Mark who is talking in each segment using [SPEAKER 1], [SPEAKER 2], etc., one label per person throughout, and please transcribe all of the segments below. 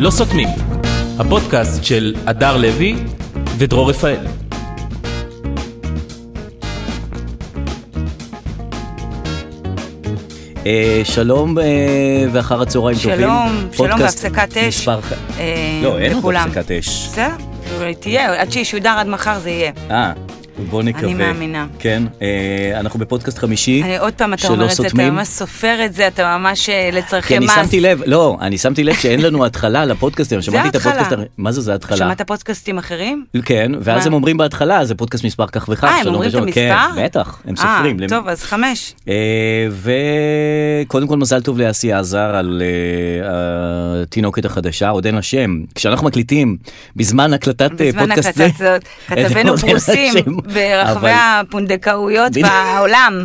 [SPEAKER 1] לא סותמים, הפודקאסט של הדר לוי ודרור רפאל.
[SPEAKER 2] אה, שלום אה, ואחר הצהריים
[SPEAKER 3] שלום,
[SPEAKER 2] טובים.
[SPEAKER 3] שלום
[SPEAKER 2] פודקאסט
[SPEAKER 3] והפסקת אש.
[SPEAKER 2] מספר... ח-
[SPEAKER 3] אה,
[SPEAKER 2] לא, אין עוד
[SPEAKER 3] לכולם.
[SPEAKER 2] הפסקת אש.
[SPEAKER 3] בסדר, אולי תהיה, עד שישודר עד מחר זה יהיה.
[SPEAKER 2] אה, בוא נקווה.
[SPEAKER 3] מאמינה.
[SPEAKER 2] כן, אה, אנחנו בפודקאסט חמישי.
[SPEAKER 3] אני, עוד פעם אתה
[SPEAKER 2] שלא
[SPEAKER 3] אומר את זה, אתה
[SPEAKER 2] סותמים.
[SPEAKER 3] ממש סופר את זה, אתה ממש אה,
[SPEAKER 2] כי
[SPEAKER 3] לצורכי
[SPEAKER 2] אני
[SPEAKER 3] מס.
[SPEAKER 2] שמתי לב, לא, אני שמתי לב שאין לנו התחלה לפודקאסטים, שמעתי את
[SPEAKER 3] ההתחלה.
[SPEAKER 2] הפודקאסט, הר- מה זה זה התחלה?
[SPEAKER 3] שמעת פודקאסטים אחרים?
[SPEAKER 2] כן, ואז
[SPEAKER 3] מה?
[SPEAKER 2] הם אומרים בהתחלה, זה פודקאסט מספר כך וכך,
[SPEAKER 3] אה, הם
[SPEAKER 2] שלום
[SPEAKER 3] אומרים את
[SPEAKER 2] ושלום."
[SPEAKER 3] המספר?
[SPEAKER 2] כן, בטח, הם סופרים.
[SPEAKER 3] אה,
[SPEAKER 2] למ-
[SPEAKER 3] טוב, אז חמש.
[SPEAKER 2] אה, וקודם כל מזל טוב לאסי עזר על אה, התינוקת החדשה, עוד אין לה שם. כשאנחנו מקליטים בזמן הקלטת אה,
[SPEAKER 3] בזמן
[SPEAKER 2] פודקאסט
[SPEAKER 3] הקצת
[SPEAKER 2] זה,
[SPEAKER 3] זאת,
[SPEAKER 2] אין
[SPEAKER 3] כתבנו
[SPEAKER 2] עוד
[SPEAKER 3] פרוסים
[SPEAKER 2] אנשים,
[SPEAKER 3] ברחבי
[SPEAKER 2] אבל-
[SPEAKER 3] הפונדקאויות
[SPEAKER 2] בדיוק.
[SPEAKER 3] בעולם.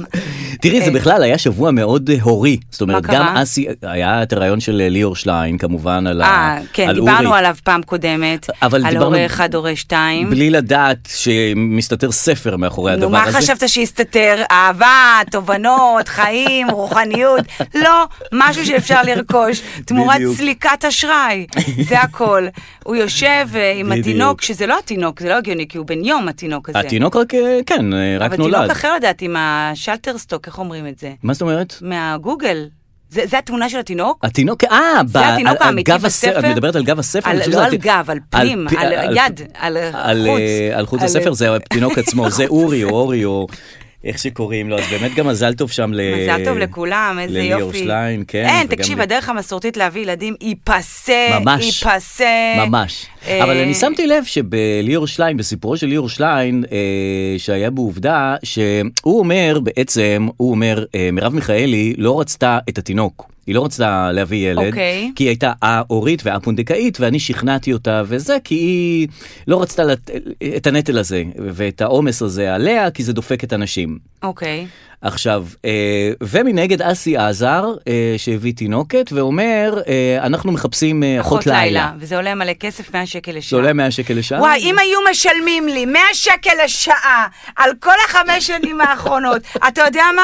[SPEAKER 2] תראי, זה
[SPEAKER 3] אה,
[SPEAKER 2] בכלל היה שבוע מאוד אה, הורי. זאת אומרת,
[SPEAKER 3] מה קרה?
[SPEAKER 2] גם אסי, היה את הריאיון של אה, ליאור שליין כמובן, על ה-
[SPEAKER 3] אה, כן,
[SPEAKER 2] על
[SPEAKER 3] דיברנו
[SPEAKER 2] אורי.
[SPEAKER 3] עליו פעם קודמת,
[SPEAKER 2] אבל
[SPEAKER 3] על
[SPEAKER 2] דיברנו-
[SPEAKER 3] הורה אחד, הורה שתיים.
[SPEAKER 2] בלי לדעת שמסתתר ספר מאחורי הדבר
[SPEAKER 3] נו, מה
[SPEAKER 2] הזה.
[SPEAKER 3] חשבת שהסתתר? אהבה, תובנות, חיים, רוחניות? לא, משהו שאפשר לרכוש תמורת
[SPEAKER 2] בדיוק.
[SPEAKER 3] סליקת אשראי, זה הכל. הוא יושב אה, עם
[SPEAKER 2] בדיוק.
[SPEAKER 3] התינוק, שזה לא התינוק, זה לא הגיוני, כי הוא בן יום התינוק הזה.
[SPEAKER 2] התינוק רק, אה, כן, אה, רק
[SPEAKER 3] אבל
[SPEAKER 2] נולד.
[SPEAKER 3] תינוק אחר לדעתי, עם השלטרסטוק, איך אומרים את זה?
[SPEAKER 2] מה זאת אומרת?
[SPEAKER 3] מהגוגל. זה זה התמונה של התינוק?
[SPEAKER 2] התינוק, אה,
[SPEAKER 3] זה
[SPEAKER 2] ב-
[SPEAKER 3] התינוק
[SPEAKER 2] על- על
[SPEAKER 3] האמיתי
[SPEAKER 2] גב הספר?
[SPEAKER 3] בספר?
[SPEAKER 2] את מדברת על גב הספר?
[SPEAKER 3] על-
[SPEAKER 2] אני חושב
[SPEAKER 3] לא
[SPEAKER 2] שזה
[SPEAKER 3] על
[SPEAKER 2] הת-
[SPEAKER 3] גב, על פנים,
[SPEAKER 2] פי-
[SPEAKER 3] על יד, על
[SPEAKER 2] על,
[SPEAKER 3] חוץ.
[SPEAKER 2] אה, על חוץ
[SPEAKER 3] על-
[SPEAKER 2] הספר, זה התינוק עצמו, זה אורי או אורי או איך שקוראים לו, אז באמת גם מזל טוב שם ל...
[SPEAKER 3] מזל טוב לכולם, איזה
[SPEAKER 2] אה, לליאור
[SPEAKER 3] יופי.
[SPEAKER 2] שליין, כן.
[SPEAKER 3] אין,
[SPEAKER 2] וגם
[SPEAKER 3] תקשיב,
[SPEAKER 2] ל-
[SPEAKER 3] הדרך המסורתית להביא ילדים היא פסה, היא
[SPEAKER 2] ממש,
[SPEAKER 3] פסה.
[SPEAKER 2] ממש.
[SPEAKER 3] אה,
[SPEAKER 2] אבל אני שמתי לב שבליאור שליין, בסיפורו של ליאור שליין, אה, שהיה בעובדה, שהוא אומר בעצם, הוא אומר, אה, מרב מיכאלי לא רצתה את התינוק. היא לא רצתה להביא ילד,
[SPEAKER 3] אוקיי.
[SPEAKER 2] כי היא הייתה א-הורית וא-פונדקאית, ואני שכנעתי אותה וזה, כי היא לא רצתה לת... את הנטל הזה, ואת העומס הזה עליה, כי זה דופק את הנשים.
[SPEAKER 3] אוקיי.
[SPEAKER 2] עכשיו, אה, ומנגד אסי עזר, אה, שהביא תינוקת, ואומר, אה, אנחנו מחפשים אה, אחות לילה.
[SPEAKER 3] וזה עולה מלא כסף, 100 שקל
[SPEAKER 2] זה
[SPEAKER 3] לשעה.
[SPEAKER 2] עולה 100 שקל לשעה?
[SPEAKER 3] כן. וואי, אם היו משלמים לי 100 שקל לשעה על כל החמש שנים האחרונות, אתה יודע מה?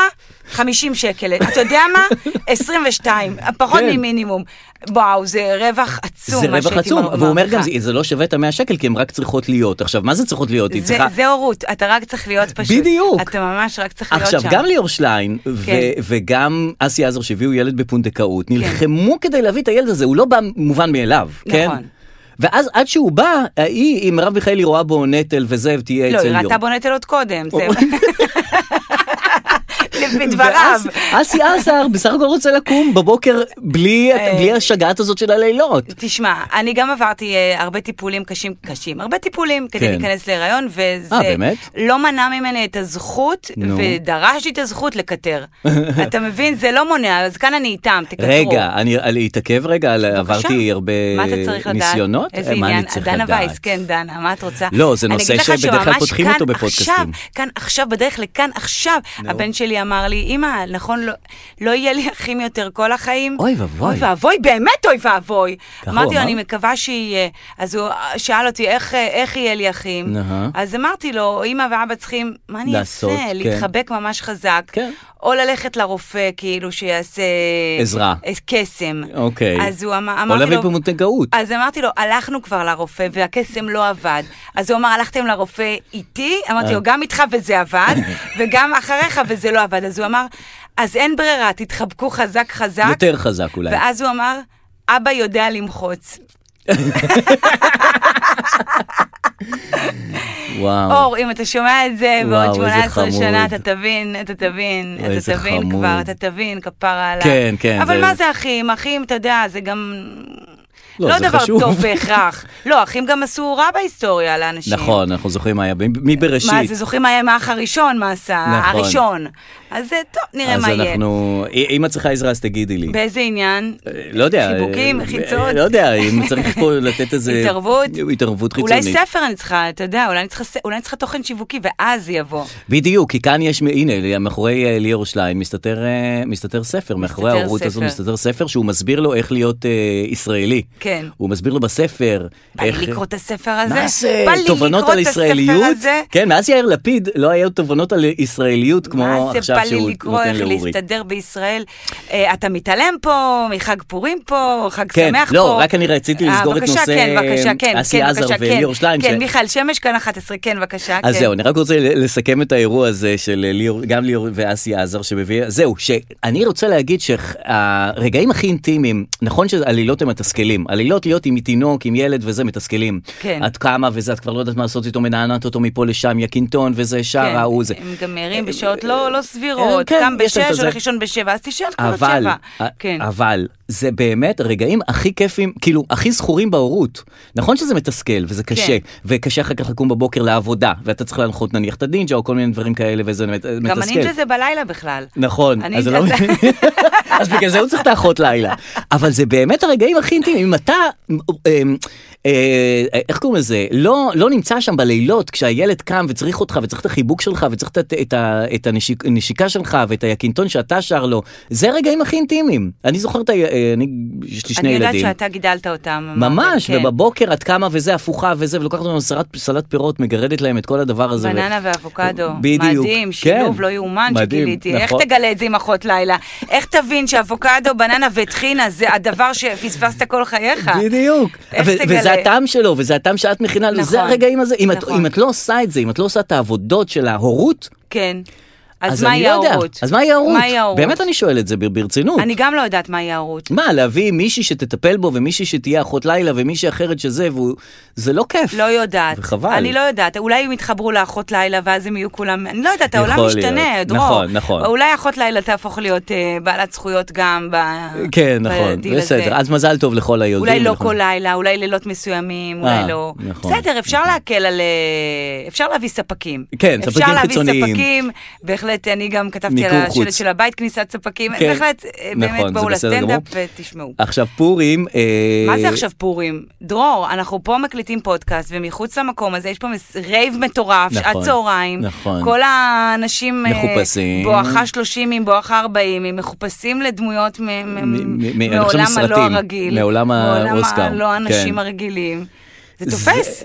[SPEAKER 3] 50 שקל, אתה יודע מה? 22, פחות
[SPEAKER 2] כן.
[SPEAKER 3] ממינימום. וואו, זה רווח עצום,
[SPEAKER 2] זה
[SPEAKER 3] מה
[SPEAKER 2] רווח
[SPEAKER 3] שהייתי
[SPEAKER 2] עצום,
[SPEAKER 3] מר-
[SPEAKER 2] והוא אומר גם,
[SPEAKER 3] מרוויחה.
[SPEAKER 2] "זה- זה לא שווה את המאה שקל, כי הן רק צריכות להיות. עכשיו, מה זה צריכות להיות? היא
[SPEAKER 3] זה-
[SPEAKER 2] צריכה...
[SPEAKER 3] זה הורות, אתה רק צריך להיות פשוט.
[SPEAKER 2] בדיוק.
[SPEAKER 3] אתה ממש רק צריך להיות שם.
[SPEAKER 2] עכשיו, גם ליאור שליין ו-
[SPEAKER 3] כן.
[SPEAKER 2] וגם אסי עזר שהביאו ילד בפונדקאות, נלחמו כדי להביא את הילד הזה, הוא לא בא מובן מאליו, כן?
[SPEAKER 3] נכון.
[SPEAKER 2] ואז עד שהוא בא, היא, אם מרב מיכאלי רואה בו נטל וזה, תהיה
[SPEAKER 3] לא,
[SPEAKER 2] אצל ליאור.
[SPEAKER 3] היא ראתה בו נטל עוד קודם, זה... לפי דבריו.
[SPEAKER 2] ואז אסי עזר בסך הכל רוצה לקום בבוקר בלי
[SPEAKER 3] אה.
[SPEAKER 2] את- בלי השגעת הזאת של הלילות.
[SPEAKER 3] תשמע, אני גם עברתי אה, הרבה טיפולים קשים, קשים, הרבה טיפולים כדי
[SPEAKER 2] כן.
[SPEAKER 3] להיכנס להיריון, וזה
[SPEAKER 2] אה, באמת?
[SPEAKER 3] לא מנע ממני את הזכות,
[SPEAKER 2] נו.
[SPEAKER 3] ודרשתי את הזכות לקטר. אתה מבין? זה לא מונע, אז כאן אני איתם, תקטרו.
[SPEAKER 2] רגע, אני אני אתעכב רגע, על- עברתי הרבה
[SPEAKER 3] מה אתה צריך לדעת?
[SPEAKER 2] ניסיונות. אה,
[SPEAKER 3] איזה
[SPEAKER 2] מה
[SPEAKER 3] עניין?
[SPEAKER 2] אני צריך
[SPEAKER 3] דנה
[SPEAKER 2] לדעת?
[SPEAKER 3] וייס, כן, דנה, מה את רוצה?
[SPEAKER 2] לא, זה
[SPEAKER 3] אני
[SPEAKER 2] נושא
[SPEAKER 3] אגיד לך
[SPEAKER 2] שבדרך כלל
[SPEAKER 3] שממש
[SPEAKER 2] פותחים
[SPEAKER 3] כאן
[SPEAKER 2] אותו בפודקאסטים.
[SPEAKER 3] עכשיו, כאן עכשיו, בדרך לכאן עכשיו, הבן שלי אמר לי, אמא, נכון, לא- לא יהיה לי אחים יותר כל החיים?
[SPEAKER 2] אוי ואבוי.
[SPEAKER 3] אוי ואבוי, באמת אוי ואבוי.
[SPEAKER 2] הוא
[SPEAKER 3] אמרתי לו,
[SPEAKER 2] אמר?
[SPEAKER 3] אני מקווה שיהיה. אז הוא אה, שאל אותי, "איך, אה, איך יהיה לי אחים?
[SPEAKER 2] אהה.
[SPEAKER 3] אז אמרתי לו, אמא ואבא צריכים, מה אני אעשה?
[SPEAKER 2] לעשות, כן.
[SPEAKER 3] להתחבק ממש חזק.
[SPEAKER 2] כן.
[SPEAKER 3] או ללכת לרופא, כאילו, שיעשה...
[SPEAKER 2] עזרה.
[SPEAKER 3] אה, קסם.
[SPEAKER 2] אוקיי.
[SPEAKER 3] אז הוא אמר,
[SPEAKER 2] או
[SPEAKER 3] אמ- אמרתי
[SPEAKER 2] להביא
[SPEAKER 3] לו...
[SPEAKER 2] במותגאות.
[SPEAKER 3] אז אמרתי לו, הלכנו כבר לרופא והקסם לא עבד. אז הוא אמר, הלכתם לרופא איתי? אמרתי לו, גם איתך וזה עבד, וגם אחריך וזה לא עבד. אז הוא אמר, אז אין ברירה, תתחבקו חזק חזק.
[SPEAKER 2] יותר חזק אולי.
[SPEAKER 3] ואז הוא אמר, אבא יודע למחוץ.
[SPEAKER 2] וואו.
[SPEAKER 3] אור, אם אתה שומע את זה
[SPEAKER 2] אה. וואו,
[SPEAKER 3] בעוד
[SPEAKER 2] איזה
[SPEAKER 3] 18
[SPEAKER 2] חמוד.
[SPEAKER 3] שנה, אתה תבין, אתה תבין,
[SPEAKER 2] איזה
[SPEAKER 3] אתה תבין
[SPEAKER 2] חמוד.
[SPEAKER 3] כבר, אתה תבין, כפרה עליו.
[SPEAKER 2] כן, כן,
[SPEAKER 3] אבל
[SPEAKER 2] זה-
[SPEAKER 3] מה זה אחים? אחים, אתה יודע, זה גם...
[SPEAKER 2] לא,
[SPEAKER 3] לא
[SPEAKER 2] זה
[SPEAKER 3] דבר
[SPEAKER 2] חשוב.
[SPEAKER 3] טוב בהכרח. לא, אחים גם עשו רע בהיסטוריה לאנשים.
[SPEAKER 2] נכון, אנחנו זוכרים מה היה, מ- מבראשית.
[SPEAKER 3] מה, זה זוכרים מה היה עם האח הראשון, מה עשה,
[SPEAKER 2] נכון.
[SPEAKER 3] הראשון. אז אה, טוב, נראה
[SPEAKER 2] אז
[SPEAKER 3] מה יהיה.
[SPEAKER 2] אנחנו, אי- אם את צריכה עזרה אז תגידי לי.
[SPEAKER 3] באיזה עניין?
[SPEAKER 2] לא יודע.
[SPEAKER 3] חיבוקים,
[SPEAKER 2] אה,
[SPEAKER 3] חיצות?
[SPEAKER 2] לא יודע, אם צריך פה לתת איזה...
[SPEAKER 3] התערבות?
[SPEAKER 2] התערבות
[SPEAKER 3] אולי
[SPEAKER 2] חיצונית.
[SPEAKER 3] ספר אני צריכה, אתה יודע, אולי אני צריכה ס- אולי אני צריכה תוכן שיווקי, ואז זה יבוא.
[SPEAKER 2] בדיוק, כי כאן יש, הנה, מאחורי אה, ליאור שליין מסתתר, אה, מסתתר ספר, מאחורי
[SPEAKER 3] מסתתר
[SPEAKER 2] ההורות הזו
[SPEAKER 3] ספר.
[SPEAKER 2] מסתתר ספר שהוא מסביר לו איך להיות אה, ישראלי.
[SPEAKER 3] כן.
[SPEAKER 2] הוא מסביר לו בספר
[SPEAKER 3] בא לי לקרוא את הספר הזה.
[SPEAKER 2] מה זה?
[SPEAKER 3] בא לי
[SPEAKER 2] תובנות
[SPEAKER 3] לקרוא
[SPEAKER 2] על
[SPEAKER 3] את הספר
[SPEAKER 2] ישראליות?
[SPEAKER 3] הזה.
[SPEAKER 2] כן, מאז יאיר לפיד לא היו תובנות על ישראליות כמו
[SPEAKER 3] מה זה
[SPEAKER 2] עכשיו
[SPEAKER 3] בא
[SPEAKER 2] שהוא
[SPEAKER 3] לי לקרוא
[SPEAKER 2] נותן
[SPEAKER 3] איך
[SPEAKER 2] לאורי.
[SPEAKER 3] להסתדר בישראל? אה, אתה מתעלם פה, מחג פורים פה, חג
[SPEAKER 2] כן,
[SPEAKER 3] שמח פה.
[SPEAKER 2] לא, רק אני רציתי
[SPEAKER 3] אה,
[SPEAKER 2] לסגור את
[SPEAKER 3] בבקשה,
[SPEAKER 2] נושא,
[SPEAKER 3] כן, בבקשה, כן,
[SPEAKER 2] אסי
[SPEAKER 3] כן,
[SPEAKER 2] עזר
[SPEAKER 3] בבקשה,
[SPEAKER 2] וליאור
[SPEAKER 3] כן.
[SPEAKER 2] שליין,
[SPEAKER 3] כן,
[SPEAKER 2] ש-
[SPEAKER 3] מיכל שמש, כאן 11, כן, בבקשה.
[SPEAKER 2] אז
[SPEAKER 3] כן.
[SPEAKER 2] זהו, אני רק רוצה ל- לסכם את האירוע הזה של אה, ליאור, גם ליאור ואסי עזר שמביא, זהו, שאני רוצה להגיד שהרגעים הכי אינטימיים, נכון שעלילות הם מתסכלים, עלילות להיות עם תינוק, עם ילד וזה מתסכלים.
[SPEAKER 3] כן.
[SPEAKER 2] את קמה וזה, את כבר לא יודעת מה לעשות איתו, מנענעת אותו מפה לשם, יקינטון וזה,
[SPEAKER 3] כן,
[SPEAKER 2] שרה, הוא זה.
[SPEAKER 3] הם גם מערים בשעות לא לא סבירות,
[SPEAKER 2] כן,
[SPEAKER 3] קם
[SPEAKER 2] יש
[SPEAKER 3] בשש,
[SPEAKER 2] להם את
[SPEAKER 3] הולך
[SPEAKER 2] זה.
[SPEAKER 3] לישון בשבע, אז תשאל כבר עד
[SPEAKER 2] אבל,
[SPEAKER 3] שבע.
[SPEAKER 2] א-
[SPEAKER 3] כן.
[SPEAKER 2] אבל זה באמת הרגעים הכי כיפים, כאילו, הכי זכורים בהורות. נכון שזה מתסכל וזה קשה,
[SPEAKER 3] כן.
[SPEAKER 2] וקשה אחר כך לקום בבוקר לעבודה, ואתה צריך להנחות נניח את הדינג'ה או כל מיני דברים כאלה, וזה מת- מתסכל.
[SPEAKER 3] גם הנינג'ה זה בלילה בכלל.
[SPEAKER 2] נכון,
[SPEAKER 3] אני-
[SPEAKER 2] אז, זה לא... אז בגלל זה הוא צריך את האחות לילה. אבל זה באמת הרגעים הכי אינטימיים, אם אתה, אה, אה, איך קוראים לזה, לא, לא נמצא שם בלילות כשהילד קם וצריך אותך וצריך את החיבוק שלך וצריך את, ה- את, ה- את הנשיק- הנשיקה שלך ואת הקינטון שאתה שר לו, זה הרגעים הכי אינטימיים. אני זוכר את ה... אה, אני, יש לי שני
[SPEAKER 3] אני יודעת
[SPEAKER 2] ילדים.
[SPEAKER 3] שאתה גידלת אותם.
[SPEAKER 2] ממש,
[SPEAKER 3] כן.
[SPEAKER 2] ובבוקר את קמה וזה הפוכה וזה, ולוקחת אותנו סלט, סלט פירות, מגרדת להם את כל הדבר הזה. ו-
[SPEAKER 3] בננה ואבוקדו,
[SPEAKER 2] בדיוק,
[SPEAKER 3] מדהים, שילוב
[SPEAKER 2] כן.
[SPEAKER 3] לא יאומן
[SPEAKER 2] מדהים,
[SPEAKER 3] שגיליתי, איך
[SPEAKER 2] נכון.
[SPEAKER 3] תגלה את זה עם אחות לילה? איך תבין שאבוקדו, בננה וטחינה זה הדבר שפספסת כל חייך?
[SPEAKER 2] בדיוק.
[SPEAKER 3] אה, איך
[SPEAKER 2] ו-
[SPEAKER 3] תגלה?
[SPEAKER 2] וזה הטעם שלו, וזה הטעם שאת מכינה לו,
[SPEAKER 3] נכון.
[SPEAKER 2] זה הרגעים הזה. אם את-
[SPEAKER 3] נכון.
[SPEAKER 2] אם את לא עושה את זה, אם את לא עושה את העבודות של ההורות,
[SPEAKER 3] כן. אז
[SPEAKER 2] אז
[SPEAKER 3] מה
[SPEAKER 2] אני לא
[SPEAKER 3] היא
[SPEAKER 2] יודע.
[SPEAKER 3] ההורות?
[SPEAKER 2] אז מה היא ההורות?
[SPEAKER 3] מהי ההורות?
[SPEAKER 2] באמת אני שואל את זה בר- ברצינות.
[SPEAKER 3] אני גם לא יודעת מה היא ההורות.
[SPEAKER 2] מה, להביא מישהי שתטפל בו, ומישהי שתהיה אחות לילה, ומישהי אחרת שזה, והוא... זה לא כיף.
[SPEAKER 3] לא יודעת.
[SPEAKER 2] וחבל.
[SPEAKER 3] אני לא יודעת. אולי הם יתחברו לאחות לילה ואז הם יהיו כולם... אני לא יודעת, העולם
[SPEAKER 2] יכול
[SPEAKER 3] משתנה,
[SPEAKER 2] להיות.
[SPEAKER 3] דרור.
[SPEAKER 2] נכון, נכון.
[SPEAKER 3] אולי אחות לילה תהפוך להיות אה, בעלת זכויות גם ב...
[SPEAKER 2] כן, נכון,
[SPEAKER 3] בדיל הזה.
[SPEAKER 2] בסדר. אז מזל טוב לכל היולדים.
[SPEAKER 3] אולי לא
[SPEAKER 2] ולכל-
[SPEAKER 3] כל לילה, אולי לילות מסוימים,
[SPEAKER 2] נכון. אה,
[SPEAKER 3] אולי לא...
[SPEAKER 2] נכון.
[SPEAKER 3] בסדר, אפשר להקל על... אה, אפשר להביא ספקים.
[SPEAKER 2] כן, ספקים
[SPEAKER 3] אפשר
[SPEAKER 2] חיצוניים.
[SPEAKER 3] להביא ספקים, בהחלט, אני גם כתבתי על
[SPEAKER 2] מיקור
[SPEAKER 3] השלט
[SPEAKER 2] חוץ.
[SPEAKER 3] של הבית, כניסת ספקים,
[SPEAKER 2] כן,
[SPEAKER 3] בהחלט, אה, באמת,
[SPEAKER 2] נכון,
[SPEAKER 3] בואו
[SPEAKER 2] זה בסדר
[SPEAKER 3] לסטנדאפ
[SPEAKER 2] גמור.
[SPEAKER 3] ותשמעו.
[SPEAKER 2] עכשיו פורים... אה,
[SPEAKER 3] מה זה עכשיו פורים? דרור, אנחנו פה מקליטים פודקאסט, ומחוץ למקום הזה יש פה מס- רייב מטורף,
[SPEAKER 2] נכון,
[SPEAKER 3] שעת צהריים.
[SPEAKER 2] נכון.
[SPEAKER 3] כל האנשים... אה,
[SPEAKER 2] מחופשים.
[SPEAKER 3] בואכה 30, עם בואכה 40, הם מחופשים לדמויות מ- מ-
[SPEAKER 2] מ- מ- מ-
[SPEAKER 3] מעולם
[SPEAKER 2] אנחנו
[SPEAKER 3] הלא
[SPEAKER 2] מסרטים,
[SPEAKER 3] הרגיל.
[SPEAKER 2] מעולם האוסקר,
[SPEAKER 3] מעולם הלא האנשים
[SPEAKER 2] כן.
[SPEAKER 3] הרגילים. זה
[SPEAKER 2] זה-
[SPEAKER 3] תופס.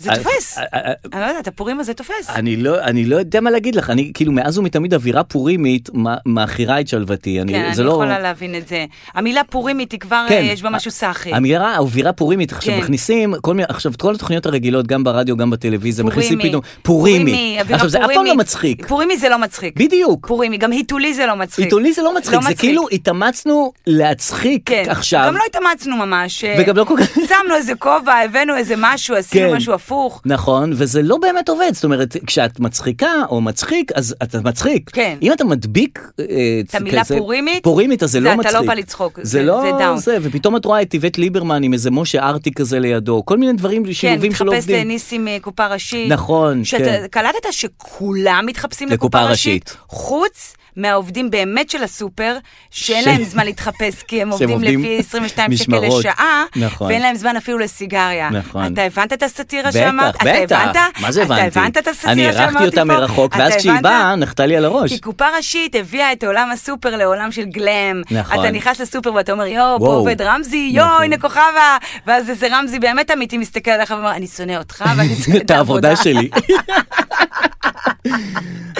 [SPEAKER 3] זה
[SPEAKER 2] אה,
[SPEAKER 3] תופס.
[SPEAKER 2] אה, אה,
[SPEAKER 3] אני לא יודעת, הפורים הזה תופס.
[SPEAKER 2] אני לא, אני לא יודע מה להגיד לך, אני כאילו מאז ומתמיד אווירה פורימית מה- מעכירה את שלוותי, אני,
[SPEAKER 3] כן,
[SPEAKER 2] זה
[SPEAKER 3] אני
[SPEAKER 2] לא... כן,
[SPEAKER 3] יכולה להבין את זה. המילה פורימית היא כבר, אה, יש בה משהו סאחי.
[SPEAKER 2] אמירה, אווירה פורימית, עכשיו
[SPEAKER 3] כן.
[SPEAKER 2] מכניסים, כל מיני, עכשיו את כל התוכניות הרגילות, גם ברדיו, גם בטלוויזיה, מכניסים
[SPEAKER 3] פורימי.
[SPEAKER 2] פתאום, פורימי.
[SPEAKER 3] אווירה
[SPEAKER 2] עכשיו זה אף פעם לא
[SPEAKER 3] פורימית.
[SPEAKER 2] מצחיק,
[SPEAKER 3] פורימי זה לא מצחיק.
[SPEAKER 2] בדיוק.
[SPEAKER 3] פורימי, גם היטולי זה לא מצחיק.
[SPEAKER 2] עיתולי זה לא מצחיק, זה כאילו התאמצנו להצחיק
[SPEAKER 3] כן.
[SPEAKER 2] עכשיו.
[SPEAKER 3] גם לא התאמצנו ממש. אה,
[SPEAKER 2] וגם לא כל כך-
[SPEAKER 3] שמנו איזה כובע, הבאנו איזה משהו, עשינו
[SPEAKER 2] כן.
[SPEAKER 3] משהו הפוך.
[SPEAKER 2] נכון, וזה לא באמת עובד, זאת אומרת, כשאת מצחיקה או מצחיק, אז אתה מצחיק.
[SPEAKER 3] כן.
[SPEAKER 2] אם אתה מדביק... אה,
[SPEAKER 3] את המילה
[SPEAKER 2] כזה-
[SPEAKER 3] פורימית,
[SPEAKER 2] פורימית, אז זה
[SPEAKER 3] זה
[SPEAKER 2] לא
[SPEAKER 3] אתה
[SPEAKER 2] מצחיק.
[SPEAKER 3] לא בא לצחוק,
[SPEAKER 2] זה
[SPEAKER 3] זה-
[SPEAKER 2] לא...
[SPEAKER 3] זה דאון.
[SPEAKER 2] זה, ופתאום את רואה את איווט ליברמן עם איזה משה ארטי כזה לידו, כל מיני דברים,
[SPEAKER 3] כן,
[SPEAKER 2] שילובים שלא
[SPEAKER 3] מתחפש
[SPEAKER 2] עובדים.
[SPEAKER 3] לניסים אה, קופה ראשית.
[SPEAKER 2] נכון,
[SPEAKER 3] שאתה-
[SPEAKER 2] כן.
[SPEAKER 3] קלטת שכולם מתחפשים
[SPEAKER 2] לקופה
[SPEAKER 3] לקופה ראשית,
[SPEAKER 2] ראשית.
[SPEAKER 3] חוץ מהעובדים באמת של הסופר, שאין
[SPEAKER 2] ש-
[SPEAKER 3] להם זמן להתחפש כי הם
[SPEAKER 2] שהם
[SPEAKER 3] עובדים
[SPEAKER 2] עובדים
[SPEAKER 3] לפי 22 שקל
[SPEAKER 2] משמרות.
[SPEAKER 3] לשעה,
[SPEAKER 2] נכון.
[SPEAKER 3] ואין להם זמן אפילו לסיגריה.
[SPEAKER 2] נכון.
[SPEAKER 3] אתה הבנת את הסאטירה
[SPEAKER 2] בטח,
[SPEAKER 3] שאמרת? אתה
[SPEAKER 2] בטח.
[SPEAKER 3] הבנת?
[SPEAKER 2] מה זה הבנתי?
[SPEAKER 3] אתה הבנת את הסאטירה
[SPEAKER 2] אני
[SPEAKER 3] שאמרתי פה?
[SPEAKER 2] אירחתי אותה מרחוק, ואז
[SPEAKER 3] אתה
[SPEAKER 2] כשהיא
[SPEAKER 3] הבנת?
[SPEAKER 2] באה, נחתה לי על הראש.
[SPEAKER 3] כי קופה ראשית הביאה את עולם הסופר לעולם של גלם.
[SPEAKER 2] נכון.
[SPEAKER 3] אתה נכנס לסופר ואתה אומר, יואו, פה
[SPEAKER 2] וואו.
[SPEAKER 3] עובד רמזי, יואו,
[SPEAKER 2] נכון.
[SPEAKER 3] הנה כוכבה. ואז איזה רמזי באמת אמיתי מסתכל עליך ואומר, אני שונא אותך ואני שונא
[SPEAKER 2] את העבודה שלי.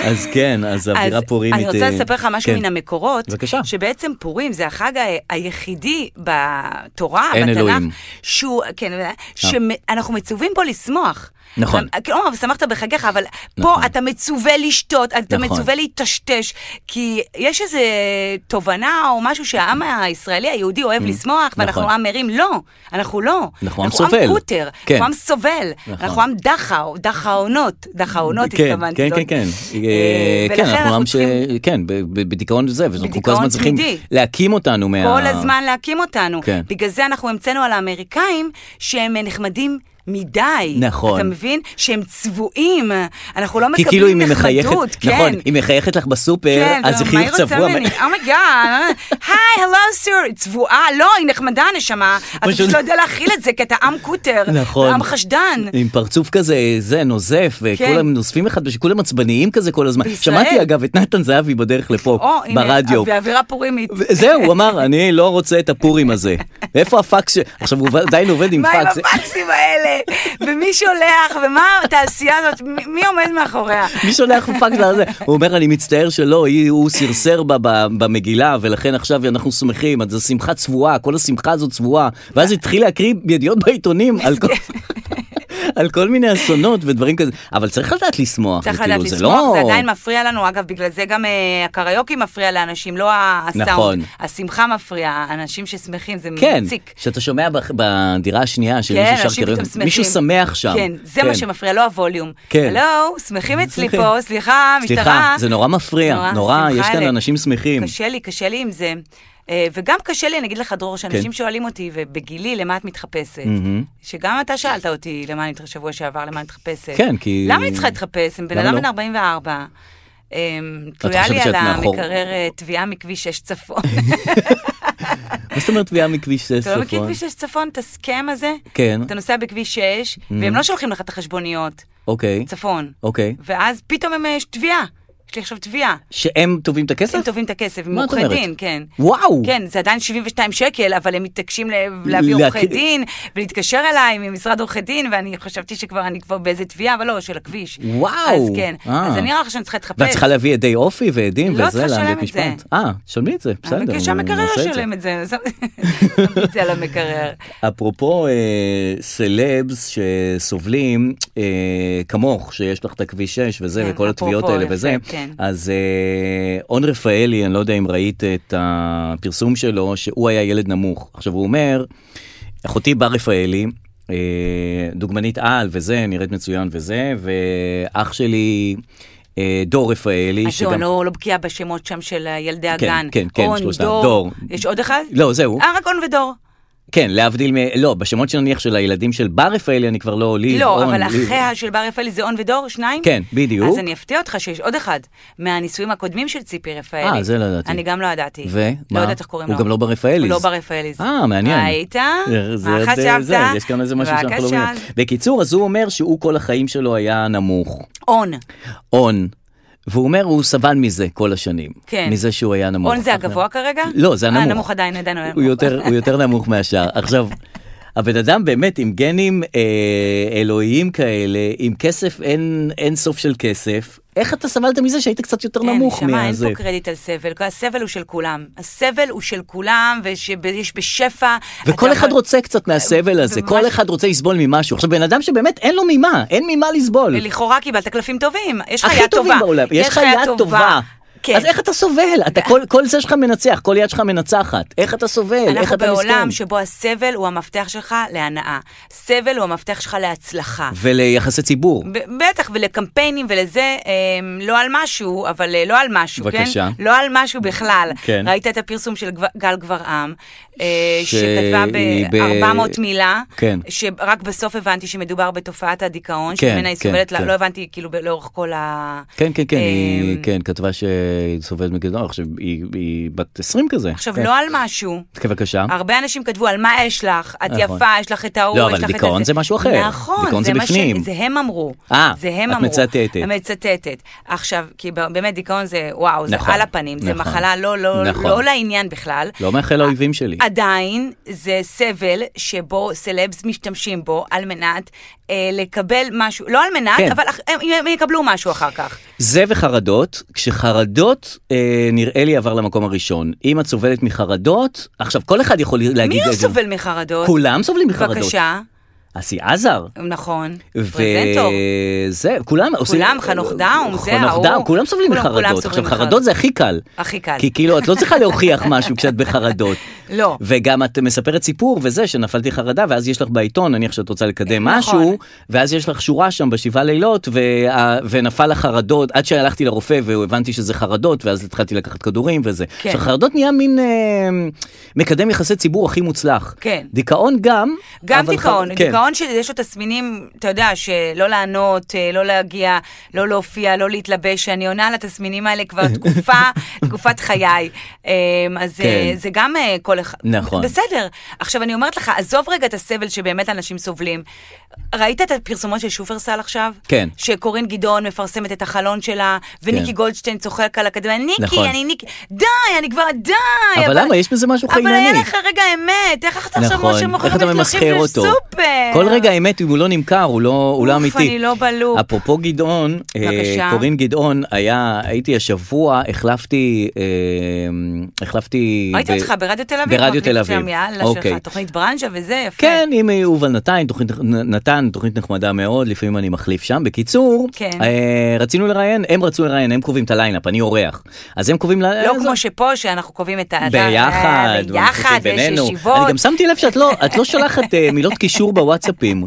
[SPEAKER 2] אז כן, אז אווירה
[SPEAKER 3] אז
[SPEAKER 2] פורימית.
[SPEAKER 3] אני רוצה
[SPEAKER 2] אה,
[SPEAKER 3] לספר לך משהו
[SPEAKER 2] כן.
[SPEAKER 3] מן המקורות,
[SPEAKER 2] בבקשה.
[SPEAKER 3] שבעצם פורים זה החג ה- היחידי בתורה,
[SPEAKER 2] אין
[SPEAKER 3] בתנ"ך,
[SPEAKER 2] אלוהים. אה.
[SPEAKER 3] שהוא, כן, שאנחנו מצווים בו לשמוח. אה,
[SPEAKER 2] נכון.
[SPEAKER 3] כלומר, ושמחת בחגיך, אבל
[SPEAKER 2] נכון.
[SPEAKER 3] פה אתה מצווה לשתות, אתה
[SPEAKER 2] נכון.
[SPEAKER 3] מצווה להיטשטש, כי יש איזו תובנה או משהו שהעם הישראלי היהודי אוהב לשמוח, ואנחנו
[SPEAKER 2] נכון.
[SPEAKER 3] עם מרים, לא, אנחנו לא.
[SPEAKER 2] אנחנו עם סובל.
[SPEAKER 3] אנחנו עם קוטר,
[SPEAKER 2] כן.
[SPEAKER 3] אנחנו עם סובל,
[SPEAKER 2] נכון.
[SPEAKER 3] אנחנו עם דחא, דחאונות, דחאונות
[SPEAKER 2] כן,
[SPEAKER 3] התכוונתי.
[SPEAKER 2] כן,
[SPEAKER 3] לא-
[SPEAKER 2] כן, כן,
[SPEAKER 3] אה,
[SPEAKER 2] אה, כן,
[SPEAKER 3] ולכן
[SPEAKER 2] אנחנו עם ש...
[SPEAKER 3] צריכים
[SPEAKER 2] כן, ב- ב- בדיכאון זה, ואנחנו כל
[SPEAKER 3] בדיכאון
[SPEAKER 2] הזמן צריכים
[SPEAKER 3] תמידי.
[SPEAKER 2] להקים אותנו מה...
[SPEAKER 3] כל הזמן להקים אותנו.
[SPEAKER 2] אה, כן.
[SPEAKER 3] בגלל זה אנחנו המצאנו על האמריקאים שהם נחמדים. מדי.
[SPEAKER 2] נכון.
[SPEAKER 3] אתה מבין? שהם צבועים. אנחנו לא
[SPEAKER 2] כי
[SPEAKER 3] מקבלים
[SPEAKER 2] כאילו אם היא מחייכת,
[SPEAKER 3] נחמדות. כן.
[SPEAKER 2] נכון, היא מחייכת לך בסופר,
[SPEAKER 3] כן,
[SPEAKER 2] אז זה
[SPEAKER 3] מה
[SPEAKER 2] חיוך
[SPEAKER 3] היא רוצה
[SPEAKER 2] צבוע.
[SPEAKER 3] ממני? Oh אומייגאד, היי, הלו סיר, היא צבועה, לא, היא נחמדה הנשמה, אתה
[SPEAKER 2] פשוט-
[SPEAKER 3] פשוט לא יודע להכיל את זה, כי אתה עם קוטר,
[SPEAKER 2] נכון.
[SPEAKER 3] עם חשדן.
[SPEAKER 2] עם פרצוף כזה, זה, נוזף, וכולם נוזפים אחד, וכולם עצבניים כזה כל הזמן.
[SPEAKER 3] כן. בישראל?
[SPEAKER 2] שמעתי אגב את נתן זהבי בדרך לפה,
[SPEAKER 3] או, הנה,
[SPEAKER 2] ברדיו.
[SPEAKER 3] באווירה פורימית.
[SPEAKER 2] ו- זהו, הוא אמר, אני לא רוצה את הפורים הזה. איפה הפקס? ש- עכשיו, הוא עדיין עובד עם
[SPEAKER 3] מה עם
[SPEAKER 2] פקס.
[SPEAKER 3] הפקסים האלה? ומי שולח? ומה התעשייה הזאת? מי- מי עומד מאחוריה?
[SPEAKER 2] מי שולח לו פקס לזה? הוא אומר, אני מצטער שלא, היא- הוא סרסר בה ב- במגילה, ולכן עכשיו אנחנו שמחים, אז זו שמחה צבועה, כל השמחה הזו צבועה. ואז התחיל להקריא ידיעות בעיתונים על כל... על כל מיני אסונות ודברים כזה, אבל צריך לדעת לשמוח,
[SPEAKER 3] צריך
[SPEAKER 2] כאילו,
[SPEAKER 3] לדעת
[SPEAKER 2] זה
[SPEAKER 3] לצמוח,
[SPEAKER 2] לא-
[SPEAKER 3] זה עדיין מפריע לנו, אגב, בגלל זה גם אה, הקריוקי מפריע לאנשים, לא ה-
[SPEAKER 2] נכון.
[SPEAKER 3] הסאונד. השמחה מפריעה, אנשים ששמחים, זה
[SPEAKER 2] כן,
[SPEAKER 3] מציק.
[SPEAKER 2] שאתה שומע בח- בדירה השנייה של
[SPEAKER 3] כן,
[SPEAKER 2] מישהו שר
[SPEAKER 3] אנשים
[SPEAKER 2] קריוקי,
[SPEAKER 3] פתאום שמחים.
[SPEAKER 2] מישהו שמח שם.
[SPEAKER 3] כן, זה מה שמפריע, לא הווליום.
[SPEAKER 2] כן.
[SPEAKER 3] הלו, שמחים אצלי
[SPEAKER 2] שמחים.
[SPEAKER 3] פה, סליחה, משטרה.
[SPEAKER 2] סליחה, זה נורא מפריע,
[SPEAKER 3] נורא,
[SPEAKER 2] נורא,
[SPEAKER 3] שמחה
[SPEAKER 2] יש כאן
[SPEAKER 3] אלה.
[SPEAKER 2] אנשים שמחים.
[SPEAKER 3] קשה לי, קשה לי עם זה. אה, וגם קשה לי, אני אגיד לך, דרור, שאנשים
[SPEAKER 2] כן.
[SPEAKER 3] שואלים אותי, ובגילי, למה את מתחפשת? שגם אתה שאלת אותי, למה אני שבוע שעבר, למה אני מתחפשת?
[SPEAKER 2] כן, כי-
[SPEAKER 3] למה אני צריכה להתחפש? אני בן
[SPEAKER 2] למה
[SPEAKER 3] אדם
[SPEAKER 2] לא?
[SPEAKER 3] בן 44. אמ, תלויה
[SPEAKER 2] חושבת
[SPEAKER 3] לי על
[SPEAKER 2] שאת מאחור?
[SPEAKER 3] המקרר אה, תביעה מכביש 6 צפון.
[SPEAKER 2] מה זאת אומרת תביעה מכביש ספון?
[SPEAKER 3] אתה לא מכיר כביש 6 צפון, את הסכם הזה?
[SPEAKER 2] כן,
[SPEAKER 3] אתה נוסע בכביש 6, והם לא שולחים לך את החשבוניות,
[SPEAKER 2] אוקיי,
[SPEAKER 3] צפון.
[SPEAKER 2] אוקיי.
[SPEAKER 3] ואז פתאום הם, אה, יש תביעה. יש לי עכשיו תביעה.
[SPEAKER 2] שהם תובעים את הכסף?
[SPEAKER 3] הם תובעים את הכסף, הם
[SPEAKER 2] מה את
[SPEAKER 3] עורכי
[SPEAKER 2] אומרת?
[SPEAKER 3] דין, כן.
[SPEAKER 2] וואו!
[SPEAKER 3] כן, זה עדיין 72 שקל, אבל הם מתעקשים ל- להביא
[SPEAKER 2] להכיר-
[SPEAKER 3] עורכי דין, ולהתקשר אליי ממשרד עורכי דין, ואני חשבתי שכבר אני כבר באיזה תביעה, אבל לא, של הכביש.
[SPEAKER 2] וואו.
[SPEAKER 3] אז כן,
[SPEAKER 2] אה.
[SPEAKER 3] אז אני נראה לך שאני צריכה
[SPEAKER 2] ואת
[SPEAKER 3] להתחפש.
[SPEAKER 2] צריכה להביא עדי אופי ועדים
[SPEAKER 3] כן. לא
[SPEAKER 2] וזה
[SPEAKER 3] צריכה לשלם
[SPEAKER 2] לבית
[SPEAKER 3] את זה.
[SPEAKER 2] משפט. אה, שלמי את זה, בסדר.
[SPEAKER 3] אני מבקש שהמקרר
[SPEAKER 2] נעשה את זה.
[SPEAKER 3] ישלם את זה, שמתי את זה על המקרר.
[SPEAKER 2] אפרופו אה, סלבס שסובלים אה, כמוך שיש לך את הכביש 6 וזה
[SPEAKER 3] כן,
[SPEAKER 2] וכל התביעות
[SPEAKER 3] אפרופו,
[SPEAKER 2] האלה
[SPEAKER 3] יפה,
[SPEAKER 2] וזה
[SPEAKER 3] כן.
[SPEAKER 2] אז אה, און רפאלי אני לא יודע אם ראית את הפרסום שלו שהוא היה ילד נמוך עכשיו הוא אומר אחותי בר רפאלי. אה, דוגמנית על וזה נראית מצוין וזה ואח שלי אה, דור רפאלי
[SPEAKER 3] אז זהו, אני לא לא בקיאה בשמות שם של אה, ילדי
[SPEAKER 2] כן,
[SPEAKER 3] הגן.
[SPEAKER 2] כן, כן,
[SPEAKER 3] און,
[SPEAKER 2] שלושתם. דור.
[SPEAKER 3] דור. יש עוד אחד?
[SPEAKER 2] לא זהו
[SPEAKER 3] אה, רק און ודור.
[SPEAKER 2] כן להבדיל מ... לא בשמות שנניח של הילדים של בר רפאלי אני כבר לא לי
[SPEAKER 3] לא,
[SPEAKER 2] אורן,
[SPEAKER 3] אבל
[SPEAKER 2] לי-
[SPEAKER 3] אחיה של בר רפאלי זה און ודור, שניים?
[SPEAKER 2] כן, בדיוק.
[SPEAKER 3] אז אני אפתיע אותך שיש עוד אחד מהנישואים הקודמים של ציפי רפאלי.
[SPEAKER 2] אה, זה לא ידעתי.
[SPEAKER 3] אני גם לא ידעתי.
[SPEAKER 2] ו? מה?
[SPEAKER 3] לא יודעת איך קוראים לו.
[SPEAKER 2] הוא גם לא ברפאלי.
[SPEAKER 3] הוא לא ברפאלי.
[SPEAKER 2] אה, מעניין.
[SPEAKER 3] ראית?
[SPEAKER 2] זה- זה
[SPEAKER 3] מה
[SPEAKER 2] עוד,
[SPEAKER 3] חשבת?
[SPEAKER 2] זה, יש כאן איזה משהו שאנחנו לא
[SPEAKER 3] בבקשה.
[SPEAKER 2] מבינים. בקיצור, אז הוא אומר שהוא כל החיים שלו היה נמוך,
[SPEAKER 3] און.
[SPEAKER 2] און. והוא אומר, הוא סבל מזה כל השנים.
[SPEAKER 3] כן.
[SPEAKER 2] מזה שהוא היה נמוך.
[SPEAKER 3] און זה הגבוה כרגע?
[SPEAKER 2] לא, זה הנמוך.
[SPEAKER 3] אה, נמוך עדיין, עדיין. הוא
[SPEAKER 2] הוא
[SPEAKER 3] נמוך.
[SPEAKER 2] יותר, הוא יותר נמוך מהשאר. עכשיו, הבן אדם באמת עם גנים אה, אלוהיים כאלה, עם כסף אין, אין סוף של כסף, איך אתה סבלת מזה שהיית קצת יותר
[SPEAKER 3] אין,
[SPEAKER 2] נמוך
[SPEAKER 3] כן, אה, נשמה,
[SPEAKER 2] מהזה?
[SPEAKER 3] אין פה קרדיט על סבל, הסבל הוא של כולם. הסבל הוא של כולם, ויש בשפע.
[SPEAKER 2] וכל
[SPEAKER 3] אתה
[SPEAKER 2] אחד
[SPEAKER 3] יכול-
[SPEAKER 2] רוצה קצת מהסבל הזה,
[SPEAKER 3] ממש-
[SPEAKER 2] כל אחד רוצה לסבול ממשהו. עכשיו, בן אדם שבאמת אין לו ממה, אין ממה לסבול.
[SPEAKER 3] לכאורה קיבלת קלפים טובים, יש לך
[SPEAKER 2] הכי
[SPEAKER 3] יד
[SPEAKER 2] טובים
[SPEAKER 3] טובה.
[SPEAKER 2] בעולם, יש לך יד טובה.
[SPEAKER 3] כן.
[SPEAKER 2] אז איך אתה סובל? אתה כל, כל זה שלך מנצח, כל יד שלך מנצחת. איך אתה סובל? כן, איך
[SPEAKER 3] אנחנו
[SPEAKER 2] אתה
[SPEAKER 3] בעולם
[SPEAKER 2] מסכן?
[SPEAKER 3] שבו הסבל הוא המפתח שלך להנאה. סבל הוא המפתח שלך להצלחה.
[SPEAKER 2] וליחסי ציבור.
[SPEAKER 3] ב- בטח, ולקמפיינים ולזה, אה, לא על משהו, אבל אה, לא על משהו,
[SPEAKER 2] בבקשה.
[SPEAKER 3] כן? לא על משהו בכלל.
[SPEAKER 2] כן.
[SPEAKER 3] ראית את הפרסום של גב- גל גברעם, אה,
[SPEAKER 2] ש-
[SPEAKER 3] שכתבה
[SPEAKER 2] היא ב-
[SPEAKER 3] ב-400 מילה,
[SPEAKER 2] כן.
[SPEAKER 3] שרק בסוף הבנתי שמדובר בתופעת הדיכאון,
[SPEAKER 2] כן,
[SPEAKER 3] שממנה היא
[SPEAKER 2] כן,
[SPEAKER 3] סובלת,
[SPEAKER 2] כן.
[SPEAKER 3] לה- לא הבנתי כאילו ב- לאורך כל ה...
[SPEAKER 2] כן, כן, כן, היא
[SPEAKER 3] אה,
[SPEAKER 2] כן, כתבה שהיא סובלת מגדול, עכשיו היא- היא בת 20 כזה.
[SPEAKER 3] עכשיו,
[SPEAKER 2] כן.
[SPEAKER 3] לא אה, על משהו.
[SPEAKER 2] בבקשה.
[SPEAKER 3] הרבה אנשים כתבו על מה יש לך, את
[SPEAKER 2] אה? נכון.
[SPEAKER 3] יפה, יש לך את ההוא,
[SPEAKER 2] לא,
[SPEAKER 3] יש
[SPEAKER 2] אבל
[SPEAKER 3] לך את
[SPEAKER 2] דיכאון זה משהו אחר. דיכאון
[SPEAKER 3] נכון,
[SPEAKER 2] זה
[SPEAKER 3] זה מה ש...
[SPEAKER 2] בפנים.
[SPEAKER 3] זה הם אמרו.
[SPEAKER 2] אה,
[SPEAKER 3] זה הם
[SPEAKER 2] את
[SPEAKER 3] אמרו.
[SPEAKER 2] מצטטת.
[SPEAKER 3] מצטטת. עכשיו, כי ב- באמת דיכאון זה, וואו, זה
[SPEAKER 2] נכון,
[SPEAKER 3] על הפנים, זה
[SPEAKER 2] נכון.
[SPEAKER 3] מחלה לא- לא
[SPEAKER 2] נכון.
[SPEAKER 3] לא לעניין בכלל.
[SPEAKER 2] לא מאחל
[SPEAKER 3] אה,
[SPEAKER 2] לאויבים שלי.
[SPEAKER 3] עדיין זה סבל שבו סלבס משתמשים בו על מנת אה, לקבל משהו, לא על מנת,
[SPEAKER 2] כן.
[SPEAKER 3] אבל אח- הם- הם יקבלו משהו אחר כך.
[SPEAKER 2] זה וחרדות, כשחרדות אה, נראה לי עבר למקום הראשון. אם את סובלת מחרדות, עכשיו כל אחד יכול להגיד
[SPEAKER 3] מי
[SPEAKER 2] את
[SPEAKER 3] לא
[SPEAKER 2] אה, זה.
[SPEAKER 3] סובל מחרדות?
[SPEAKER 2] כולם סובלים מחרדות.
[SPEAKER 3] בבקשה,
[SPEAKER 2] אסי עזר.
[SPEAKER 3] נכון, פרזנטור.
[SPEAKER 2] וזה, כולם עושים... אה,
[SPEAKER 3] חנוך דאום, זה,
[SPEAKER 2] חנוך
[SPEAKER 3] ההוא.
[SPEAKER 2] דאום, כולם סובלים
[SPEAKER 3] כולם- כולם
[SPEAKER 2] מחרדות.
[SPEAKER 3] סובלים
[SPEAKER 2] עכשיו
[SPEAKER 3] מחרדות.
[SPEAKER 2] חרדות זה הכי קל.
[SPEAKER 3] הכי קל.
[SPEAKER 2] כי כאילו את לא צריכה להוכיח משהו כשאת בחרדות.
[SPEAKER 3] לא.
[SPEAKER 2] וגם את מספרת סיפור וזה שנפלתי חרדה ואז יש לך בעיתון נניח שאת רוצה לקדם
[SPEAKER 3] נכון.
[SPEAKER 2] משהו ואז יש לך שורה שם בשבעה לילות וה- ונפל החרדות עד שהלכתי לרופא והבנתי שזה חרדות ואז התחלתי לקחת כדורים וזה.
[SPEAKER 3] כן.
[SPEAKER 2] עכשיו חרדות נהיה מין אה, מקדם יחסי ציבור הכי מוצלח.
[SPEAKER 3] כן.
[SPEAKER 2] דיכאון גם.
[SPEAKER 3] גם
[SPEAKER 2] אבל כן.
[SPEAKER 3] דיכאון,
[SPEAKER 2] חר-
[SPEAKER 3] דיכאון לדיכאון שלי יש לו תסמינים, אתה יודע, שלא לענות, אה, לא להגיע, לא להופיע, לא להתלבש, אני עונה על התסמינים האלה כבר תקופה, תקופת חיי. אה, אז אה,
[SPEAKER 2] כן.
[SPEAKER 3] זה גם אה, כל אחד.
[SPEAKER 2] נכון.
[SPEAKER 3] בסדר. עכשיו, אני אומרת לך, עזוב רגע את הסבל שבאמת אנשים סובלים. ראית את הפרסומות של שופרסל עכשיו?
[SPEAKER 2] כן.
[SPEAKER 3] שקורין גדעון מפרסמת את החלון שלה, וניקי
[SPEAKER 2] כן.
[SPEAKER 3] גולדשטיין צוחק על הקדמה, ניקי,
[SPEAKER 2] נכון.
[SPEAKER 3] אני ניקי, די, אני כבר, די.
[SPEAKER 2] אבל למה? יש בזה משהו
[SPEAKER 3] אבל היה
[SPEAKER 2] חינני.
[SPEAKER 3] לך רגע אמת, איך אתה עכשיו
[SPEAKER 2] נכון,
[SPEAKER 3] משה מוכר
[SPEAKER 2] איך אתה
[SPEAKER 3] משלוחים
[SPEAKER 2] ממסחר
[SPEAKER 3] של
[SPEAKER 2] אותו?
[SPEAKER 3] סופר?
[SPEAKER 2] כל רגע האמת, אם הוא לא נמכר, הוא לא הוא לא
[SPEAKER 3] אוף,
[SPEAKER 2] אמיתי.
[SPEAKER 3] אני לא בלופ.
[SPEAKER 2] אפרופו גדעון, אה,
[SPEAKER 3] בבקשה.
[SPEAKER 2] קורין גדעון, היה, הייתי השבוע, החלפתי, אה, החלפתי...
[SPEAKER 3] ראיתי
[SPEAKER 2] ב-
[SPEAKER 3] לא אותך ברדיו תל אביב,
[SPEAKER 2] ברדיו תל
[SPEAKER 3] מחליף שם,
[SPEAKER 2] אביב.
[SPEAKER 3] יאללה
[SPEAKER 2] אוקיי.
[SPEAKER 3] שלך, תוכנית ברנז'ה וזה, יפה.
[SPEAKER 2] כן, עם יובל נתן, תוכנית, נתן, תוכנית נחמדה מאוד, לפעמים אני מחליף שם. בקיצור,
[SPEAKER 3] כן.
[SPEAKER 2] אה, רצינו לראיין, הם רצו לראיין, הם קובעים את הליינאפ, אני אורח. אז אוקיי. הם קובעים... ל-
[SPEAKER 3] לא
[SPEAKER 2] זה-
[SPEAKER 3] כמו שפה, שאנחנו קובעים את ה... אה,
[SPEAKER 2] ביחד,
[SPEAKER 3] ביחד,
[SPEAKER 2] ומחליטים
[SPEAKER 3] ויש
[SPEAKER 2] בינינו.
[SPEAKER 3] ישיבות.
[SPEAKER 2] אני גם שמתי לב שאת לא, את לא שולחת אה, מילות קישור בוואטסאפים.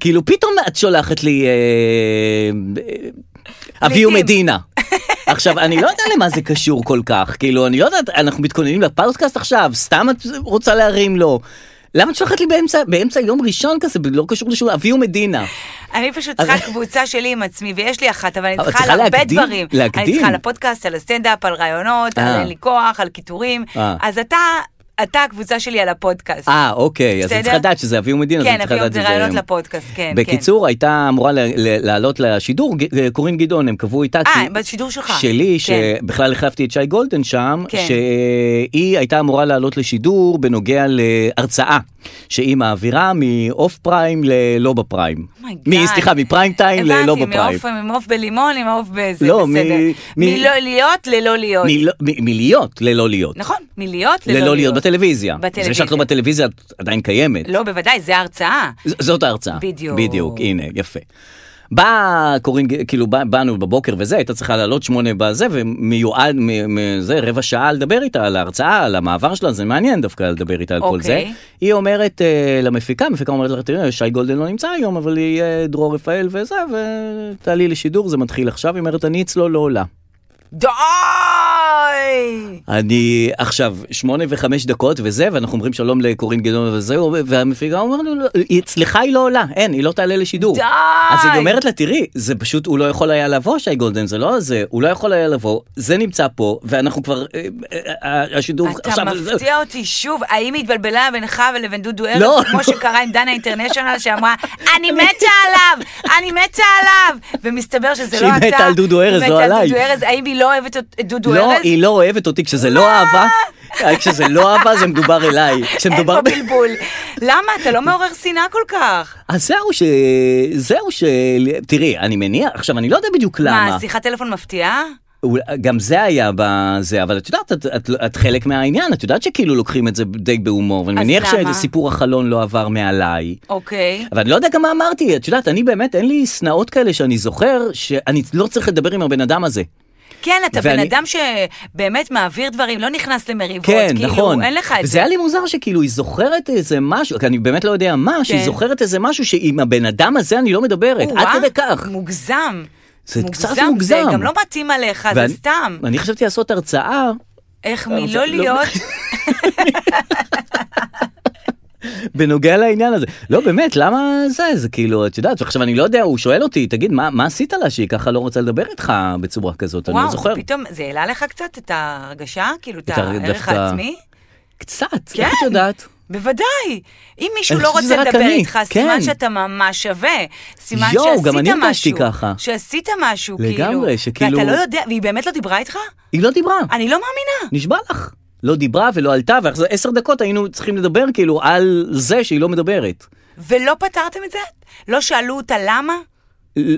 [SPEAKER 2] כאילו פתאום את שולחת לי אה, אה, אביהו
[SPEAKER 3] פליטים.
[SPEAKER 2] מדינה. עכשיו אני לא יודע למה זה קשור כל כך כאילו אני לא יודעת אנחנו מתכוננים לפודקאסט עכשיו סתם את רוצה להרים לו. למה את שולחת לי באמצע באמצע יום ראשון כזה לא קשור לשום אביהו מדינה.
[SPEAKER 3] אני פשוט צריכה קבוצה שלי עם עצמי, ויש לי אחת, אבל אני
[SPEAKER 2] אבל
[SPEAKER 3] צריכה
[SPEAKER 2] צריכה
[SPEAKER 3] על הרבה
[SPEAKER 2] להגדיל,
[SPEAKER 3] דברים. אני
[SPEAKER 2] להגדיל.
[SPEAKER 3] צריכה על הפודקאסט, על הסטנדאפ, על רעיונות, על
[SPEAKER 2] אה.
[SPEAKER 3] אין לי כוח, על קיטורים.
[SPEAKER 2] אה.
[SPEAKER 3] אז אתה, אתה הקבוצה שלי על הפודקאסט.
[SPEAKER 2] אה אוקיי אז אני
[SPEAKER 3] בסדר?
[SPEAKER 2] צריכה לדעת שזה אביהו מדינה. אז אני
[SPEAKER 3] כן,
[SPEAKER 2] צריכה
[SPEAKER 3] אביום
[SPEAKER 2] לדעת
[SPEAKER 3] זה
[SPEAKER 2] שזה-
[SPEAKER 3] רעיונות לפודקאסט, כן, כן.
[SPEAKER 2] בקיצור הייתה אמורה ל- ל- לעלות לשידור ג- אה, קורין גדעון הם קבעו איתה
[SPEAKER 3] אה,
[SPEAKER 2] כי-
[SPEAKER 3] בשידור שלך.
[SPEAKER 2] שלי
[SPEAKER 3] כן.
[SPEAKER 2] שבכלל החלפתי את שי גולדן שם
[SPEAKER 3] כן.
[SPEAKER 2] שהיא הייתה אמורה לעלות לשידור בנוגע להרצאה שהיא מעבירה מאוף פריים ללא בפריים.
[SPEAKER 3] אומייגאד.
[SPEAKER 2] מ- סליחה מפריים טיים ללא
[SPEAKER 3] Oh הבנתי,
[SPEAKER 2] בפריים.
[SPEAKER 3] מעוף- ממעוף בלימון עם מעוף בזה,
[SPEAKER 2] לא,
[SPEAKER 3] בסדר.
[SPEAKER 2] מ- מ-
[SPEAKER 3] מלא להיות ללא להיות.
[SPEAKER 2] מלא- מ- מלהיות ללא להיות.
[SPEAKER 3] נכון, מלהיות
[SPEAKER 2] ללא להיות בטלוויזיה. זה
[SPEAKER 3] בטלוויזיה.
[SPEAKER 2] שאת לא בטלוויזיה את עדיין קיימת.
[SPEAKER 3] לא, בוודאי, זה ההרצאה.
[SPEAKER 2] ז- זאת ההרצאה.
[SPEAKER 3] בדיוק.
[SPEAKER 2] בדיוק, הנה, יפה. באה קורין, ג- כאילו בא- באנו בבוקר וזה, הייתה צריכה לעלות שמונה בזה, ומיועד מזה רבע שעה לדבר איתה על ההרצאה, על המעבר שלה, זה מעניין דווקא לדבר איתה על כל זה.
[SPEAKER 3] אוקיי.
[SPEAKER 2] היא אומרת אה, למפיקה, המפיקה אומרת לך, תראה, שי גולדן לא נמצא היום, אבל היא אה, דרור רפאל וזה, ותעלי לשידור, זה מתחיל עכשיו, היא אומרת, אני אצלו לא עולה.
[SPEAKER 3] די!
[SPEAKER 2] אני עכשיו שמונה וחמש דקות וזה, ואנחנו אומרים שלום לקורין גדעון וזהו, והמפיקה אומרת לו, "לא, היא- אצלך היא לא עולה, אין, היא לא תעלה לשידור.
[SPEAKER 3] די!
[SPEAKER 2] אז היא אומרת לה, תראי, זה פשוט, הוא לא יכול היה לבוא, שי גולדן, זה לא זה, הוא לא יכול היה לבוא, זה נמצא פה, ואנחנו כבר, אה, אה, אה, השידור
[SPEAKER 3] אתה מפתיע אותי שוב, האם היא התבלבלה בינך ולבין דודו
[SPEAKER 2] לא.
[SPEAKER 3] ארז, כמו שקרה עם דנה אינטרנשיונל שאמרה, אני מתה עליו, אני מתה עליו, ומסתבר שזה לא
[SPEAKER 2] שהיא
[SPEAKER 3] אתה.
[SPEAKER 2] מתה על דודו ארז,
[SPEAKER 3] היא
[SPEAKER 2] לא
[SPEAKER 3] מתה על
[SPEAKER 2] עליי.
[SPEAKER 3] דודו ארז, האם היא לא אוהבת את דודו
[SPEAKER 2] לא,
[SPEAKER 3] ארז?
[SPEAKER 2] היא לא אוהבת אותי, כשזה לא אהבה, כשזה לא אהבה זה מדובר אליי,
[SPEAKER 3] אין
[SPEAKER 2] כשמדובר...
[SPEAKER 3] פה
[SPEAKER 2] ב-
[SPEAKER 3] בלבול. למה? אתה לא מעורר שנאה כל כך.
[SPEAKER 2] אז זהו ש... זהו ש... תראי, אני מניח, עכשיו אני לא יודע בדיוק למה.
[SPEAKER 3] מה, שיחת טלפון מפתיעה?
[SPEAKER 2] אול- גם זה היה בזה, אבל את יודעת, את, את, את חלק מהעניין, את יודעת שכאילו לוקחים את זה די בהומור, ואני
[SPEAKER 3] אז
[SPEAKER 2] מניח
[SPEAKER 3] למה?
[SPEAKER 2] שסיפור החלון לא עבר מעליי.
[SPEAKER 3] אוקיי.
[SPEAKER 2] אבל אני לא יודע גם מה אמרתי, את יודעת, אני באמת, אין לי שנאות כאלה שאני זוכר, שאני לא צריך לדבר עם הבן אדם הזה.
[SPEAKER 3] כן, אתה בן
[SPEAKER 2] ואני-
[SPEAKER 3] אדם שבאמת מעביר דברים, לא נכנס למריבות.
[SPEAKER 2] כן,
[SPEAKER 3] כאילו,
[SPEAKER 2] נכון.
[SPEAKER 3] אין לך את
[SPEAKER 2] וזה
[SPEAKER 3] זה.
[SPEAKER 2] היה לי מוזר שכאילו היא זוכרת איזה משהו, כי אני באמת לא יודע מה, שהיא
[SPEAKER 3] כן.
[SPEAKER 2] זוררת איזה משהו שעם הבן אדם הזה אני לא מדברת, עד
[SPEAKER 3] או-אה,
[SPEAKER 2] כדי כך.
[SPEAKER 3] מוגזם.
[SPEAKER 2] זה
[SPEAKER 3] מוגזם,
[SPEAKER 2] קצת מוגזם.
[SPEAKER 3] זה גם לא מתאים עליך, זה
[SPEAKER 2] ואני-
[SPEAKER 3] סתם.
[SPEAKER 2] אני חשבתי לעשות הרצאה
[SPEAKER 3] איך
[SPEAKER 2] לא-
[SPEAKER 3] מלא להיות...
[SPEAKER 2] בנוגע לעניין הזה. לא באמת, למה זה? זה כאילו, את יודעת, עכשיו אני לא יודע, הוא שואל אותי, תגיד, מה, מה עשית לה שהיא ככה לא רוצה לדבר איתך בצורה כזאת? אני לא זוכר.
[SPEAKER 3] וואו, פתאום זה העלה לך קצת את ההרגשה? כאילו, את
[SPEAKER 2] את הר-
[SPEAKER 3] הערך
[SPEAKER 2] דווקא-
[SPEAKER 3] העצמי?
[SPEAKER 2] קצת,
[SPEAKER 3] כן.
[SPEAKER 2] איך את יודעת?
[SPEAKER 3] בוודאי. אם מישהו
[SPEAKER 2] אני
[SPEAKER 3] לא
[SPEAKER 2] חושבת שזה
[SPEAKER 3] רוצה
[SPEAKER 2] רק
[SPEAKER 3] לדבר
[SPEAKER 2] אני,
[SPEAKER 3] איתך,
[SPEAKER 2] כן.
[SPEAKER 3] סימן שאתה ממש שווה. סימן
[SPEAKER 2] יואו,
[SPEAKER 3] שעשית משהו.
[SPEAKER 2] גם אני הרגשתי ככה.
[SPEAKER 3] שעשית משהו,
[SPEAKER 2] לגמרי,
[SPEAKER 3] כאילו.
[SPEAKER 2] שכאילו-
[SPEAKER 3] ואתה לא יודע, והיא באמת לא דיברה איתך?
[SPEAKER 2] היא לא דיברה,
[SPEAKER 3] אני לא מאמינה.
[SPEAKER 2] נשבע לך. לא דיברה ולא עלתה, ואחרי עשר דקות היינו צריכים לדבר כאילו על זה שהיא לא מדברת.
[SPEAKER 3] ולא פתרתם את זה? לא שאלו אותה למה?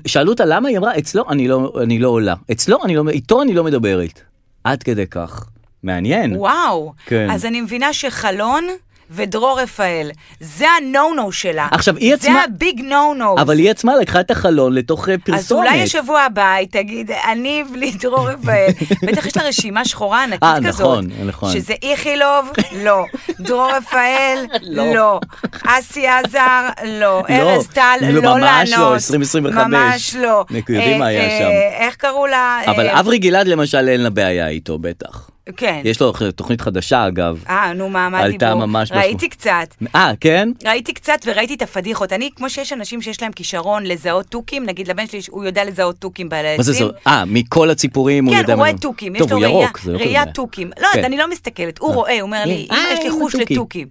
[SPEAKER 2] שאלו אותה למה, היא אמרה, אצלו אני לא, אני לא עולה. אצלו אני לא, איתו אני לא מדברת. עד כדי כך. מעניין.
[SPEAKER 3] וואו.
[SPEAKER 2] כן.
[SPEAKER 3] אז אני מבינה שחלון ודרור רפאל, זה ה-no-no שלה.
[SPEAKER 2] עכשיו, היא
[SPEAKER 3] זה
[SPEAKER 2] עצמה-
[SPEAKER 3] הביג no-no.
[SPEAKER 2] אבל היא עצמה לקחה את החלון לתוך אה, פרסומת.
[SPEAKER 3] אז אולי השבוע הבא היא תגיד, אני בלי דרור רפאל. בטח יש לה רשימה שחורה ענקית
[SPEAKER 2] אה,
[SPEAKER 3] כזאת.
[SPEAKER 2] נכון, נכון.
[SPEAKER 3] שזה איכילוב, לא. דרור רפאל,
[SPEAKER 2] לא.
[SPEAKER 3] לא. אסי עזר, לא. ארז טל,
[SPEAKER 2] לא,
[SPEAKER 3] לא לענות.
[SPEAKER 2] ממש לא, 2025.
[SPEAKER 3] ממש לא.
[SPEAKER 2] אנחנו יודעים מה היה
[SPEAKER 3] אה,
[SPEAKER 2] שם.
[SPEAKER 3] אה, איך קראו לה?
[SPEAKER 2] אבל
[SPEAKER 3] אה,
[SPEAKER 2] אברי גלעד למשל אין לה בעיה איתו בטח.
[SPEAKER 3] כן.
[SPEAKER 2] יש לו תוכנית חדשה אגב.
[SPEAKER 3] אה, נו, מה, מה
[SPEAKER 2] עלתה
[SPEAKER 3] הדיבור?
[SPEAKER 2] ממש
[SPEAKER 3] ראיתי קצת.
[SPEAKER 2] אה, כן?
[SPEAKER 3] ראיתי קצת וראיתי את הפדיחות. אני, כמו שיש אנשים שיש להם כישרון לזהות תוכים, נגיד לבן שלי, הוא יודע לזהות תוכים בעלי עצים.
[SPEAKER 2] מה זה זה? אה, מכל הציפורים הוא
[SPEAKER 3] כן,
[SPEAKER 2] יודע...
[SPEAKER 3] הוא
[SPEAKER 2] מה-
[SPEAKER 3] רואה תוכים, יש
[SPEAKER 2] טוב,
[SPEAKER 3] לו
[SPEAKER 2] הוא
[SPEAKER 3] ראייה,
[SPEAKER 2] ירוק, זה יותר
[SPEAKER 3] ראייה
[SPEAKER 2] מדי.
[SPEAKER 3] תוכים. לא,
[SPEAKER 2] כן.
[SPEAKER 3] אני לא מסתכלת, הוא רואה, הוא אומר לי,
[SPEAKER 2] אה,
[SPEAKER 3] אמא, יש לי
[SPEAKER 2] אה,
[SPEAKER 3] חוש
[SPEAKER 2] תוכים. Mm.
[SPEAKER 3] לתוכים.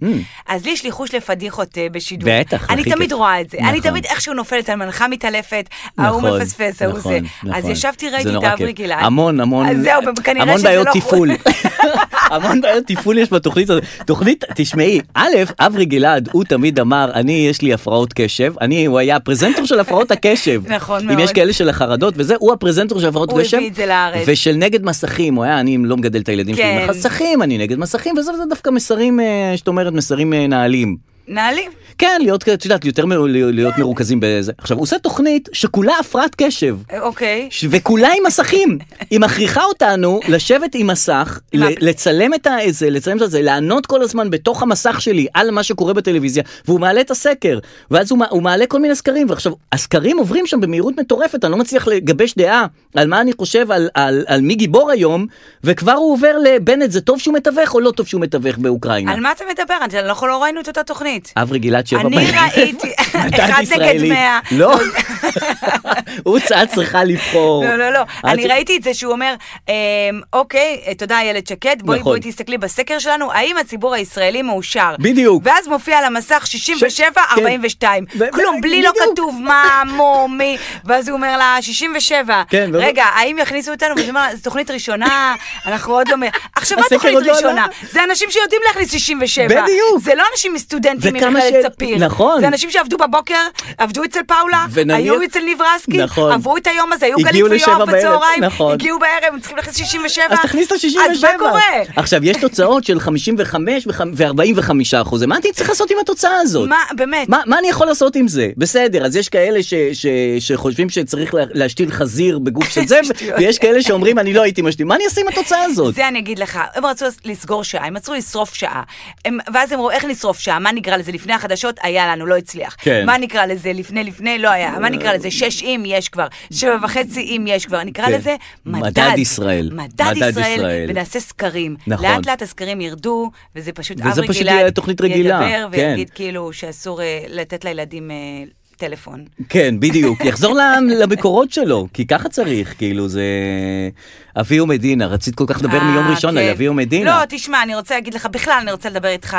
[SPEAKER 3] אז לי יש לי חוש לפדיחות אה, בשידור.
[SPEAKER 2] בטח,
[SPEAKER 3] אני
[SPEAKER 2] הכי
[SPEAKER 3] תמיד
[SPEAKER 2] כיף.
[SPEAKER 3] רואה את זה. אני
[SPEAKER 2] נכון.
[SPEAKER 3] תמיד איכשהו נופלת, המנחה מתעלפת, ההוא
[SPEAKER 2] נכון,
[SPEAKER 3] מפספס, ההוא
[SPEAKER 2] נכון,
[SPEAKER 3] זה. אז
[SPEAKER 2] נכון.
[SPEAKER 3] ישבתי,
[SPEAKER 2] זה
[SPEAKER 3] ראיתי את
[SPEAKER 2] נורא
[SPEAKER 3] האברי
[SPEAKER 2] כיף.
[SPEAKER 3] גלעד.
[SPEAKER 2] המון, המון,
[SPEAKER 3] אז זהו, כנראה
[SPEAKER 2] המון
[SPEAKER 3] שזה
[SPEAKER 2] בעיות
[SPEAKER 3] לא-
[SPEAKER 2] תפעול. המון בעיות תפעול יש בתוכנית הזאת. תוכנית, תשמעי, א', אברי גלעד, הוא תמיד אמר, אני, יש לי הפרעות קשב. אני, הוא היה הפרזנטור של הפרעות הקשב.
[SPEAKER 3] נכון
[SPEAKER 2] אם
[SPEAKER 3] מאוד.
[SPEAKER 2] יש כאלה של החרדות וזה, הוא הפרזנטור של הפרעות
[SPEAKER 3] הוא
[SPEAKER 2] קשב.
[SPEAKER 3] הביא את זה לארץ.
[SPEAKER 2] ושל נגד מסכים, הוא היה, אני לא מגדל את הילדים שלי
[SPEAKER 3] כן.
[SPEAKER 2] עם מסכים, אני נגד מסכים, וזה וזה דווקא מסרים, אה, שאת אומרת, מסרים אה, נעלים.
[SPEAKER 3] נעלים.
[SPEAKER 2] כן, להיות, את יודעת, יותר מ- להיות מרוכזים בזה. עכשיו, הוא עושה תוכנית שכולה הפרעת קשב.
[SPEAKER 3] אה, אוקיי.
[SPEAKER 2] ש- וכולה עם מסכים. היא מכריחה אותנו לשבת עם מסך,
[SPEAKER 3] עם
[SPEAKER 2] ל-
[SPEAKER 3] הפ-
[SPEAKER 2] לצלם את ה- זה, לצלם את זה, לענות כל הזמן בתוך המסך שלי על מה שקורה בטלוויזיה, והוא מעלה את הסקר, ואז הוא, מע- הוא מעלה כל מיני סקרים, ועכשיו, הסקרים עוברים שם במהירות מטורפת, אני לא מצליח לגבש דעה על מה אני חושב, על, על, על מי גיבור היום, וכבר הוא עובר לבנט, זה טוב שהוא מתווך או לא טוב שהוא מתווך באוקראינה.
[SPEAKER 3] על מה אתה מדבר? אנחנו לא ראינו את אותה תוכנית.
[SPEAKER 2] אברי גלעד אה, שבע
[SPEAKER 3] אני
[SPEAKER 2] פעמים.
[SPEAKER 3] ראיתי,
[SPEAKER 2] מדד
[SPEAKER 3] אחד נגד
[SPEAKER 2] ישראלי.
[SPEAKER 3] מאה.
[SPEAKER 2] לא, הוא את צריכה לבחור.
[SPEAKER 3] לא, לא, לא.
[SPEAKER 2] את-
[SPEAKER 3] אני ראיתי את זה שהוא אומר, אמ, אוקיי, אה, תודה איילת שקד, בואי
[SPEAKER 2] נכון.
[SPEAKER 3] בואי תסתכלי בסקר שלנו, האם הציבור הישראלי מאושר?
[SPEAKER 2] בדיוק.
[SPEAKER 3] ואז מופיע על המסך 67,
[SPEAKER 2] ש- כן.
[SPEAKER 3] 42.
[SPEAKER 2] ו-
[SPEAKER 3] כלום,
[SPEAKER 2] ו-
[SPEAKER 3] בלי לא
[SPEAKER 2] בדיוק.
[SPEAKER 3] כתוב מה, מו, מי, ואז הוא אומר לה, 67.
[SPEAKER 2] כן, ו-
[SPEAKER 3] רגע, האם יכניסו אותנו? והיא אומרת, זו תוכנית ראשונה, אנחנו עוד לא... מ- עכשיו, מה
[SPEAKER 2] הסקר
[SPEAKER 3] תוכנית
[SPEAKER 2] עוד לא עלה.
[SPEAKER 3] ראשונה? זה אנשים שיודעים להכניס 67.
[SPEAKER 2] בדיוק.
[SPEAKER 3] זה לא אנשים מסטודנטים
[SPEAKER 2] וכמה
[SPEAKER 3] ממכללת
[SPEAKER 2] ש-
[SPEAKER 3] ספיר.
[SPEAKER 2] נכון.
[SPEAKER 3] זה אנשים שעבדו בבוקר, עבדו אצל פאולה,
[SPEAKER 2] ונניח-
[SPEAKER 3] היו אצל ניב רסקי,
[SPEAKER 2] נכון.
[SPEAKER 3] עברו את היום הזה, היו
[SPEAKER 2] הגיעו
[SPEAKER 3] גלית
[SPEAKER 2] לשבע
[SPEAKER 3] ויואב
[SPEAKER 2] בערב,
[SPEAKER 3] בצהריים,
[SPEAKER 2] נכון.
[SPEAKER 3] הגיעו בערב, הם צריכים להכניס 67.
[SPEAKER 2] אז תכניס את ה-67.
[SPEAKER 3] אז מה קורה?
[SPEAKER 2] עכשיו, יש תוצאות של 55 ו-45 אחוז, מה אני צריך לעשות עם התוצאה הזאת?
[SPEAKER 3] מה, באמת,
[SPEAKER 2] מה, מה אני יכול לעשות עם זה? בסדר, אז יש כאלה ש, ש, שחושבים שצריך לה, להשתיל חזיר בגוף של זה, ו-
[SPEAKER 3] שטויות.
[SPEAKER 2] ויש כאלה שאומרים, אני לא הייתי משתיל. מה אני אעשה עם התוצאה הזאת?
[SPEAKER 3] זה אני אגיד לך, הם רצו לסגור שעה, הם רצו לשרוף שעה, הם, ואז הם אמרו, איך נשרוף שעה? מה נקרא לזה לפני החדשות? היה לנו, לא הצליח.
[SPEAKER 2] כן.
[SPEAKER 3] מה נקרא לזה לפני לפני? לא היה. מה נקרא לזה שש אם יש כבר, שבע וחצי אם יש כבר, נקרא
[SPEAKER 2] כן.
[SPEAKER 3] לזה מדד.
[SPEAKER 2] מדד ישראל.
[SPEAKER 3] מדד,
[SPEAKER 2] מדד
[SPEAKER 3] ישראל,
[SPEAKER 2] ישראל.
[SPEAKER 3] ונעשה סקרים.
[SPEAKER 2] נכון.
[SPEAKER 3] לאט לאט הסקרים ירדו, וזה פשוט
[SPEAKER 2] וזה
[SPEAKER 3] אברי
[SPEAKER 2] פשוט
[SPEAKER 3] גלעד
[SPEAKER 2] יהיה תוכנית רגילה,
[SPEAKER 3] ידבר
[SPEAKER 2] כן.
[SPEAKER 3] ויגיד כאילו שאסור אה, לתת לילדים אה, טלפון.
[SPEAKER 2] כן, בדיוק. יחזור ל- למקורות שלו, כי ככה צריך, כאילו, זה... אביהו מדינה, רצית כל כך לדבר
[SPEAKER 3] אה,
[SPEAKER 2] מיום ראשון על
[SPEAKER 3] כן.
[SPEAKER 2] אביהו מדינה.
[SPEAKER 3] לא, תשמע, אני רוצה להגיד לך, בכלל אני רוצה לדבר איתך אה,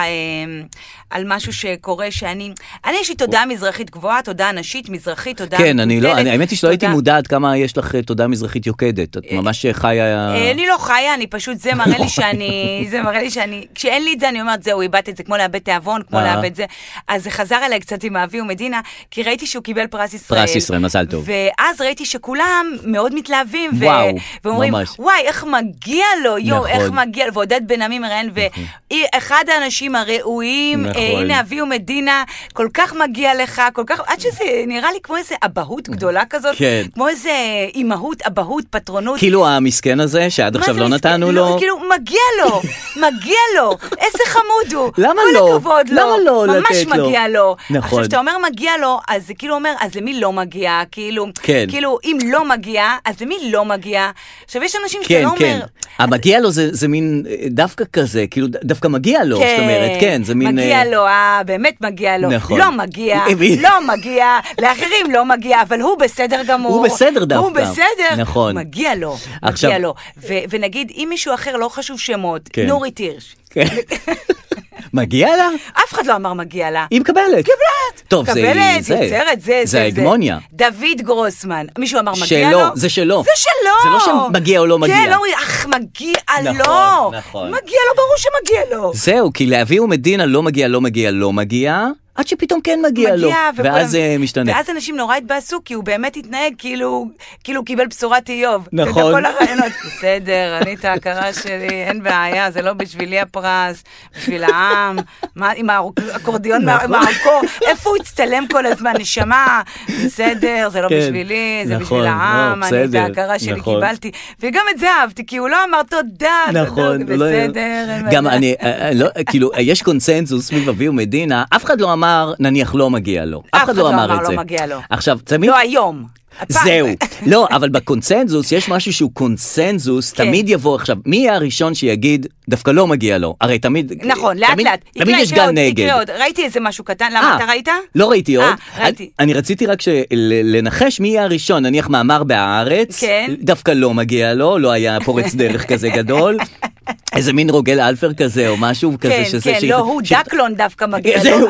[SPEAKER 3] על משהו שקורה, שאני, אני יש לי תודעה מזרחית גבוהה, תודעה נשית, מזרחית, תודעה
[SPEAKER 2] כן, אני לא,
[SPEAKER 3] מטוטלת,
[SPEAKER 2] אני- האמת היא שלא הייתי
[SPEAKER 3] תודעה-
[SPEAKER 2] מודעת כמה יש לך אה, תודעה מזרחית יוקדת. את ממש אה, לא. חיה...
[SPEAKER 3] אה, אני לא חיה, אני פשוט, זה מראה לי שאני, זה מראה לי שאני, כשאין לי את זה, אני אומרת, זהו, איבדת את זה, כמו לאבד תיאבון, כמו
[SPEAKER 2] אה.
[SPEAKER 3] לאבד זה. אז זה חזר אליי קצת עם האבי ומדינה, כי ראיתי שהוא קיבל פרס ישראל.
[SPEAKER 2] פרס ישראל, מזל טוב.
[SPEAKER 3] ואז ראיתי שכולם מאוד מתלהבים, ו-
[SPEAKER 2] וואו,
[SPEAKER 3] ואומרים,
[SPEAKER 2] ממש.
[SPEAKER 3] וואי, איך מגיע לו, יואו,
[SPEAKER 2] נכון.
[SPEAKER 3] איך מגיע לו, ועודד בן עמי מראיין, ואחד האנשים הראויים, אה,
[SPEAKER 2] נכון.
[SPEAKER 3] הנה אבי ומדינה, כל כך מגיע לך, כל כך, עד שזה נראה לי כמו איזה אבהות גדולה כזאת,
[SPEAKER 2] כן.
[SPEAKER 3] כמו איזה אימהות, אבהות, פטרונות.
[SPEAKER 2] כאילו המסכן הזה שעד עכשיו
[SPEAKER 3] מה
[SPEAKER 2] לא
[SPEAKER 3] זה מסכן?
[SPEAKER 2] נתנו לו.
[SPEAKER 3] כאילו, מגיע לו, מגיע לו, איזה חמוד הוא.
[SPEAKER 2] למה לא?
[SPEAKER 3] כל הכבוד לו.
[SPEAKER 2] למה לא לתת
[SPEAKER 3] ממש
[SPEAKER 2] לו?
[SPEAKER 3] מגיע לו.
[SPEAKER 2] נכון.
[SPEAKER 3] עכשיו, כשאתה אומר מגיע לו, אז זה כאילו אומר, אז למי לא מגיע? כאילו,
[SPEAKER 2] כן.
[SPEAKER 3] כאילו, אם לא מגיע, אז למי לא מגיע? עכשיו, יש אנשים שאתה
[SPEAKER 2] כן,
[SPEAKER 3] לא אומר...
[SPEAKER 2] כן. המגיע לו זה זה מין אה, דווקא כזה, כאילו ד- דווקא מגיע לו, זאת אומרת, כן, זה מין...
[SPEAKER 3] מגיע
[SPEAKER 2] אה,
[SPEAKER 3] לו, אה, באמת מגיע לו.
[SPEAKER 2] נכון.
[SPEAKER 3] לא מגיע,
[SPEAKER 2] הביא-
[SPEAKER 3] לא מגיע, לאחרים לא מגיע, אבל הוא בסדר גמור.
[SPEAKER 2] הוא בסדר דווקא.
[SPEAKER 3] הוא בסדר.
[SPEAKER 2] נכון.
[SPEAKER 3] מגיע לו,
[SPEAKER 2] עכשיו-
[SPEAKER 3] מגיע לו. ו- ונגיד, אם מישהו אחר, לא חשוב שמות,
[SPEAKER 2] כן.
[SPEAKER 3] נורי הירש.
[SPEAKER 2] כן. מגיע לה?
[SPEAKER 3] אף אחד לא אמר מגיע לה.
[SPEAKER 2] היא מקבלת.
[SPEAKER 3] מקבלת.
[SPEAKER 2] טוב, זה...
[SPEAKER 3] מקבלת,
[SPEAKER 2] זה-
[SPEAKER 3] יוצרת, זה, זה,
[SPEAKER 2] זה ההגמוניה.
[SPEAKER 3] דוד גרוסמן. מישהו אמר מגיע
[SPEAKER 2] שלו,
[SPEAKER 3] לו?
[SPEAKER 2] זה שלו.
[SPEAKER 3] זה שלו.
[SPEAKER 2] זה לא שמגיע או לא
[SPEAKER 3] כן,
[SPEAKER 2] מגיע.
[SPEAKER 3] לא, אך, מגיע
[SPEAKER 2] נכון,
[SPEAKER 3] לו.
[SPEAKER 2] נכון.
[SPEAKER 3] מגיע לו, ברור שמגיע לו.
[SPEAKER 2] זהו, כי לאביהו מדינה לא מגיע, לא מגיע, לא מגיע, עד שפתאום כן מגיע לו.
[SPEAKER 3] וכולם-
[SPEAKER 2] ואז זה משתנה.
[SPEAKER 3] ואז אנשים נורא התבאסו, כי הוא באמת התנהג כאילו, כאילו הוא קיבל בשורת איוב.
[SPEAKER 2] נכון.
[SPEAKER 3] אתה יודע, כל הרעיונות, בסדר, אני את ההכרה שלי, אין בעיה, זה לא בשבילי הפרס, בשביל העם, מה, עם האקורדיון מה-
[SPEAKER 2] נכון.
[SPEAKER 3] מהארקור, איפה הוא הצטלם כל הזמן, נשמה, בסדר, זה לא
[SPEAKER 2] כן,
[SPEAKER 3] בשבילי, זה
[SPEAKER 2] נכון,
[SPEAKER 3] בשביל העם,
[SPEAKER 2] לא,
[SPEAKER 3] אני את
[SPEAKER 2] בסדר,
[SPEAKER 3] ההכרה שלי
[SPEAKER 2] נכון.
[SPEAKER 3] קיבלתי. וגם את זה אהבתי, כי הוא לא אמר תודה, תודה,
[SPEAKER 2] נכון, הוא לא-
[SPEAKER 3] בסדר, אין
[SPEAKER 2] גם
[SPEAKER 3] בעיה."
[SPEAKER 2] אני, אה, אה, לא, כאילו, יש קונצנזוס סביב אביהו מדינה, אף אחד לא אמר, נניח לא מגיע לו. אף אחד לא אמר את זה.
[SPEAKER 3] לא מגיע לו.
[SPEAKER 2] עכשיו, תמיד,
[SPEAKER 3] לא היום. הפעם.
[SPEAKER 2] זהו. לא, אבל בקונצנזוס יש משהו שהוא קונצנזוס,
[SPEAKER 3] כן.
[SPEAKER 2] תמיד יבוא עכשיו, מי יהיה הראשון שיגיד, דווקא לא מגיע לו? הרי תמיד...
[SPEAKER 3] נכון, לאט
[SPEAKER 2] כאילו, תמיד-
[SPEAKER 3] לאט.
[SPEAKER 2] תמיד
[SPEAKER 3] יקרה,
[SPEAKER 2] יש
[SPEAKER 3] יקרה
[SPEAKER 2] גל
[SPEAKER 3] עוד,
[SPEAKER 2] נגד.
[SPEAKER 3] יקרה עוד. ראיתי איזה משהו קטן,
[SPEAKER 2] אה,
[SPEAKER 3] למה אתה ראית?
[SPEAKER 2] לא ראיתי
[SPEAKER 3] אה,
[SPEAKER 2] עוד.
[SPEAKER 3] ראיתי.
[SPEAKER 2] אני, אני רציתי רק של, לנחש מי יהיה הראשון, נניח מאמר בהארץ,
[SPEAKER 3] כן.
[SPEAKER 2] דווקא לא מגיע לו, לא היה פורץ דרך כזה גדול. איזה מין רוגל אלפר כזה או משהו כזה
[SPEAKER 3] כן,
[SPEAKER 2] שזה
[SPEAKER 3] כן,
[SPEAKER 2] ש-
[SPEAKER 3] לא, הוא
[SPEAKER 2] ש-
[SPEAKER 3] דקלון דווקא לא. מגיע לו.
[SPEAKER 2] זהו,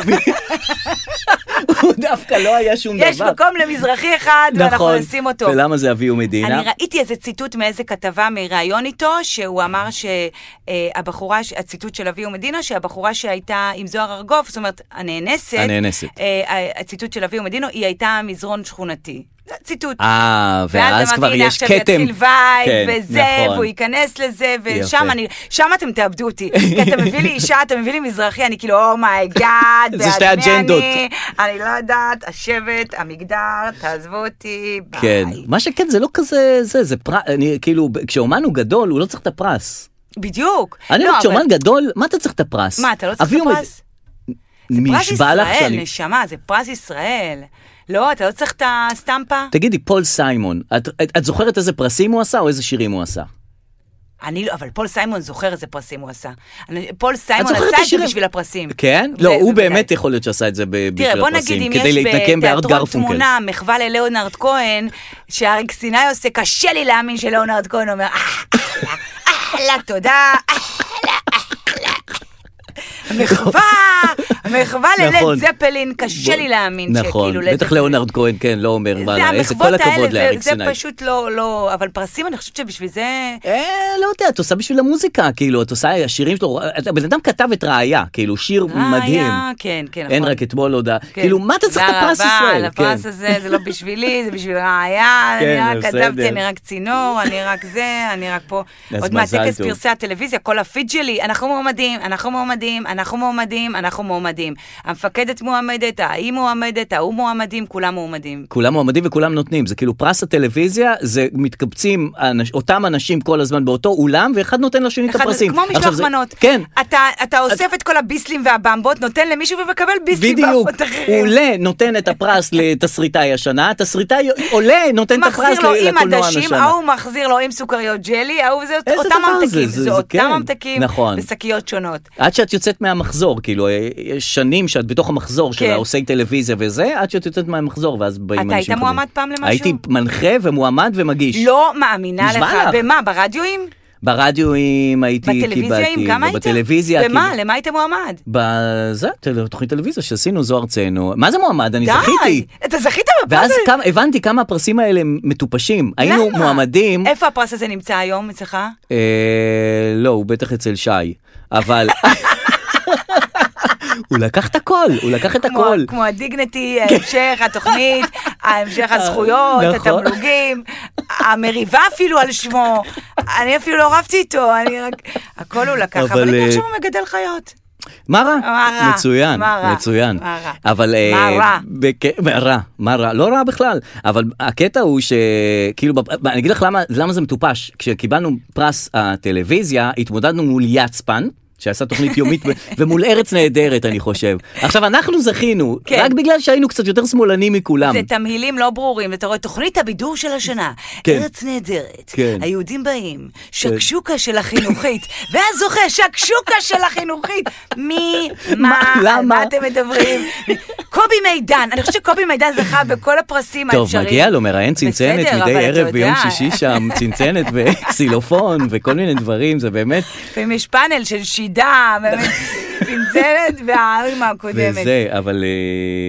[SPEAKER 2] הוא דווקא לא היה שום דבר.
[SPEAKER 3] יש מקום למזרחי אחד, ואנחנו
[SPEAKER 2] נכון.
[SPEAKER 3] נשים אותו.
[SPEAKER 2] ולמה זה אביהו מדינה?
[SPEAKER 3] אני ראיתי איזה ציטוט מאיזה כתבה מראיון איתו, שהוא אמר שהבחורה, הציטוט של אביהו מדינה, שהבחורה שהייתה עם זוהר ארגוב, זאת אומרת, הנאנסת,
[SPEAKER 2] הנאנסת.
[SPEAKER 3] אה, הציטוט של אביהו מדינה, היא הייתה מזרון שכונתי. זה ציטוט.
[SPEAKER 2] אה, ואז
[SPEAKER 3] אמרתי,
[SPEAKER 2] כבר
[SPEAKER 3] הנה,
[SPEAKER 2] יש
[SPEAKER 3] עכשיו
[SPEAKER 2] כתם.
[SPEAKER 3] יתחיל וייב,
[SPEAKER 2] כן,
[SPEAKER 3] וזה,
[SPEAKER 2] נכון.
[SPEAKER 3] והוא ייכנס לזה, ושם
[SPEAKER 2] יפה.
[SPEAKER 3] אני, שם אתם תאבדו אותי. כי אתה מביא לי אישה, אתה מביא לי מזרחי, אני כאילו, אומייגאד,
[SPEAKER 2] זה
[SPEAKER 3] בעד
[SPEAKER 2] שתי
[SPEAKER 3] מי
[SPEAKER 2] אג'נדות.
[SPEAKER 3] אני? אני לא יודעת, השבט, המגדר, תעזבו אותי, ביי.
[SPEAKER 2] כן, מה שכן זה לא כזה, זה, זה פרס, אני כאילו, כשאומן הוא גדול, הוא לא צריך את הפרס.
[SPEAKER 3] בדיוק.
[SPEAKER 2] אני
[SPEAKER 3] לא,
[SPEAKER 2] אומרת,
[SPEAKER 3] אבל-
[SPEAKER 2] כשאומן גדול, מה אתה צריך את הפרס?
[SPEAKER 3] מה, אתה לא צריך
[SPEAKER 2] אביהו
[SPEAKER 3] את
[SPEAKER 2] מד-
[SPEAKER 3] הפרס? פרס
[SPEAKER 2] נשבע לך
[SPEAKER 3] ישראל,
[SPEAKER 2] שאני...
[SPEAKER 3] נשמה, זה פרס ישראל. לא, אתה לא צריך את הסטמפה?
[SPEAKER 2] תגידי, פול סיימון, את, את, את זוכרת איזה פרסים הוא עשה או איזה שירים הוא עשה?
[SPEAKER 3] אני לא, אבל פול סיימון זוכר איזה פרסים הוא עשה. אני- פול סיימון
[SPEAKER 2] זוכרת את
[SPEAKER 3] עשה את זה
[SPEAKER 2] השירים?
[SPEAKER 3] בשביל הפרסים.
[SPEAKER 2] כן?
[SPEAKER 3] זה-
[SPEAKER 2] לא, הוא
[SPEAKER 3] בוודאי.
[SPEAKER 2] באמת יכול להיות שעשה את זה ב- בשביל
[SPEAKER 3] תראה, בוא
[SPEAKER 2] הפרסים,
[SPEAKER 3] נגיד אם
[SPEAKER 2] כדי להתנקם
[SPEAKER 3] יש
[SPEAKER 2] בארד
[SPEAKER 3] בתיאטרון
[SPEAKER 2] גרפונקל.
[SPEAKER 3] תמונה מחווה ללאונרד כהן, שאריק סיני עושה, קשה לי להאמין שלאונרד כהן אומר, "אה, אחלה, אחלה, תודה, אחלה, אחלה. מחווה, מחווה
[SPEAKER 2] נכון.
[SPEAKER 3] ללד זפלין, קשה לי להאמין
[SPEAKER 2] נכון,
[SPEAKER 3] שכאילו לד
[SPEAKER 2] בטח לאונרד כהן, כן, לא אומר,
[SPEAKER 3] זה
[SPEAKER 2] וואלה, איזה כל
[SPEAKER 3] המחוות
[SPEAKER 2] הכבוד
[SPEAKER 3] האלה,
[SPEAKER 2] לאריק
[SPEAKER 3] זה, זה
[SPEAKER 2] סיני.
[SPEAKER 3] פשוט לא, לא, אבל פרסים אני חושבת שבשביל זה...
[SPEAKER 2] אה, לא יודע, את עושה בשביל המוזיקה, כאילו, את עושה, השירים שלו, הבן אדם כתב את ראיה, כאילו, שיר מדהים.
[SPEAKER 3] היה, כן, כן, נכון.
[SPEAKER 2] אין רק אתמול הודעה,
[SPEAKER 3] כן.
[SPEAKER 2] כאילו, מה אתה צריך את הפרס
[SPEAKER 3] תודה רבה על
[SPEAKER 2] ישראל?
[SPEAKER 3] הפרס
[SPEAKER 2] כן.
[SPEAKER 3] הזה, זה לא בשבילי, זה בשביל ראיה, אני
[SPEAKER 2] כן,
[SPEAKER 3] רק
[SPEAKER 2] בסדר.
[SPEAKER 3] כתבתי, אני רק צינור, אני רק זה, אני רק פה.
[SPEAKER 2] אז
[SPEAKER 3] עוד מעט
[SPEAKER 2] מזל
[SPEAKER 3] טקס
[SPEAKER 2] טוב.
[SPEAKER 3] פרסי הטלוויזיה, כל הפיד שלי, אנחנו מועמדים, אנחנו מועמדים, אנחנו מועמדים, אנחנו מועמדים. המפקדת מועמדת, ההיא מועמדת, ההוא מועמדים, כולם מועמדים.
[SPEAKER 2] כולם מועמדים וכולם נותנים, זה כאילו פרס הטלוויזיה, זה מתקבצים אנש, אותם אנשים כל הזמן באותו אולם, ואחד נותן לשני את
[SPEAKER 3] אחד-
[SPEAKER 2] הפרסים.
[SPEAKER 3] כמו
[SPEAKER 2] עכשיו
[SPEAKER 3] משלוח
[SPEAKER 2] זה-
[SPEAKER 3] מנות.
[SPEAKER 2] כן.
[SPEAKER 3] אתה- אתה אוסף את כל הביסלים והבמבות, נותן למישהו ומקבל ביסלים
[SPEAKER 2] בדיוק,
[SPEAKER 3] והבמבות
[SPEAKER 2] הוא
[SPEAKER 3] אחרים.
[SPEAKER 2] עולה, נותן את הפרס לתסריטאי השנה, התסריטאי עולה, נותן את הפרס
[SPEAKER 3] מחזיר לו
[SPEAKER 2] ל-
[SPEAKER 3] עם
[SPEAKER 2] לקולנוען
[SPEAKER 3] עדשים,
[SPEAKER 2] השנה.
[SPEAKER 3] ההוא מחזיר לו עם סוכריות ג'לי, ההוא זה
[SPEAKER 2] איזה
[SPEAKER 3] אותם
[SPEAKER 2] דבר זה?
[SPEAKER 3] ממתקים,
[SPEAKER 2] זה-
[SPEAKER 3] זה
[SPEAKER 2] זה כן.
[SPEAKER 3] אותם ממתקים
[SPEAKER 2] נכון.
[SPEAKER 3] בשקיות שונות.
[SPEAKER 2] עד שאת יוצאת מהמחזור, כאילו, אה, יש שנים שאת בתוך המחזור של
[SPEAKER 3] כן.
[SPEAKER 2] העושי טלוויזיה וזה, עד שאת יוצאת מהמחזור, ואז באים אנשים
[SPEAKER 3] אתה היית
[SPEAKER 2] חדשים.
[SPEAKER 3] מועמד פעם למשהו?
[SPEAKER 2] הייתי מנחה ומועמד ומגיש.
[SPEAKER 3] לא מאמינה
[SPEAKER 2] נשבע
[SPEAKER 3] לך.
[SPEAKER 2] לך.
[SPEAKER 3] במה, ברדיואים?
[SPEAKER 2] ברדיואים הייתי,
[SPEAKER 3] בטלוויזיה
[SPEAKER 2] קיבלתי, לא,
[SPEAKER 3] גם היית?
[SPEAKER 2] ובטלוויזיה,
[SPEAKER 3] במה?
[SPEAKER 2] קיב-
[SPEAKER 3] למה היית מועמד?
[SPEAKER 2] בזה, טל- תוכנית טלוויזיה שעשינו זו ארצנו. מה זה מועמד? אני
[SPEAKER 3] די!
[SPEAKER 2] זכיתי.
[SPEAKER 3] אתה זכית בפרס
[SPEAKER 2] ואז
[SPEAKER 3] הזה?
[SPEAKER 2] כמה, הבנתי כמה הפרסים האלה הם מטופשים. היינו
[SPEAKER 3] למה? אה,
[SPEAKER 2] מועמדים,
[SPEAKER 3] איפה הפרס הזה נמצא היום אצלך?
[SPEAKER 2] אה, לא, הוא בטח אצל שי, אבל... הוא לקח את הכל, הוא לקח את
[SPEAKER 3] כמו-
[SPEAKER 2] הכל. כן.
[SPEAKER 3] כמו הדיגנטי, ההמשך, התוכנית, ההמשך הזכויות,
[SPEAKER 2] נכון.
[SPEAKER 3] התמלוגים, המריבה אפילו על שמו. אני אפילו לא רבתי איתו, אני רק... הכל הוא לקח,
[SPEAKER 2] אבל,
[SPEAKER 3] אבל הנה
[SPEAKER 2] אה,
[SPEAKER 3] עכשיו הוא מגדל חיות.
[SPEAKER 2] מה רע?
[SPEAKER 3] מה רע?
[SPEAKER 2] מצוין,
[SPEAKER 3] מה רע?
[SPEAKER 2] מצוין.
[SPEAKER 3] מה רע?
[SPEAKER 2] אבל... אה,
[SPEAKER 3] מה רע?
[SPEAKER 2] בק- מה רע? מה רע? לא רע בכלל. אבל הקטע הוא שכאילו, בפ- אני אגיד לך למה- למה זה מטופש. כשקיבלנו פרס הטלוויזיה, התמודדנו מול יצפן. שעשה תוכנית יומית ו- ומול ארץ נהדרת אני חושב. עכשיו אנחנו זכינו,
[SPEAKER 3] כן.
[SPEAKER 2] רק בגלל שהיינו קצת יותר שמאלנים מכולם.
[SPEAKER 3] זה תמהילים לא ברורים, אתה רואה תוכנית הבידור של השנה,
[SPEAKER 2] כן.
[SPEAKER 3] ארץ נהדרת,
[SPEAKER 2] כן.
[SPEAKER 3] היהודים באים, שקשוקה של החינוכית, ואז זוכה שקשוקה של החינוכית, מי, מה, על
[SPEAKER 2] למה?
[SPEAKER 3] מה אתם מדברים? קובי מידן, אני חושבת שקובי מידן זכה בכל הפרסים
[SPEAKER 2] טוב,
[SPEAKER 3] האפשריים.
[SPEAKER 2] מגיע לו מראיין צנצנת
[SPEAKER 3] בסדר,
[SPEAKER 2] מדי
[SPEAKER 3] אבל אתה
[SPEAKER 2] ערב ביום
[SPEAKER 3] יודע,
[SPEAKER 2] שישי שם, צנצנת וקסילופון וכל מיני דברים, זה באמת,
[SPEAKER 3] לפעמים יש פאנל של שידה, באמת, צנצנת והאימא הקודמת.
[SPEAKER 2] וזה, אבל,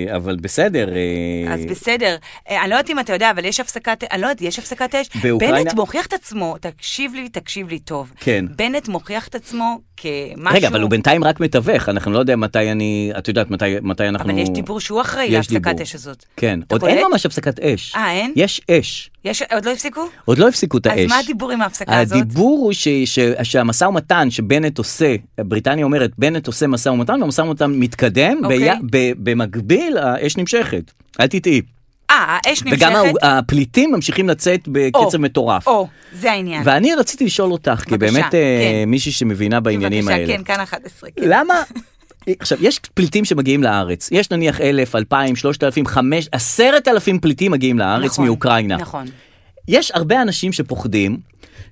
[SPEAKER 2] אה, אבל בסדר. אה,
[SPEAKER 3] אז בסדר, אה, אני לא יודעת אם אתה יודע, אבל יש הפסקת, אני לא יודעת, יש הפסקת אש.
[SPEAKER 2] באוקראינה-
[SPEAKER 3] בנט מוכיח את עצמו, תקשיב לי, תקשיב לי טוב.
[SPEAKER 2] כן.
[SPEAKER 3] בנט מוכיח את עצמו כמשהו...
[SPEAKER 2] רגע, אבל הוא בינתיים רק מתווך, אנחנו לא יודע מתי אני, את יודעת מתי, מתי אנחנו...
[SPEAKER 3] אבל יש דיבור שהוא אחראי
[SPEAKER 2] יש
[SPEAKER 3] להפסקת
[SPEAKER 2] דיבור.
[SPEAKER 3] אש הזאת.
[SPEAKER 2] כן,
[SPEAKER 3] אתה
[SPEAKER 2] עוד אין
[SPEAKER 3] קולט?
[SPEAKER 2] ממש הפסקת אש.
[SPEAKER 3] אה, אין?
[SPEAKER 2] יש אש.
[SPEAKER 3] יש, עוד לא הפסיקו?
[SPEAKER 2] עוד לא הפסיקו את
[SPEAKER 3] אז
[SPEAKER 2] האש.
[SPEAKER 3] מה הדיבור עם ההפסקה הזאת?
[SPEAKER 2] הדיבור הוא ש, ש, שהמשא ומתן שבנט עושה, בריטניה אומרת, בנט עושה משא ומתן והמשא ומתן מתקדם,
[SPEAKER 3] אוקיי.
[SPEAKER 2] ב, במקביל האש נמשכת. אל תטעי.
[SPEAKER 3] אה, האש נמשכת?
[SPEAKER 2] וגם ההוא- הפליטים ממשיכים לצאת בקצב מטורף.
[SPEAKER 3] או, זה העניין.
[SPEAKER 2] ואני רציתי לשאול אותך, כי
[SPEAKER 3] בבקשה,
[SPEAKER 2] באמת אה,
[SPEAKER 3] כן.
[SPEAKER 2] מישהי שמבינה בעניינים
[SPEAKER 3] בבקשה,
[SPEAKER 2] האלה.
[SPEAKER 3] כן, כאן 11. כן.
[SPEAKER 2] למה עכשיו, יש פליטים שמגיעים לארץ. יש נניח אלף, אלפיים, שלושת אלפים, חמש, עשרת אלפים פליטים מגיעים לארץ
[SPEAKER 3] נכון,
[SPEAKER 2] מאוקראינה.
[SPEAKER 3] נכון.
[SPEAKER 2] יש הרבה אנשים שפוחדים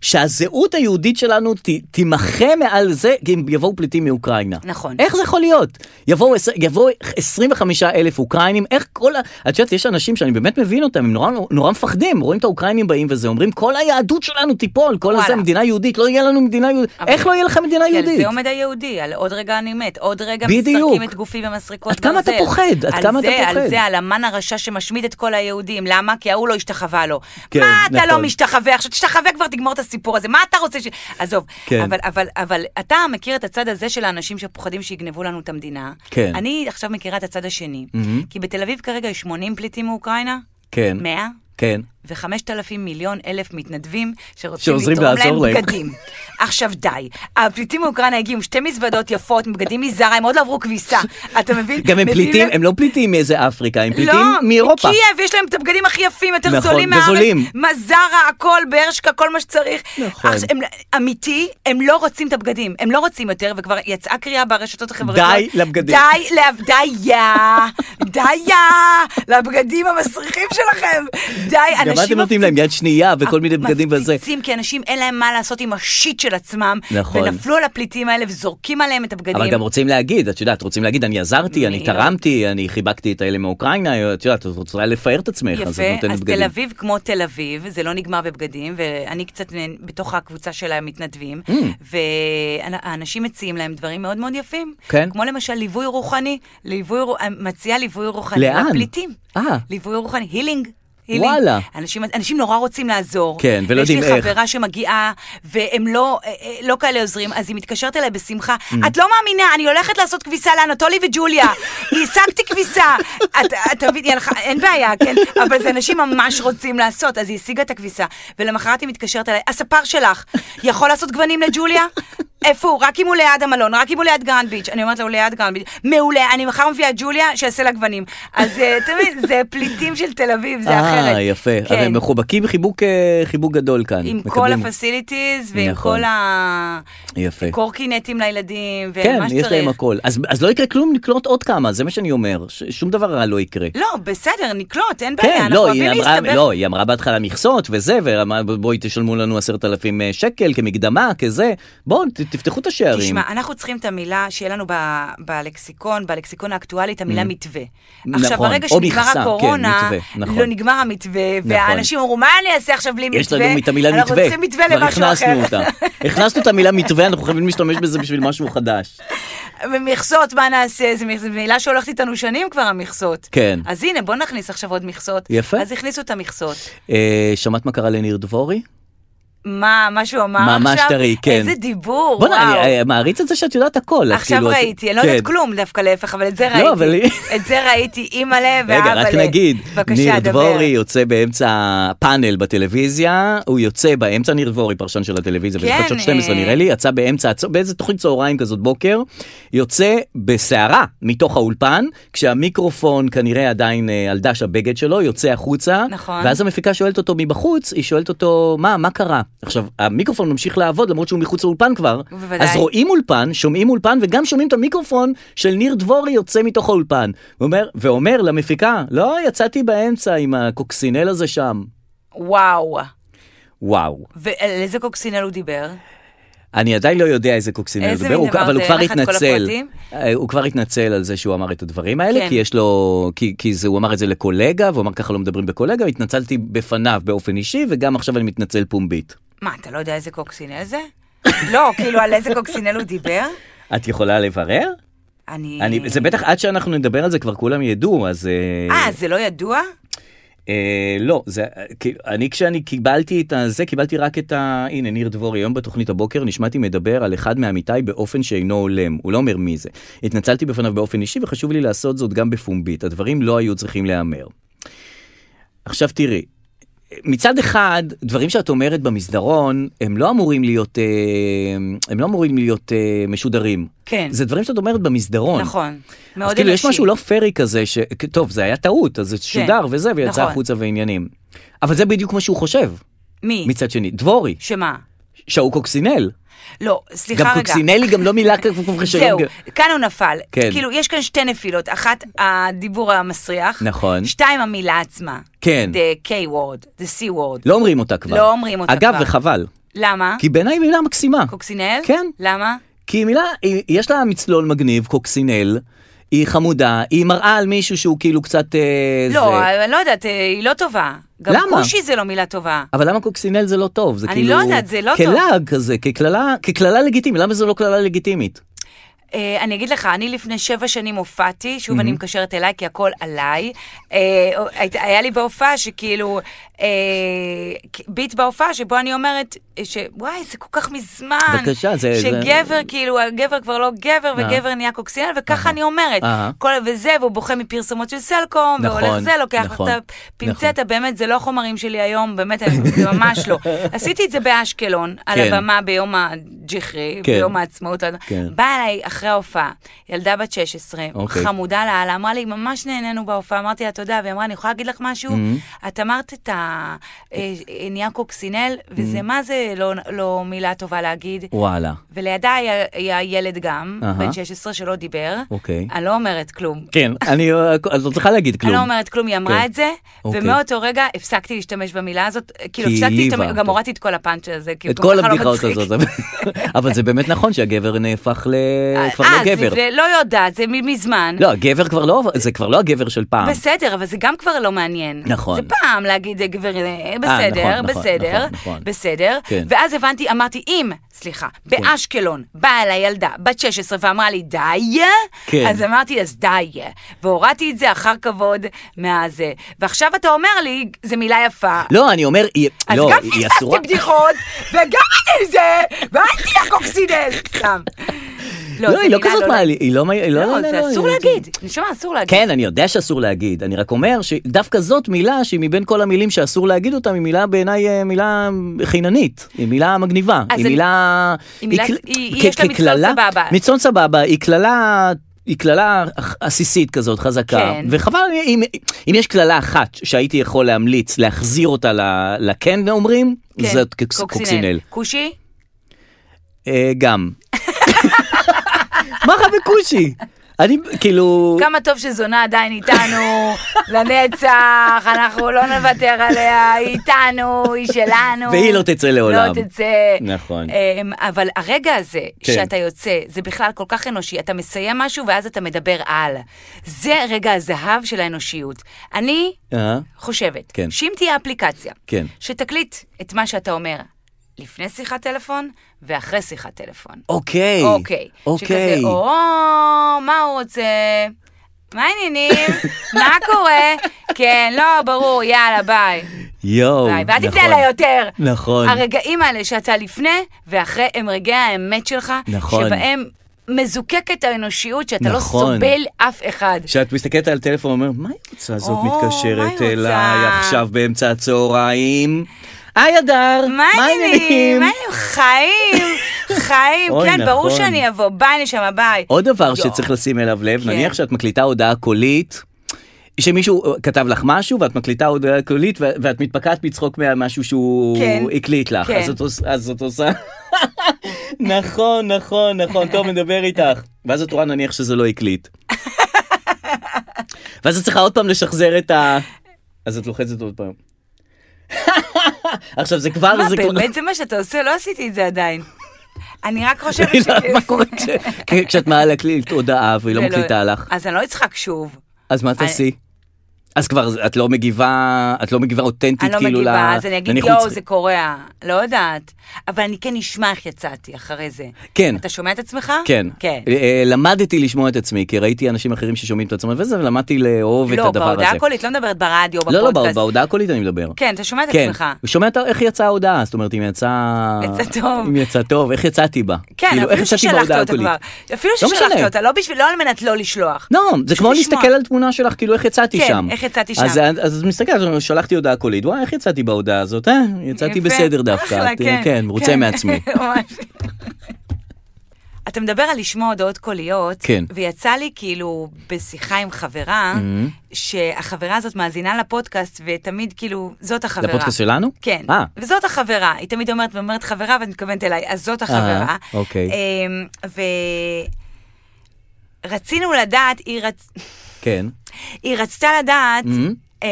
[SPEAKER 2] שהזהות היהודית שלנו ת- תימחה מעל זה אם יבואו פליטים מאוקראינה.
[SPEAKER 3] נכון.
[SPEAKER 2] איך זה יכול להיות? יבואו, עשר- יבואו 25 אלף אוקראינים, איך כל ה... את יודעת, יש אנשים שאני באמת מבין אותם, הם נורא, נורא מפחדים, רואים את האוקראינים באים וזה, אומרים, כל היהדות שלנו תיפול, כל הזה
[SPEAKER 3] וואלה.
[SPEAKER 2] מדינה יהודית, לא יהיה לנו מדינה יהודית.
[SPEAKER 3] אבל-
[SPEAKER 2] איך לא יהיה לך מדינה
[SPEAKER 3] כי על
[SPEAKER 2] יהודית?
[SPEAKER 3] כן, זה עומד היהודי, על עוד רגע אני מת, עוד רגע
[SPEAKER 2] בדיוק.
[SPEAKER 3] מסרקים את גופי במסרקות
[SPEAKER 2] עד כמה אתה
[SPEAKER 3] ברזל.
[SPEAKER 2] פוחד? עד
[SPEAKER 3] על
[SPEAKER 2] כמה אתה
[SPEAKER 3] זה,
[SPEAKER 2] פוחד?
[SPEAKER 3] על זה, על המן הרשע שמשמיד את כל היהודים. למה? כי ההוא לא השתחווה לו.
[SPEAKER 2] כן,
[SPEAKER 3] מה אתה
[SPEAKER 2] נכון.
[SPEAKER 3] לא משתחווה? עכשיו תשתחווה כבר, תגמור את הסיפור הזה. מה אתה רוצה ש... עזוב.
[SPEAKER 2] כן.
[SPEAKER 3] אבל, אבל, אבל אתה מכיר את הצד הזה של האנשים שפוחדים שיגנבו לנו את המדינה.
[SPEAKER 2] כן.
[SPEAKER 3] אני עכשיו מכירה את הצד השני.
[SPEAKER 2] מהמם.
[SPEAKER 3] כי בתל אביב כרגע יש 80 פליטים מאוקראינה.
[SPEAKER 2] כן,
[SPEAKER 3] 100?
[SPEAKER 2] כן.
[SPEAKER 3] ו-5,000 מיליון אלף מתנדבים שרוצים
[SPEAKER 2] שעוזרים
[SPEAKER 3] לתרום להם
[SPEAKER 2] לעזור להם.
[SPEAKER 3] בגדים. עכשיו די, הפליטים מאוקראינה הגיעו עם שתי מזוודות יפות, עם בגדים מזרה, הם עוד לא עברו כביסה, אתה מבין?
[SPEAKER 2] גם הם
[SPEAKER 3] מביאים
[SPEAKER 2] פליטים,
[SPEAKER 3] להם-
[SPEAKER 2] הם לא פליטים מאיזה אפריקה, הם פליטים
[SPEAKER 3] לא,
[SPEAKER 2] מאירופה.
[SPEAKER 3] מקייב, יש להם את הבגדים הכי יפים, יותר
[SPEAKER 2] נכון,
[SPEAKER 3] זולים מהארץ.
[SPEAKER 2] וזולים.
[SPEAKER 3] מזרה, הכל, ברשקה, כל מה שצריך.
[SPEAKER 2] נכון.
[SPEAKER 3] עכשיו, הם, אמיתי, הם לא רוצים את הבגדים. הם לא רוצים יותר, וכבר יצאה קריאה ברשתות החברתיות.
[SPEAKER 2] די לבגדים.
[SPEAKER 3] די, לה- דיה, דיה, לבגדים המסריחים שלכם. די, אנשים...
[SPEAKER 2] גם אתם נותנים להם יד שנייה וכל מיני בגדים וזה.
[SPEAKER 3] מפציצים, כי אנשים אין להם מה לעשות עם השיט של עצמם.
[SPEAKER 2] נכון.
[SPEAKER 3] ונפלו על הפליטים האלה וזורקים עליהם את הבגדים.
[SPEAKER 2] אבל גם רוצים להגיד, את יודעת, רוצים להגיד, אני עזרתי, אני
[SPEAKER 3] מי לא?
[SPEAKER 2] תרמתי, אני חיבקתי את האלה מאוקראינה, את יודעת, את רוצה לפאר את עצמך, אז את
[SPEAKER 3] יפה,
[SPEAKER 2] נותנת
[SPEAKER 3] אז תל
[SPEAKER 2] בגדים.
[SPEAKER 3] אביב כמו תל אביב, זה לא נגמר בבגדים, ואני קצת נ- בתוך הקבוצה של המתנדבים,
[SPEAKER 2] Mm.
[SPEAKER 3] והאנשים מציעים להם דברים מאוד מאוד יפים.
[SPEAKER 2] כן.
[SPEAKER 3] כמו למשל ליווי רוחני, ליווי, רו- מציע ליווי רוחני
[SPEAKER 2] לאן?
[SPEAKER 3] לפליטים.
[SPEAKER 2] אה.
[SPEAKER 3] ליווי רוחני, הילינג.
[SPEAKER 2] וואלה.
[SPEAKER 3] אנשים, אנשים נורא רוצים לעזור.
[SPEAKER 2] כן, ולא יודעים
[SPEAKER 3] יש
[SPEAKER 2] איך.
[SPEAKER 3] לי חברה שמגיעה, והם לא, אה, אה, לא כאלה עוזרים, אז היא מתקשרת אליי בשמחה.
[SPEAKER 2] Mm.
[SPEAKER 3] את לא מאמינה, אני הולכת לעשות כביסה לאנטולי וג'וליה. השגתי כביסה. את- את מבין, היא הלכה- אין בעיה, כן? אבל זה אנשים ממש רוצים לעשות, אז היא השיגה את הכביסה. ולמחרת היא מתקשרת אליי, הספר שלך, יכול לעשות גוונים לג'וליה? איפה הוא? רק אם הוא ליד המלון, רק אם הוא ליד גרנד ביץ'. אני אומרת לו, הוא ליד גרנד ביץ'. מעולה, אני מחר מביאה את ג'וליה, שיעשה לה גוונים. אז אה, אתה מבין, זה פליטים של תל אביב, זה אחרת.
[SPEAKER 2] אה, יפה. אבל
[SPEAKER 3] כן.
[SPEAKER 2] הם מחובקים חיבוק אה, חיבוק גדול כאן.
[SPEAKER 3] עם כל
[SPEAKER 2] מקבלים.
[SPEAKER 3] הפסיליטיז ועם
[SPEAKER 2] נכון.
[SPEAKER 3] כל ה...
[SPEAKER 2] יפה.
[SPEAKER 3] קורקינטים לילדים, ומה
[SPEAKER 2] כן,
[SPEAKER 3] שצריך.
[SPEAKER 2] יש להם הכל. אז אז לא יקרה כלום לקלוט עוד כמה, זה מה שאני אומר. ש- שום דבר רע לא יקרה.
[SPEAKER 3] לא, בסדר, נקלוט, אין בעיה,
[SPEAKER 2] כן,
[SPEAKER 3] אנחנו
[SPEAKER 2] לא, היא
[SPEAKER 3] אוהבים
[SPEAKER 2] אמרה,
[SPEAKER 3] להסתבך.
[SPEAKER 2] לא, היא אמרה בהתחלה מכסות וזה, ואמרה "ב- בואי תשלמו לנו עשרת אלפים אה, שקל כמקדמה, כזה, בואו ת- תפתחו את השערים.
[SPEAKER 3] תשמע, אנחנו צריכים את המילה שיהיה לנו ב- בלקסיקון, בלקסיקון האקטואלי, את המילה מתווה. עכשיו,
[SPEAKER 2] Mm. נכון,
[SPEAKER 3] ברגע
[SPEAKER 2] או
[SPEAKER 3] שנגמר
[SPEAKER 2] מכסה, כן,
[SPEAKER 3] הקורונה,
[SPEAKER 2] מתווה, נכון.
[SPEAKER 3] לא נגמר המתווה,
[SPEAKER 2] נכון.
[SPEAKER 3] והאנשים אמרו, מה אני אעשה עכשיו בלי מתווה?
[SPEAKER 2] יש לנו את המילה מתווה,
[SPEAKER 3] אנחנו צריכים מתווה
[SPEAKER 2] כבר
[SPEAKER 3] למשהו אחר.
[SPEAKER 2] הכנסנו אותה. הכנסנו את המילה מתווה, אנחנו חייבים להשתמש בזה בשביל משהו חדש.
[SPEAKER 3] ומכסות, מה נעשה? זו מכס- זו מילה שהולכת איתנו שנים כבר, המכסות.
[SPEAKER 2] כן.
[SPEAKER 3] אז הנה, בוא נכניס עכשיו עוד מכסות.
[SPEAKER 2] יפה.
[SPEAKER 3] אז הכניסו את המכסות.
[SPEAKER 2] אה, שמעת מה קרה לניר דבורי?
[SPEAKER 3] מה, מה שהוא אמר עכשיו?
[SPEAKER 2] ממש טרי, כן.
[SPEAKER 3] איזה דיבור,
[SPEAKER 2] בוא'נה,
[SPEAKER 3] וואו.
[SPEAKER 2] אני אה, מעריץ את זה שאת יודעת הכל. את
[SPEAKER 3] עכשיו
[SPEAKER 2] כאילו, את-
[SPEAKER 3] ראיתי, אני לא
[SPEAKER 2] כן.
[SPEAKER 3] יודעת כלום דווקא להפך, אבל את זה
[SPEAKER 2] לא,
[SPEAKER 3] ראיתי.
[SPEAKER 2] אבל היא-
[SPEAKER 3] את זה ראיתי, אימא'לה ואבא'לה.
[SPEAKER 2] רגע, רק נגיד,
[SPEAKER 3] בבקשה,
[SPEAKER 2] ניר
[SPEAKER 3] דבר.
[SPEAKER 2] דבורי יוצא באמצע פאנל בטלוויזיה, הוא יוצא באמצע, ניר דבורי, פרשן של הטלוויזיה,
[SPEAKER 3] כן,
[SPEAKER 2] בחדשות 12
[SPEAKER 3] אה.
[SPEAKER 2] נראה לי, יצא באמצע, הצ- באיזה תוכנית צהריים כזאת בוקר, יוצא בסערה מתוך האולפן, כשהמיקרופון כנראה עדיין אה, על דש הבגד שלו, יוצא החוצה,
[SPEAKER 3] נכון.
[SPEAKER 2] ואז המפיקה שואלת אותו מבחוץ, היא שואלת אותו, מה, מה קרה? עכשיו, המיקרופון ממשיך לעבוד למרות שהוא מחוץ לאולפן כבר,
[SPEAKER 3] בוודאי.
[SPEAKER 2] אז רואים אולפן, שומעים אולפן, וגם שומעים את המיקרופון של ניר דבורי יוצא מתוך האולפן. ואומר, ואומר למפיקה, לא, יצאתי באמצע עם הקוקסינל הזה שם.
[SPEAKER 3] וואו.
[SPEAKER 2] וואו.
[SPEAKER 3] ועל איזה קוקסינל הוא דיבר?
[SPEAKER 2] אני עדיין לא יודע איזה קוקסינל
[SPEAKER 3] איזה
[SPEAKER 2] הוא
[SPEAKER 3] מין
[SPEAKER 2] מדבר,
[SPEAKER 3] דבר
[SPEAKER 2] אבל הוא
[SPEAKER 3] זה?
[SPEAKER 2] כבר
[SPEAKER 3] אין לך את כל
[SPEAKER 2] התנצל.
[SPEAKER 3] הפרטים?
[SPEAKER 2] אה, הוא כבר התנצל על זה שהוא אמר את הדברים האלה,
[SPEAKER 3] כן.
[SPEAKER 2] כי יש לו, כי, כי זה, הוא אמר את זה לקולגה, והוא אמר ככה לא מדברים בקולגה, התנצלתי בפניו באופן אישי, וגם עכשיו אני מתנצל פומבית.
[SPEAKER 3] מה, אתה לא יודע איזה קוקסינל זה? לא, כאילו, על איזה קוקסינל הוא דיבר?
[SPEAKER 2] את יכולה לברר?
[SPEAKER 3] אני...
[SPEAKER 2] אני, זה בטח עד שאנחנו נדבר על זה כבר כולם ידעו, אז... אה,
[SPEAKER 3] אה, זה לא ידוע?
[SPEAKER 2] אה, לא, זה, אה, כאילו, אני כשאני קיבלתי את הזה, קיבלתי רק את ה... הנה, ניר דבורי, היום בתוכנית הבוקר נשמעתי מדבר על אחד מעמיתיי באופן שאינו הולם, הוא לא אומר מי זה. התנצלתי בפניו באופן אישי וחשוב לי לעשות זאת גם בפומבית, הדברים לא היו צריכים להיאמר. עכשיו תראי, מצד אחד, דברים שאת אומרת במסדרון, הם לא אמורים להיות, אה, הם לא אמורים להיות אה, משודרים.
[SPEAKER 3] כן.
[SPEAKER 2] זה דברים שאת אומרת במסדרון.
[SPEAKER 3] נכון.
[SPEAKER 2] אז
[SPEAKER 3] מאוד אנושי. כן.
[SPEAKER 2] כאילו יש משהו לא פרי כזה, ש... טוב, זה היה טעות, אז זה שודר וזה, ויצא
[SPEAKER 3] נכון.
[SPEAKER 2] החוצה ועניינים. אבל זה בדיוק מה שהוא חושב,
[SPEAKER 3] מי?
[SPEAKER 2] מצד שני. דבורי,
[SPEAKER 3] שמה?
[SPEAKER 2] שהאוקוקסינל.
[SPEAKER 3] לא, סליחה
[SPEAKER 2] גם
[SPEAKER 3] רגע.
[SPEAKER 2] קוקסינל היא גם לא מילה כזו
[SPEAKER 3] זהו, כאן הוא נפל.
[SPEAKER 2] כן.
[SPEAKER 3] כאילו, יש כאן שתי נפילות. אחת, הדיבור המסריח.
[SPEAKER 2] נכון.
[SPEAKER 3] שתיים, המילה עצמה.
[SPEAKER 2] כן.
[SPEAKER 3] The K word, the C word.
[SPEAKER 2] לא אומרים אותה כבר.
[SPEAKER 3] לא אומרים אותה
[SPEAKER 2] אגב,
[SPEAKER 3] כבר.
[SPEAKER 2] וחבל.
[SPEAKER 3] למה?
[SPEAKER 2] כי בעיניי היא מילה מקסימה.
[SPEAKER 3] קוקסינל?
[SPEAKER 2] כן.
[SPEAKER 3] למה?
[SPEAKER 2] כי היא מילה, היא- יש לה מצלול מגניב, קוקסינל, היא חמודה, היא מראה על מישהו שהוא כאילו קצת... אה,
[SPEAKER 3] לא,
[SPEAKER 2] זה...
[SPEAKER 3] אני לא יודעת, אה, היא לא טובה. גם
[SPEAKER 2] למה?
[SPEAKER 3] כושי זה לא מילה טובה.
[SPEAKER 2] אבל למה קוקסינל זה לא טוב? זה
[SPEAKER 3] אני
[SPEAKER 2] כאילו...
[SPEAKER 3] לא יודעת, זה לא טוב.
[SPEAKER 2] כלעג כזה, כקללה, כקללה לגיטימית, למה זה לא קללה לגיטימית?
[SPEAKER 3] אה, אני אגיד לך, אני לפני שבע שנים הופעתי, שוב אני מקשרת אליי, כי הכל עליי. אה, היית- היה לי בהופעה שכאילו, אה, ביט בהופעה שבו אני אומרת, אה, שוואי, זה כל כך מזמן.
[SPEAKER 2] בבקשה, זה- זה-
[SPEAKER 3] שגבר, כאילו, הגבר כבר לא גבר, וגבר נהיה קוקסינל, וככה אני אומרת.
[SPEAKER 2] אהה.
[SPEAKER 3] כל וזה, והוא בוכה מפרסומות של סלקום,
[SPEAKER 2] נכון,
[SPEAKER 3] והולך זה, לוקח לך
[SPEAKER 2] נכון,
[SPEAKER 3] את הפינצטה, באמת, זה לא החומרים שלי היום, באמת, אני- זה ממש לא. עשיתי את זה באשקלון, על
[SPEAKER 2] כן.
[SPEAKER 3] הבמה ביום הג'חרי,
[SPEAKER 2] כן.
[SPEAKER 3] ביום העצמאות. לא יודעת.
[SPEAKER 2] כן.
[SPEAKER 3] באה אליי אחרי ההופעה, ילדה בת 16,
[SPEAKER 2] אוקיי.
[SPEAKER 3] חמודה לאללה, אמרה לי, ממש נהנינו בהופעה, אמרתי לה תודה, והיא אמרה, אני יכולה להגיד לך משהו?
[SPEAKER 2] Mm-hmm.
[SPEAKER 3] את אמרת את אה, הנייר קוקסינל,
[SPEAKER 2] Mm-hmm.
[SPEAKER 3] וזה מה זה לא- לא מילה טובה להגיד.
[SPEAKER 2] וואלה.
[SPEAKER 3] ולידה היה- היה ילד גם,
[SPEAKER 2] אהה.
[SPEAKER 3] בן 16 שלא דיבר.
[SPEAKER 2] אוקיי.
[SPEAKER 3] אני לא אומרת כלום.
[SPEAKER 2] כן, אני... אה, את לא צריכה להגיד
[SPEAKER 3] אני
[SPEAKER 2] כלום.
[SPEAKER 3] לא אומרת כלום, היא אמרה
[SPEAKER 2] כן.
[SPEAKER 3] את זה,
[SPEAKER 2] אוקיי.
[SPEAKER 3] ומאותו רגע הפסקתי להשתמש במילה הזאת, כאילו
[SPEAKER 2] כי
[SPEAKER 3] הפסקתי
[SPEAKER 2] העליבה.
[SPEAKER 3] להשתמש, גם הורדתי את כל הפאנץ' הזה, כי הוא
[SPEAKER 2] את
[SPEAKER 3] כל
[SPEAKER 2] כל
[SPEAKER 3] כך לא
[SPEAKER 2] הבדיחות
[SPEAKER 3] מצחיק.
[SPEAKER 2] הזאת. אבל זה באמת נכון שהגבר נהפך ל... כבר
[SPEAKER 3] אה,
[SPEAKER 2] לא
[SPEAKER 3] זה-
[SPEAKER 2] גבר.
[SPEAKER 3] זה לא יודעת, זה מ- מזמן.
[SPEAKER 2] לא, הגבר כבר לא... זה כבר לא הגבר של פעם.
[SPEAKER 3] בסדר, אבל זה גם כבר לא מעניין.
[SPEAKER 2] נכון.
[SPEAKER 3] זה פעם להגיד גבר, אה, בסדר,
[SPEAKER 2] נכון, נכון,
[SPEAKER 3] בסדר,
[SPEAKER 2] נכון, נכון.
[SPEAKER 3] בסדר.
[SPEAKER 2] כן.
[SPEAKER 3] ואז הבנתי, אמרתי, אם, סליחה, באשקלון באה אליי ילדה בת 16 ואמרה לי, די,
[SPEAKER 2] כן.
[SPEAKER 3] אז אמרתי, אז די. והורדתי את זה אחר כבוד מהזה. ועכשיו אתה אומר לי, זו מילה יפה.
[SPEAKER 2] לא, אני אומר, היא...
[SPEAKER 3] אז
[SPEAKER 2] לא,
[SPEAKER 3] גם
[SPEAKER 2] היא אסורה.
[SPEAKER 3] פספסתי בדיחות, וגם אני זה, והייתי לך קוקסינל, סתם.
[SPEAKER 2] לא,
[SPEAKER 3] זה
[SPEAKER 2] היא לא
[SPEAKER 3] מילה
[SPEAKER 2] כזאת מעלי, היא לא... היא
[SPEAKER 3] לא,
[SPEAKER 2] לא,
[SPEAKER 3] זה
[SPEAKER 2] לא,
[SPEAKER 3] אסור
[SPEAKER 2] היא-
[SPEAKER 3] להגיד. נשמה, אסור להגיד.
[SPEAKER 2] כן, אני יודע שאסור להגיד, אני רק אומר שדווקא זאת מילה שהיא מבין כל המילים שאסור להגיד אותה, היא מילה בעיניי אה, מילה חיננית, היא מילה מגניבה,
[SPEAKER 3] אז
[SPEAKER 2] היא
[SPEAKER 3] אני-
[SPEAKER 2] מילה...
[SPEAKER 3] היא מילה-
[SPEAKER 2] כל-
[SPEAKER 3] היא-
[SPEAKER 2] כ-
[SPEAKER 3] יש לה מצלול
[SPEAKER 2] כקללה-
[SPEAKER 3] סבבה.
[SPEAKER 2] מצלול סבבה, היא קללה... היא קללה עכ- עסיסית כזאת חזקה,
[SPEAKER 3] כן.
[SPEAKER 2] וחבל אם, אם יש קללה אחת שהייתי יכול להמליץ להחזיר אותה ל- לכן אומרים,
[SPEAKER 3] כן,
[SPEAKER 2] זאת קוקס- קוקסינל.
[SPEAKER 3] כושי?
[SPEAKER 2] אה, גם. מה לך בכושי? אני כאילו...
[SPEAKER 3] כמה טוב שזונה עדיין איתנו, לנצח, אנחנו לא נוותר עליה, היא איתנו, היא שלנו.
[SPEAKER 2] והיא לא תצא לעולם.
[SPEAKER 3] לא תצא.
[SPEAKER 2] נכון.
[SPEAKER 3] אמ, אבל הרגע הזה
[SPEAKER 2] כן.
[SPEAKER 3] שאתה יוצא, זה בכלל כל כך אנושי. אתה מסיים משהו ואז אתה מדבר על. זה רגע הזהב של האנושיות. אני
[SPEAKER 2] אה?
[SPEAKER 3] חושבת
[SPEAKER 2] כן.
[SPEAKER 3] שאם תהיה אפליקציה,
[SPEAKER 2] כן.
[SPEAKER 3] שתקליט את מה שאתה אומר לפני שיחת טלפון ואחרי שיחת טלפון.
[SPEAKER 2] אוקיי.
[SPEAKER 3] אוקיי.
[SPEAKER 2] אוקיי.
[SPEAKER 3] שכזה, או, מה הוא רוצה? מה העניינים? מה קורה? כן, לא, ברור, יאללה, ביי.
[SPEAKER 2] יואו.
[SPEAKER 3] ביי, ואל תפנה
[SPEAKER 2] נכון.
[SPEAKER 3] אליי יותר.
[SPEAKER 2] נכון.
[SPEAKER 3] הרגעים האלה שאתה לפני ואחרי הם רגעי האמת שלך,
[SPEAKER 2] נכון.
[SPEAKER 3] שבהם מזוקקת האנושיות, שאתה לא
[SPEAKER 2] נכון.
[SPEAKER 3] סובל אף אחד.
[SPEAKER 2] כשאת מסתכלת על טלפון ואומר, מה היא רוצה הזאת
[SPEAKER 3] או, מה היא
[SPEAKER 2] מתקשרת
[SPEAKER 3] רוצה?"
[SPEAKER 2] אליי עכשיו באמצע הצהריים? היי אדר,
[SPEAKER 3] מה העניינים? מה העניינים? חיים, חיים.
[SPEAKER 2] אוי,
[SPEAKER 3] כן, ברור
[SPEAKER 2] נכון.
[SPEAKER 3] שאני אבוא, ביי, נשמה, ביי.
[SPEAKER 2] עוד דבר
[SPEAKER 3] לא.
[SPEAKER 2] שצריך לשים אליו לב,
[SPEAKER 3] כן.
[SPEAKER 2] נניח שאת מקליטה הודעה קולית. שמישהו אה, כתב לך משהו ואת מקליטה הודעה קולית ו- ואת מתפקעת מצחוק מהמשהו שהוא
[SPEAKER 3] כן.
[SPEAKER 2] הקליט לך,
[SPEAKER 3] כן.
[SPEAKER 2] אז את עוש- אז את עושה... נכון, נכון, נכון, טוב, נדבר איתך. ואז את רואה נניח שזה לא הקליט. ואז את צריכה עוד פעם לשחזר את ה... אז את לוחצת עוד פעם. עכשיו זה כבר...
[SPEAKER 3] מה,
[SPEAKER 2] זה כבר-
[SPEAKER 3] באמת זה מה שאתה עושה? לא עשיתי את זה עדיין. אני רק חושבת ש...
[SPEAKER 2] לא- מה קורה כש- כשאת מעלה קליט הודעה והיא לא
[SPEAKER 3] ולא-
[SPEAKER 2] מקליטה לך?
[SPEAKER 3] אז אני לא אצחק שוב.
[SPEAKER 2] אז מה תעשי? אז כבר את לא מגיבה, את לא מגיבה
[SPEAKER 3] אני
[SPEAKER 2] אותנטית
[SPEAKER 3] לא
[SPEAKER 2] כאילו ל...
[SPEAKER 3] מגיבה, אז אני אגיד,
[SPEAKER 2] נניח
[SPEAKER 3] יואו,
[SPEAKER 2] מצרי-
[SPEAKER 3] זה קורע. לא יודעת. אבל אני כן אשמע איך יצאתי אחרי זה.
[SPEAKER 2] כן.
[SPEAKER 3] אתה שומע את עצמך?
[SPEAKER 2] כן.
[SPEAKER 3] כן.
[SPEAKER 2] אה, אה, למדתי לשמוע את עצמי, כי ראיתי אנשים אחרים ששומעים את עצמם וזה, ולמדתי לאהוב את
[SPEAKER 3] לא,
[SPEAKER 2] הדבר הזה.
[SPEAKER 3] בהודעה הקולית, לא מדברת ברדיו,
[SPEAKER 2] לא, לא,
[SPEAKER 3] בפודקאסט.
[SPEAKER 2] בה- בהודעה הקולית אני מדבר.
[SPEAKER 3] כן, אתה שומע את
[SPEAKER 2] כן,
[SPEAKER 3] עצמך.
[SPEAKER 2] שומע את ה- איך יצאה ההודעה, זאת אומרת, אם יצא...
[SPEAKER 3] יצא טוב.
[SPEAKER 2] אם יצא טוב, איך יצאתי בה.
[SPEAKER 3] כן,
[SPEAKER 2] כאילו, איך
[SPEAKER 3] אפילו
[SPEAKER 2] יצאתי
[SPEAKER 3] ששלחת
[SPEAKER 2] בהודעה
[SPEAKER 3] אותה
[SPEAKER 2] הקולית?
[SPEAKER 3] כבר. אפילו
[SPEAKER 2] לא משנה.
[SPEAKER 3] ששלחת אותה, לא בשביל, לא על מנת לא לשלוח.
[SPEAKER 2] לא, זה כמו
[SPEAKER 3] לשמוע.
[SPEAKER 2] להסתכל על תמונה שלך, כאילו איך יצאתי
[SPEAKER 3] כן,
[SPEAKER 2] שם.
[SPEAKER 3] איך יצאתי
[SPEAKER 2] אז-
[SPEAKER 3] שם.
[SPEAKER 2] אז את מסתכלת, שלחתי הודעה קולית, וואי, איך יצאתי בהודעה הזאת, אה? יצאתי
[SPEAKER 3] יפה. כן.
[SPEAKER 2] בסדר דווקא. כן,
[SPEAKER 3] אחלה,
[SPEAKER 2] את- כן, מרוצה מעצמי.
[SPEAKER 3] ממש. אתה מדבר על לשמוע הודעות קוליות,
[SPEAKER 2] כן.
[SPEAKER 3] ויצא לי כאילו בשיחה עם חברה,
[SPEAKER 2] Mm-hmm.
[SPEAKER 3] שהחברה הזאת מאזינה לפודקאסט, ותמיד כאילו, זאת החברה.
[SPEAKER 2] לפודקאסט שלנו?
[SPEAKER 3] כן.
[SPEAKER 2] אה.
[SPEAKER 3] וזאת החברה, היא תמיד אומרת, ואומרת חברה, ואת מתכוונת אליי, אז זאת החברה.
[SPEAKER 2] אוקיי.
[SPEAKER 3] אמ, ורצינו לדעת, היא רצ...
[SPEAKER 2] כן.
[SPEAKER 3] היא רצתה לדעת, mm-hmm.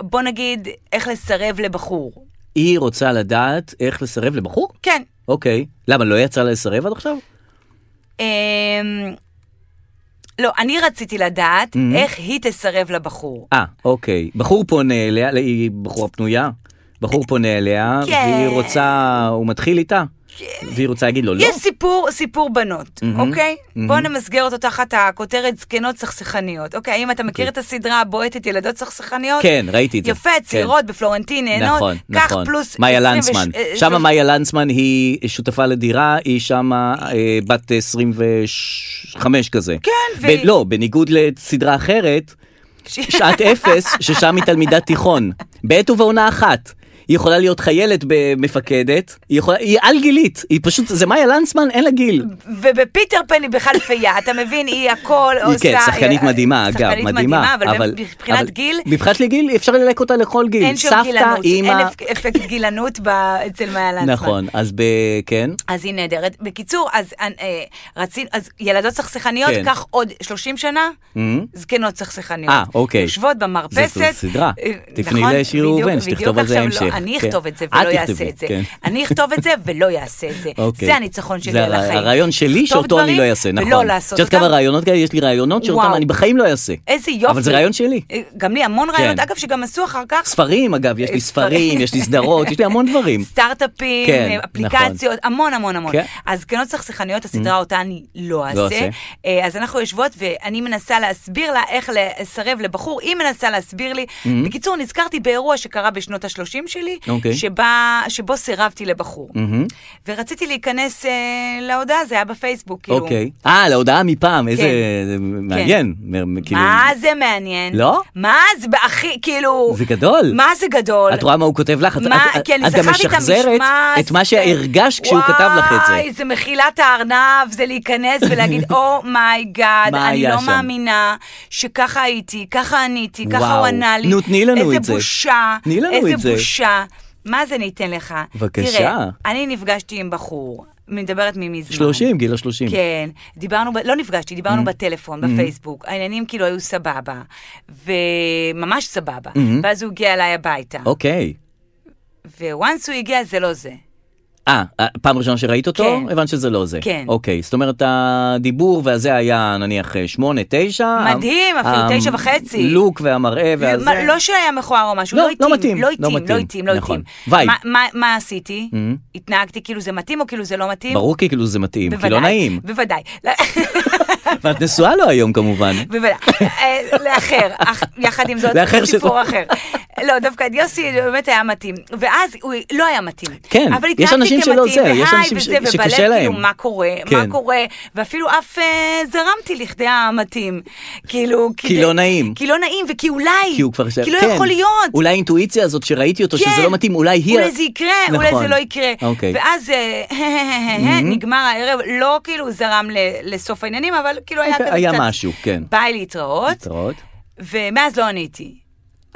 [SPEAKER 3] בוא נגיד, איך לסרב לבחור.
[SPEAKER 2] היא רוצה לדעת איך לסרב לבחור?
[SPEAKER 3] כן.
[SPEAKER 2] אוקיי. למה, לא יצא לה לסרב עד עכשיו?
[SPEAKER 3] אמ, לא, אני רציתי לדעת mm-hmm. איך היא תסרב לבחור.
[SPEAKER 2] אה, אוקיי. בחור פונה אליה, היא בחורה פנויה. בחור פונה אליה,
[SPEAKER 3] כן.
[SPEAKER 2] והיא רוצה, הוא מתחיל איתה, והיא רוצה להגיד לו לא. Mm-hmm.
[SPEAKER 3] יש סיפור, סיפור בנות, אוקיי? בוא נמסגר אותו תחת הכותרת זקנות סכסכניות. אוקיי, האם אתה מכיר את הסדרה בועטת ילדות סכסכניות?
[SPEAKER 2] כן, ראיתי את זה.
[SPEAKER 3] יפה, צעירות בפלורנטין, נהנות.
[SPEAKER 2] נכון,
[SPEAKER 3] כך
[SPEAKER 2] נכון.
[SPEAKER 3] פלוס...
[SPEAKER 2] מאיה
[SPEAKER 3] 20
[SPEAKER 2] לנצמן.
[SPEAKER 3] אה,
[SPEAKER 2] שמה
[SPEAKER 3] שלוש-
[SPEAKER 2] מאיה לנצמן היא שותפה לדירה, היא שמה אה, בת 25 כזה.
[SPEAKER 3] כן,
[SPEAKER 2] ב-
[SPEAKER 3] והיא-
[SPEAKER 2] לא, בניגוד לסדרה אחרת, שעת אפס, ששם היא תלמידת תיכון. בעת ובעונה אחת. היא יכולה להיות חיילת במפקדת, היא, יכולה, היא על גילית, היא פשוט, זה מאיה לנצמן, אין לה גיל.
[SPEAKER 3] ובפיטר פן היא בכלל פייה, אתה מבין, היא הכל
[SPEAKER 2] היא
[SPEAKER 3] עושה...
[SPEAKER 2] כן, שחקנית מדהימה, אגב, מדהימה.
[SPEAKER 3] לא, אה, שחקנית מדהימה, אבל מבחינת
[SPEAKER 2] אבל-
[SPEAKER 3] גיל,
[SPEAKER 2] מבחינת גיל, אפשר ללהק אותה לכל גיל.
[SPEAKER 3] אין שם
[SPEAKER 2] סבתא,
[SPEAKER 3] גילנות, אין
[SPEAKER 2] אימא,
[SPEAKER 3] אפ- אפקט גילנות ב- אצל מאיה לנצמן.
[SPEAKER 2] נכון, אז ב... כן.
[SPEAKER 3] אז היא נהדרת. בקיצור, אז אה, רצינו, אז ילדות סכסכניות,
[SPEAKER 2] כן.
[SPEAKER 3] כך עוד 30 שנה,
[SPEAKER 2] Mm-hmm.
[SPEAKER 3] זקנות סכסכניות.
[SPEAKER 2] אה, אוקיי.
[SPEAKER 3] יושבות במרפסת.
[SPEAKER 2] זו- זו סדרה.
[SPEAKER 3] אה,
[SPEAKER 2] תפני
[SPEAKER 3] נכון,
[SPEAKER 2] לשיר
[SPEAKER 3] בדיוק-
[SPEAKER 2] ראובן, שתכתוב על זה
[SPEAKER 3] בדיוק עכשיו, לא,
[SPEAKER 2] המשך.
[SPEAKER 3] אני
[SPEAKER 2] כן.
[SPEAKER 3] אכתוב את זה
[SPEAKER 2] את
[SPEAKER 3] ולא
[SPEAKER 2] תכתבי,
[SPEAKER 3] אעשה את זה.
[SPEAKER 2] כן.
[SPEAKER 3] אני אכתוב את זה ולא אעשה את זה.
[SPEAKER 2] אוקיי.
[SPEAKER 3] זה הניצחון שלי
[SPEAKER 2] זה
[SPEAKER 3] על
[SPEAKER 2] הר-
[SPEAKER 3] החיים.
[SPEAKER 2] הרעיון שלי
[SPEAKER 3] לכתוב
[SPEAKER 2] שאותו אני לא
[SPEAKER 3] דברים
[SPEAKER 2] אעשה, נכון.
[SPEAKER 3] ולא לעשות
[SPEAKER 2] את יודעת כמה
[SPEAKER 3] אותם.
[SPEAKER 2] רעיונות כאלה? יש לי רעיונות שאותם
[SPEAKER 3] וואו. אה,
[SPEAKER 2] אני בחיים לא אעשה.
[SPEAKER 3] איזה יופי.
[SPEAKER 2] אבל זה רעיון שלי. כן.
[SPEAKER 3] אה, גם לי המון רעיונות, אגב, שגם עשו אחר כך.
[SPEAKER 2] ספרים, אגב, יש לי
[SPEAKER 3] ספרים.
[SPEAKER 2] ספרים, יש לי סדרות, יש לי המון דברים.
[SPEAKER 3] סטארט-אפים, אה,
[SPEAKER 2] כן,
[SPEAKER 3] אפליקציות, המון המון המון.
[SPEAKER 2] כן. Mm.
[SPEAKER 3] אז זקנות סכסכניות, הסדרה אותה אני לא
[SPEAKER 2] אעשה.
[SPEAKER 3] אעשה. אה, אז אנחנו יושבות ואני מנסה להסביר לה איך לסרב לבחור, היא מנסה להסביר לי.
[SPEAKER 2] Mm.
[SPEAKER 3] בקיצור, נזכרתי באירוע שקרה בשנות ה-30 שלי,
[SPEAKER 2] אוקיי. Mm.
[SPEAKER 3] שבה- שבו סירבתי לבחור. ורציתי להיכנס אה, להודעה, זה היה בפייסבוק, כאילו. כן.
[SPEAKER 2] אוקיי. אה, להודעה מפעם, איזה זה מעניין. מ- כאילו-
[SPEAKER 3] מה זה מעניין?
[SPEAKER 2] לא?
[SPEAKER 3] מה זה, הכי, כאילו...
[SPEAKER 2] זה גדול.
[SPEAKER 3] מה זה גדול?
[SPEAKER 2] את רואה מה הוא כותב לך? את-
[SPEAKER 3] מה,
[SPEAKER 2] את-
[SPEAKER 3] כי אני
[SPEAKER 2] את גם
[SPEAKER 3] זכרתי את
[SPEAKER 2] משחזרת
[SPEAKER 3] המשמעת.
[SPEAKER 2] את מה שהרגשת כשהוא כתב לך את זה.
[SPEAKER 3] וואי, זה מחילת הארנב, זה להיכנס ולהגיד, אומייגאד,
[SPEAKER 2] מה
[SPEAKER 3] אני
[SPEAKER 2] היה
[SPEAKER 3] לא
[SPEAKER 2] שם?"
[SPEAKER 3] מאמינה שככה הייתי, ככה עניתי, ככה
[SPEAKER 2] וואו.
[SPEAKER 3] הוא ענה לי.
[SPEAKER 2] נו, תני לנו את זה.
[SPEAKER 3] איזה בושה.
[SPEAKER 2] תני לנו את זה.
[SPEAKER 3] איזה בושה. מה זה ניתן לך?
[SPEAKER 2] בבקשה.
[SPEAKER 3] תראה, אני נפגשתי עם בחור, מדברת ממזמן.
[SPEAKER 2] 30, גיל השלושים.
[SPEAKER 3] כן, דיברנו, ב- לא נפגשתי,
[SPEAKER 2] Mm-hmm.
[SPEAKER 3] דיברנו בטלפון, בפייסבוק, העניינים כאילו היו סבבה, וממש סבבה,
[SPEAKER 2] Mm-hmm.
[SPEAKER 3] ואז הוא הגיע אליי הביתה,
[SPEAKER 2] אוקיי.
[SPEAKER 3] וואנס הוא הגיע זה לא זה.
[SPEAKER 2] אה, פעם ראשונה שראית אותו?
[SPEAKER 3] כן.
[SPEAKER 2] הבנת שזה לא זה.
[SPEAKER 3] כן.
[SPEAKER 2] אוקיי, זאת אומרת הדיבור והזה היה נניח אה, שמונה, תשע.
[SPEAKER 3] מדהים,
[SPEAKER 2] ה-
[SPEAKER 3] אפילו
[SPEAKER 2] ה-
[SPEAKER 3] תשע וחצי.
[SPEAKER 2] לוק והמראה והזה.
[SPEAKER 3] מה, לא שהיה מכוער או משהו,
[SPEAKER 2] לא,
[SPEAKER 3] לא
[SPEAKER 2] לא
[SPEAKER 3] התאים,
[SPEAKER 2] מתאים,
[SPEAKER 3] לא
[SPEAKER 2] לא
[SPEAKER 3] התאים,
[SPEAKER 2] מתאים,
[SPEAKER 3] לא התאים, לא
[SPEAKER 2] נכון.
[SPEAKER 3] התאים.
[SPEAKER 2] וייב.
[SPEAKER 3] מה- מה- מה עשיתי? התנהגתי כאילו זה מתאים או כאילו זה לא מתאים?
[SPEAKER 2] ברור כי כאילו זה מתאים, כי לא
[SPEAKER 3] בוודאי,
[SPEAKER 2] נעים.
[SPEAKER 3] בוודאי.
[SPEAKER 2] ואת נשואה לו היום כמובן.
[SPEAKER 3] בוודאי, אה, לאחר, אך- יחד עם זאת,
[SPEAKER 2] לאחר
[SPEAKER 3] סיפור
[SPEAKER 2] שלא.
[SPEAKER 3] אחר. לא, דווקא את יוסי באמת היה מתאים, ואז הוא לא היה מתאים.
[SPEAKER 2] כן,
[SPEAKER 3] אבל
[SPEAKER 2] יש
[SPEAKER 3] התנהגתי
[SPEAKER 2] אנשים שלא
[SPEAKER 3] כמתאים,
[SPEAKER 2] זה, יש
[SPEAKER 3] והי
[SPEAKER 2] אנשים ש-
[SPEAKER 3] וזה,
[SPEAKER 2] שקשה
[SPEAKER 3] ובלב, כאילו,
[SPEAKER 2] להם.
[SPEAKER 3] מה קורה, מה
[SPEAKER 2] כן.
[SPEAKER 3] קורה, ואפילו אף אה, זרמתי לכדי המתאים. כאילו, כדי-
[SPEAKER 2] לא נעים.
[SPEAKER 3] כי לא נעים, וכי אולי,
[SPEAKER 2] כי הוא כבר... ש-
[SPEAKER 3] כי לא
[SPEAKER 2] כן.
[SPEAKER 3] יכול להיות.
[SPEAKER 2] אולי האינטואיציה הזאת שראיתי אותו,
[SPEAKER 3] כן.
[SPEAKER 2] שזה לא מתאים, אולי היא...
[SPEAKER 3] אולי זה יקרה, אולי
[SPEAKER 2] נכון.
[SPEAKER 3] זה לא יקרה.
[SPEAKER 2] אוקיי. Mm-hmm.
[SPEAKER 3] ואז אה, נגמר הערב, לא כאילו זרם ל- לסוף העניינים, אבל כאילו היה
[SPEAKER 2] אוקיי,
[SPEAKER 3] כזה
[SPEAKER 2] היה
[SPEAKER 3] קצת...
[SPEAKER 2] משהו, כן.
[SPEAKER 3] ביי להתראות,
[SPEAKER 2] להתראות.
[SPEAKER 3] ומאז לא עניתי.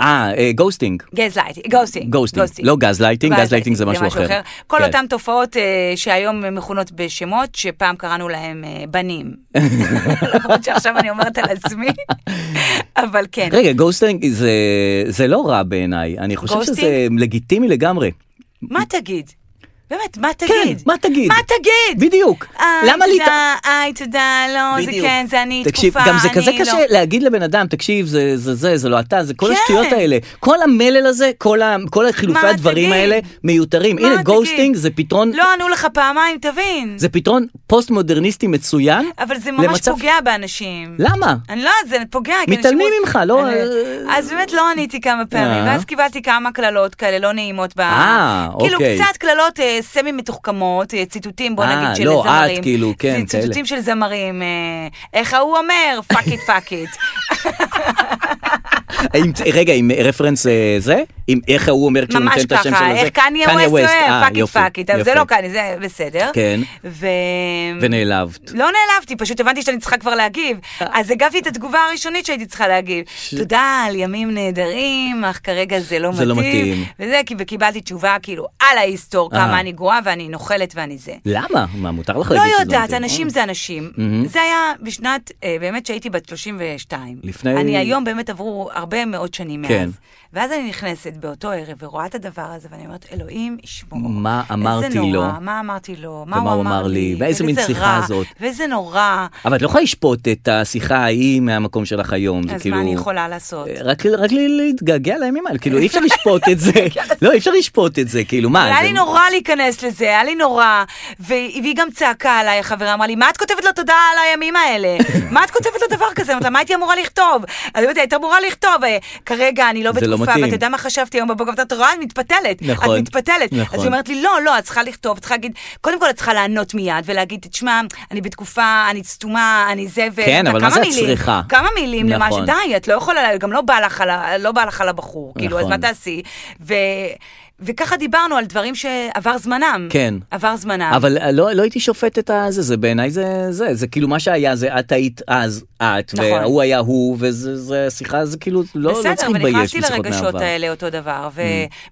[SPEAKER 2] אה, אה, גוסטינג.
[SPEAKER 3] גזלייטינג, גוסטינג.
[SPEAKER 2] גוסטינג. לא גזלייטינג, גזלייטינג זה משהו אחר.
[SPEAKER 3] כל
[SPEAKER 2] כן.
[SPEAKER 3] אותן תופעות אה, שהיום מכונות בשמות, שפעם קראנו להם אה, בנים. למרות שעכשיו אני אומרת על עצמי, אבל כן.
[SPEAKER 2] רגע, גוסטינג זה, זה לא רע בעיניי, אני חושב
[SPEAKER 3] גוסטינג?
[SPEAKER 2] שזה לגיטימי לגמרי.
[SPEAKER 3] מה תגיד? באמת, מה
[SPEAKER 2] כן,
[SPEAKER 3] תגיד?
[SPEAKER 2] מה תגיד?
[SPEAKER 3] מה תגיד?
[SPEAKER 2] בדיוק. למה
[SPEAKER 3] איי,
[SPEAKER 2] להתע-
[SPEAKER 3] תודה, איי, תודה, לא, זה
[SPEAKER 2] בדיוק.
[SPEAKER 3] כן, זה אני
[SPEAKER 2] תקשיב,
[SPEAKER 3] תקופה, אני לא.
[SPEAKER 2] גם זה כזה קשה להגיד לבן אדם, תקשיב, זה זה זה, זה לא אתה, זה כל
[SPEAKER 3] כן.
[SPEAKER 2] השטויות האלה. כל המלל הזה, כל ה- כל החילופי
[SPEAKER 3] מה
[SPEAKER 2] הדברים
[SPEAKER 3] תגיד?
[SPEAKER 2] האלה מיותרים.
[SPEAKER 3] מה
[SPEAKER 2] הנה,
[SPEAKER 3] תגיד?
[SPEAKER 2] גוסטינג זה פתרון...
[SPEAKER 3] לא ענו לך פעמיים, תבין.
[SPEAKER 2] זה פתרון פוסט-מודרניסטי מצוין.
[SPEAKER 3] אבל זה ממש
[SPEAKER 2] למצב-
[SPEAKER 3] פוגע באנשים.
[SPEAKER 2] למה?
[SPEAKER 3] אני לא, זה פוגע. כי
[SPEAKER 2] מתעלמים
[SPEAKER 3] אנשים רוצ-
[SPEAKER 2] ממך, לא-
[SPEAKER 3] אני- אז באמת לא עניתי כמה פעמים,
[SPEAKER 2] אה.
[SPEAKER 3] ואז קיבלתי כמה קללות כאלה לא נעימות ב...
[SPEAKER 2] אה,
[SPEAKER 3] כאילו
[SPEAKER 2] אוקיי.
[SPEAKER 3] קצת קללות אה, סמי מתוחכמות, אה, ציטוטים, בוא
[SPEAKER 2] אה,
[SPEAKER 3] נגיד, של
[SPEAKER 2] לא,
[SPEAKER 3] זמרים.
[SPEAKER 2] את, כאילו, כן,
[SPEAKER 3] צ- ציטוטים של זמרים, אה, איך ההוא אומר, פאק איט פאק איט.
[SPEAKER 2] עם- רגע, עם רפרנס אה, זה? עם איך הוא אומר כשהוא
[SPEAKER 3] ממש
[SPEAKER 2] נותן את השם שלו?
[SPEAKER 3] ככה,
[SPEAKER 2] זה?
[SPEAKER 3] איך קניה
[SPEAKER 2] Kanye
[SPEAKER 3] ווסט
[SPEAKER 2] אה,
[SPEAKER 3] אוהב, פאקי
[SPEAKER 2] יופי,
[SPEAKER 3] פאקי, טוב, זה
[SPEAKER 2] יפה.
[SPEAKER 3] לא קניה, זה בסדר.
[SPEAKER 2] כן.
[SPEAKER 3] ו...
[SPEAKER 2] ונעלבת.
[SPEAKER 3] לא נעלבתי, פשוט הבנתי שאני צריכה כבר להגיב. אז הגבתי את התגובה הראשונית שהייתי צריכה להגיב.
[SPEAKER 2] ש-
[SPEAKER 3] תודה על ימים נהדרים, אך כרגע זה לא
[SPEAKER 2] זה לא מתאים.
[SPEAKER 3] מתאים. וזה, כי- וקיבלתי תשובה כאילו על ההיסטור,
[SPEAKER 2] אה.
[SPEAKER 3] כמה אני גרועה ואני נוכלת ואני זה.
[SPEAKER 2] למה? מה, מותר לך
[SPEAKER 3] לא
[SPEAKER 2] להגיד שזה
[SPEAKER 3] יודעת,
[SPEAKER 2] מתאים?
[SPEAKER 3] אנשים זה אנשים.
[SPEAKER 2] מהמם.
[SPEAKER 3] זה היה בשנת, אה, באמת שהייתי בת 32.
[SPEAKER 2] לפני-
[SPEAKER 3] אני היום באמת עברו הרבה מאוד שנים מאז.
[SPEAKER 2] כן.
[SPEAKER 3] ואז אני נכנסת באותו ערב ורואה את הדבר הזה, ואני אומרת, אלוהים ישמור.
[SPEAKER 2] מה אמרתי
[SPEAKER 3] איזה נורא,
[SPEAKER 2] לו?
[SPEAKER 3] מה אמרתי לו?
[SPEAKER 2] ומה
[SPEAKER 3] מה הוא אמר לי? אה,
[SPEAKER 2] ואיזה מין
[SPEAKER 3] וזה
[SPEAKER 2] שיחה
[SPEAKER 3] רע,
[SPEAKER 2] זאת?
[SPEAKER 3] ואיזה נורא.
[SPEAKER 2] אבל את לא יכולה לשפוט את השיחה ההיא מהמקום שלך היום, זה
[SPEAKER 3] אז
[SPEAKER 2] כאילו...
[SPEAKER 3] מה אני יכולה לעשות?
[SPEAKER 2] רק, רק לי- להתגעגע לימים האלה, כאילו אי אפשר לשפוט את זה, לא אי אפשר לשפוט את זה, כאילו מה,
[SPEAKER 3] היה
[SPEAKER 2] זה-
[SPEAKER 3] לי כן. נורא להיכנס לזה, היה לי נורא, והיא והיא גם צעקה עליי, החברה אמרה לי, מה את כותבת לו תודה על הימים האלה? מה את כותבת לו דבר כזה? אמרתי לה, מה הייתי אמורה לכתוב? אז היא הייתה אמורה לכתוב, "אה, כרגע אני לא
[SPEAKER 2] זה לא
[SPEAKER 3] בתקופה,
[SPEAKER 2] מתאים.
[SPEAKER 3] ואתה יודע מה חשבתי היום בבוקר? את רואה, את מתפתלת.
[SPEAKER 2] נכון,
[SPEAKER 3] את מתפתלת.
[SPEAKER 2] נכון.
[SPEAKER 3] אז היא אומרת לי, לא, לא, את צריכה לכתוב, את צריכה להגיד, קודם כל את צריכה לענות מיד ולהגיד, תשמע, אני בתקופה, אני סתומה, אני זה, ו...
[SPEAKER 2] כן, אבל מה
[SPEAKER 3] כמה
[SPEAKER 2] זה את
[SPEAKER 3] מילים,
[SPEAKER 2] צריכה?
[SPEAKER 3] כמה מילים למה
[SPEAKER 2] נכון.
[SPEAKER 3] שדי, די, את לא יכולה, גם לא בא לך על, ה- לא בא לך על הבחור, כאילו, אז
[SPEAKER 2] נכון.
[SPEAKER 3] מה תעשי? ו... וככה דיברנו על דברים שעבר זמנם.
[SPEAKER 2] כן.
[SPEAKER 3] עבר זמנם.
[SPEAKER 2] אבל אה, לא, לא הייתי שופט את הזה, זה בעיניי זה, זה, זה כאילו מה שהיה זה את היית אז את,
[SPEAKER 3] נכון.
[SPEAKER 2] והוא היה הוא, וזה זה שיחה, זה כאילו לא, לא צריך
[SPEAKER 3] בסדר,
[SPEAKER 2] להתבייש
[SPEAKER 3] ונכנסתי
[SPEAKER 2] בשיחות
[SPEAKER 3] לרגשות
[SPEAKER 2] מהעבר. Mm.
[SPEAKER 3] האלה אותו דבר,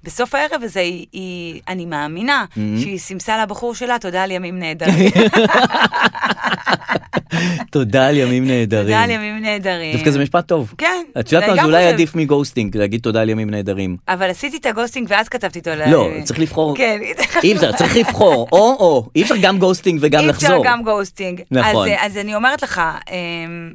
[SPEAKER 3] ובסוף הערב הזה היא, היא, אני מאמינה
[SPEAKER 2] Mm-hmm.
[SPEAKER 3] שהיא סימסה לבחור שלה, תודה על ימים נהדרים.
[SPEAKER 2] תודה על ימים נהדרים.
[SPEAKER 3] תודה על ימים נהדרים.
[SPEAKER 2] דווקא זה משפט טוב.
[SPEAKER 3] כן,
[SPEAKER 2] את יודעת
[SPEAKER 3] אני
[SPEAKER 2] מה, זה
[SPEAKER 3] גם
[SPEAKER 2] אולי
[SPEAKER 3] חושבת.
[SPEAKER 2] עדיף מגוסטינג, להגיד תודה על ימים נהדרים.
[SPEAKER 3] אבל עשיתי את הגוסטינג ואז כתבתי אותו. ל-
[SPEAKER 2] לא, צריך לבחור.
[SPEAKER 3] אה, כן.
[SPEAKER 2] אי אפשר, צריך לבחור, או-או, אי אפשר גם גוסטינג וגם לחזור.
[SPEAKER 3] אי אפשר גם גוסטינג.
[SPEAKER 2] נכון.
[SPEAKER 3] אז, אה, אז אני אומרת לך, אמ,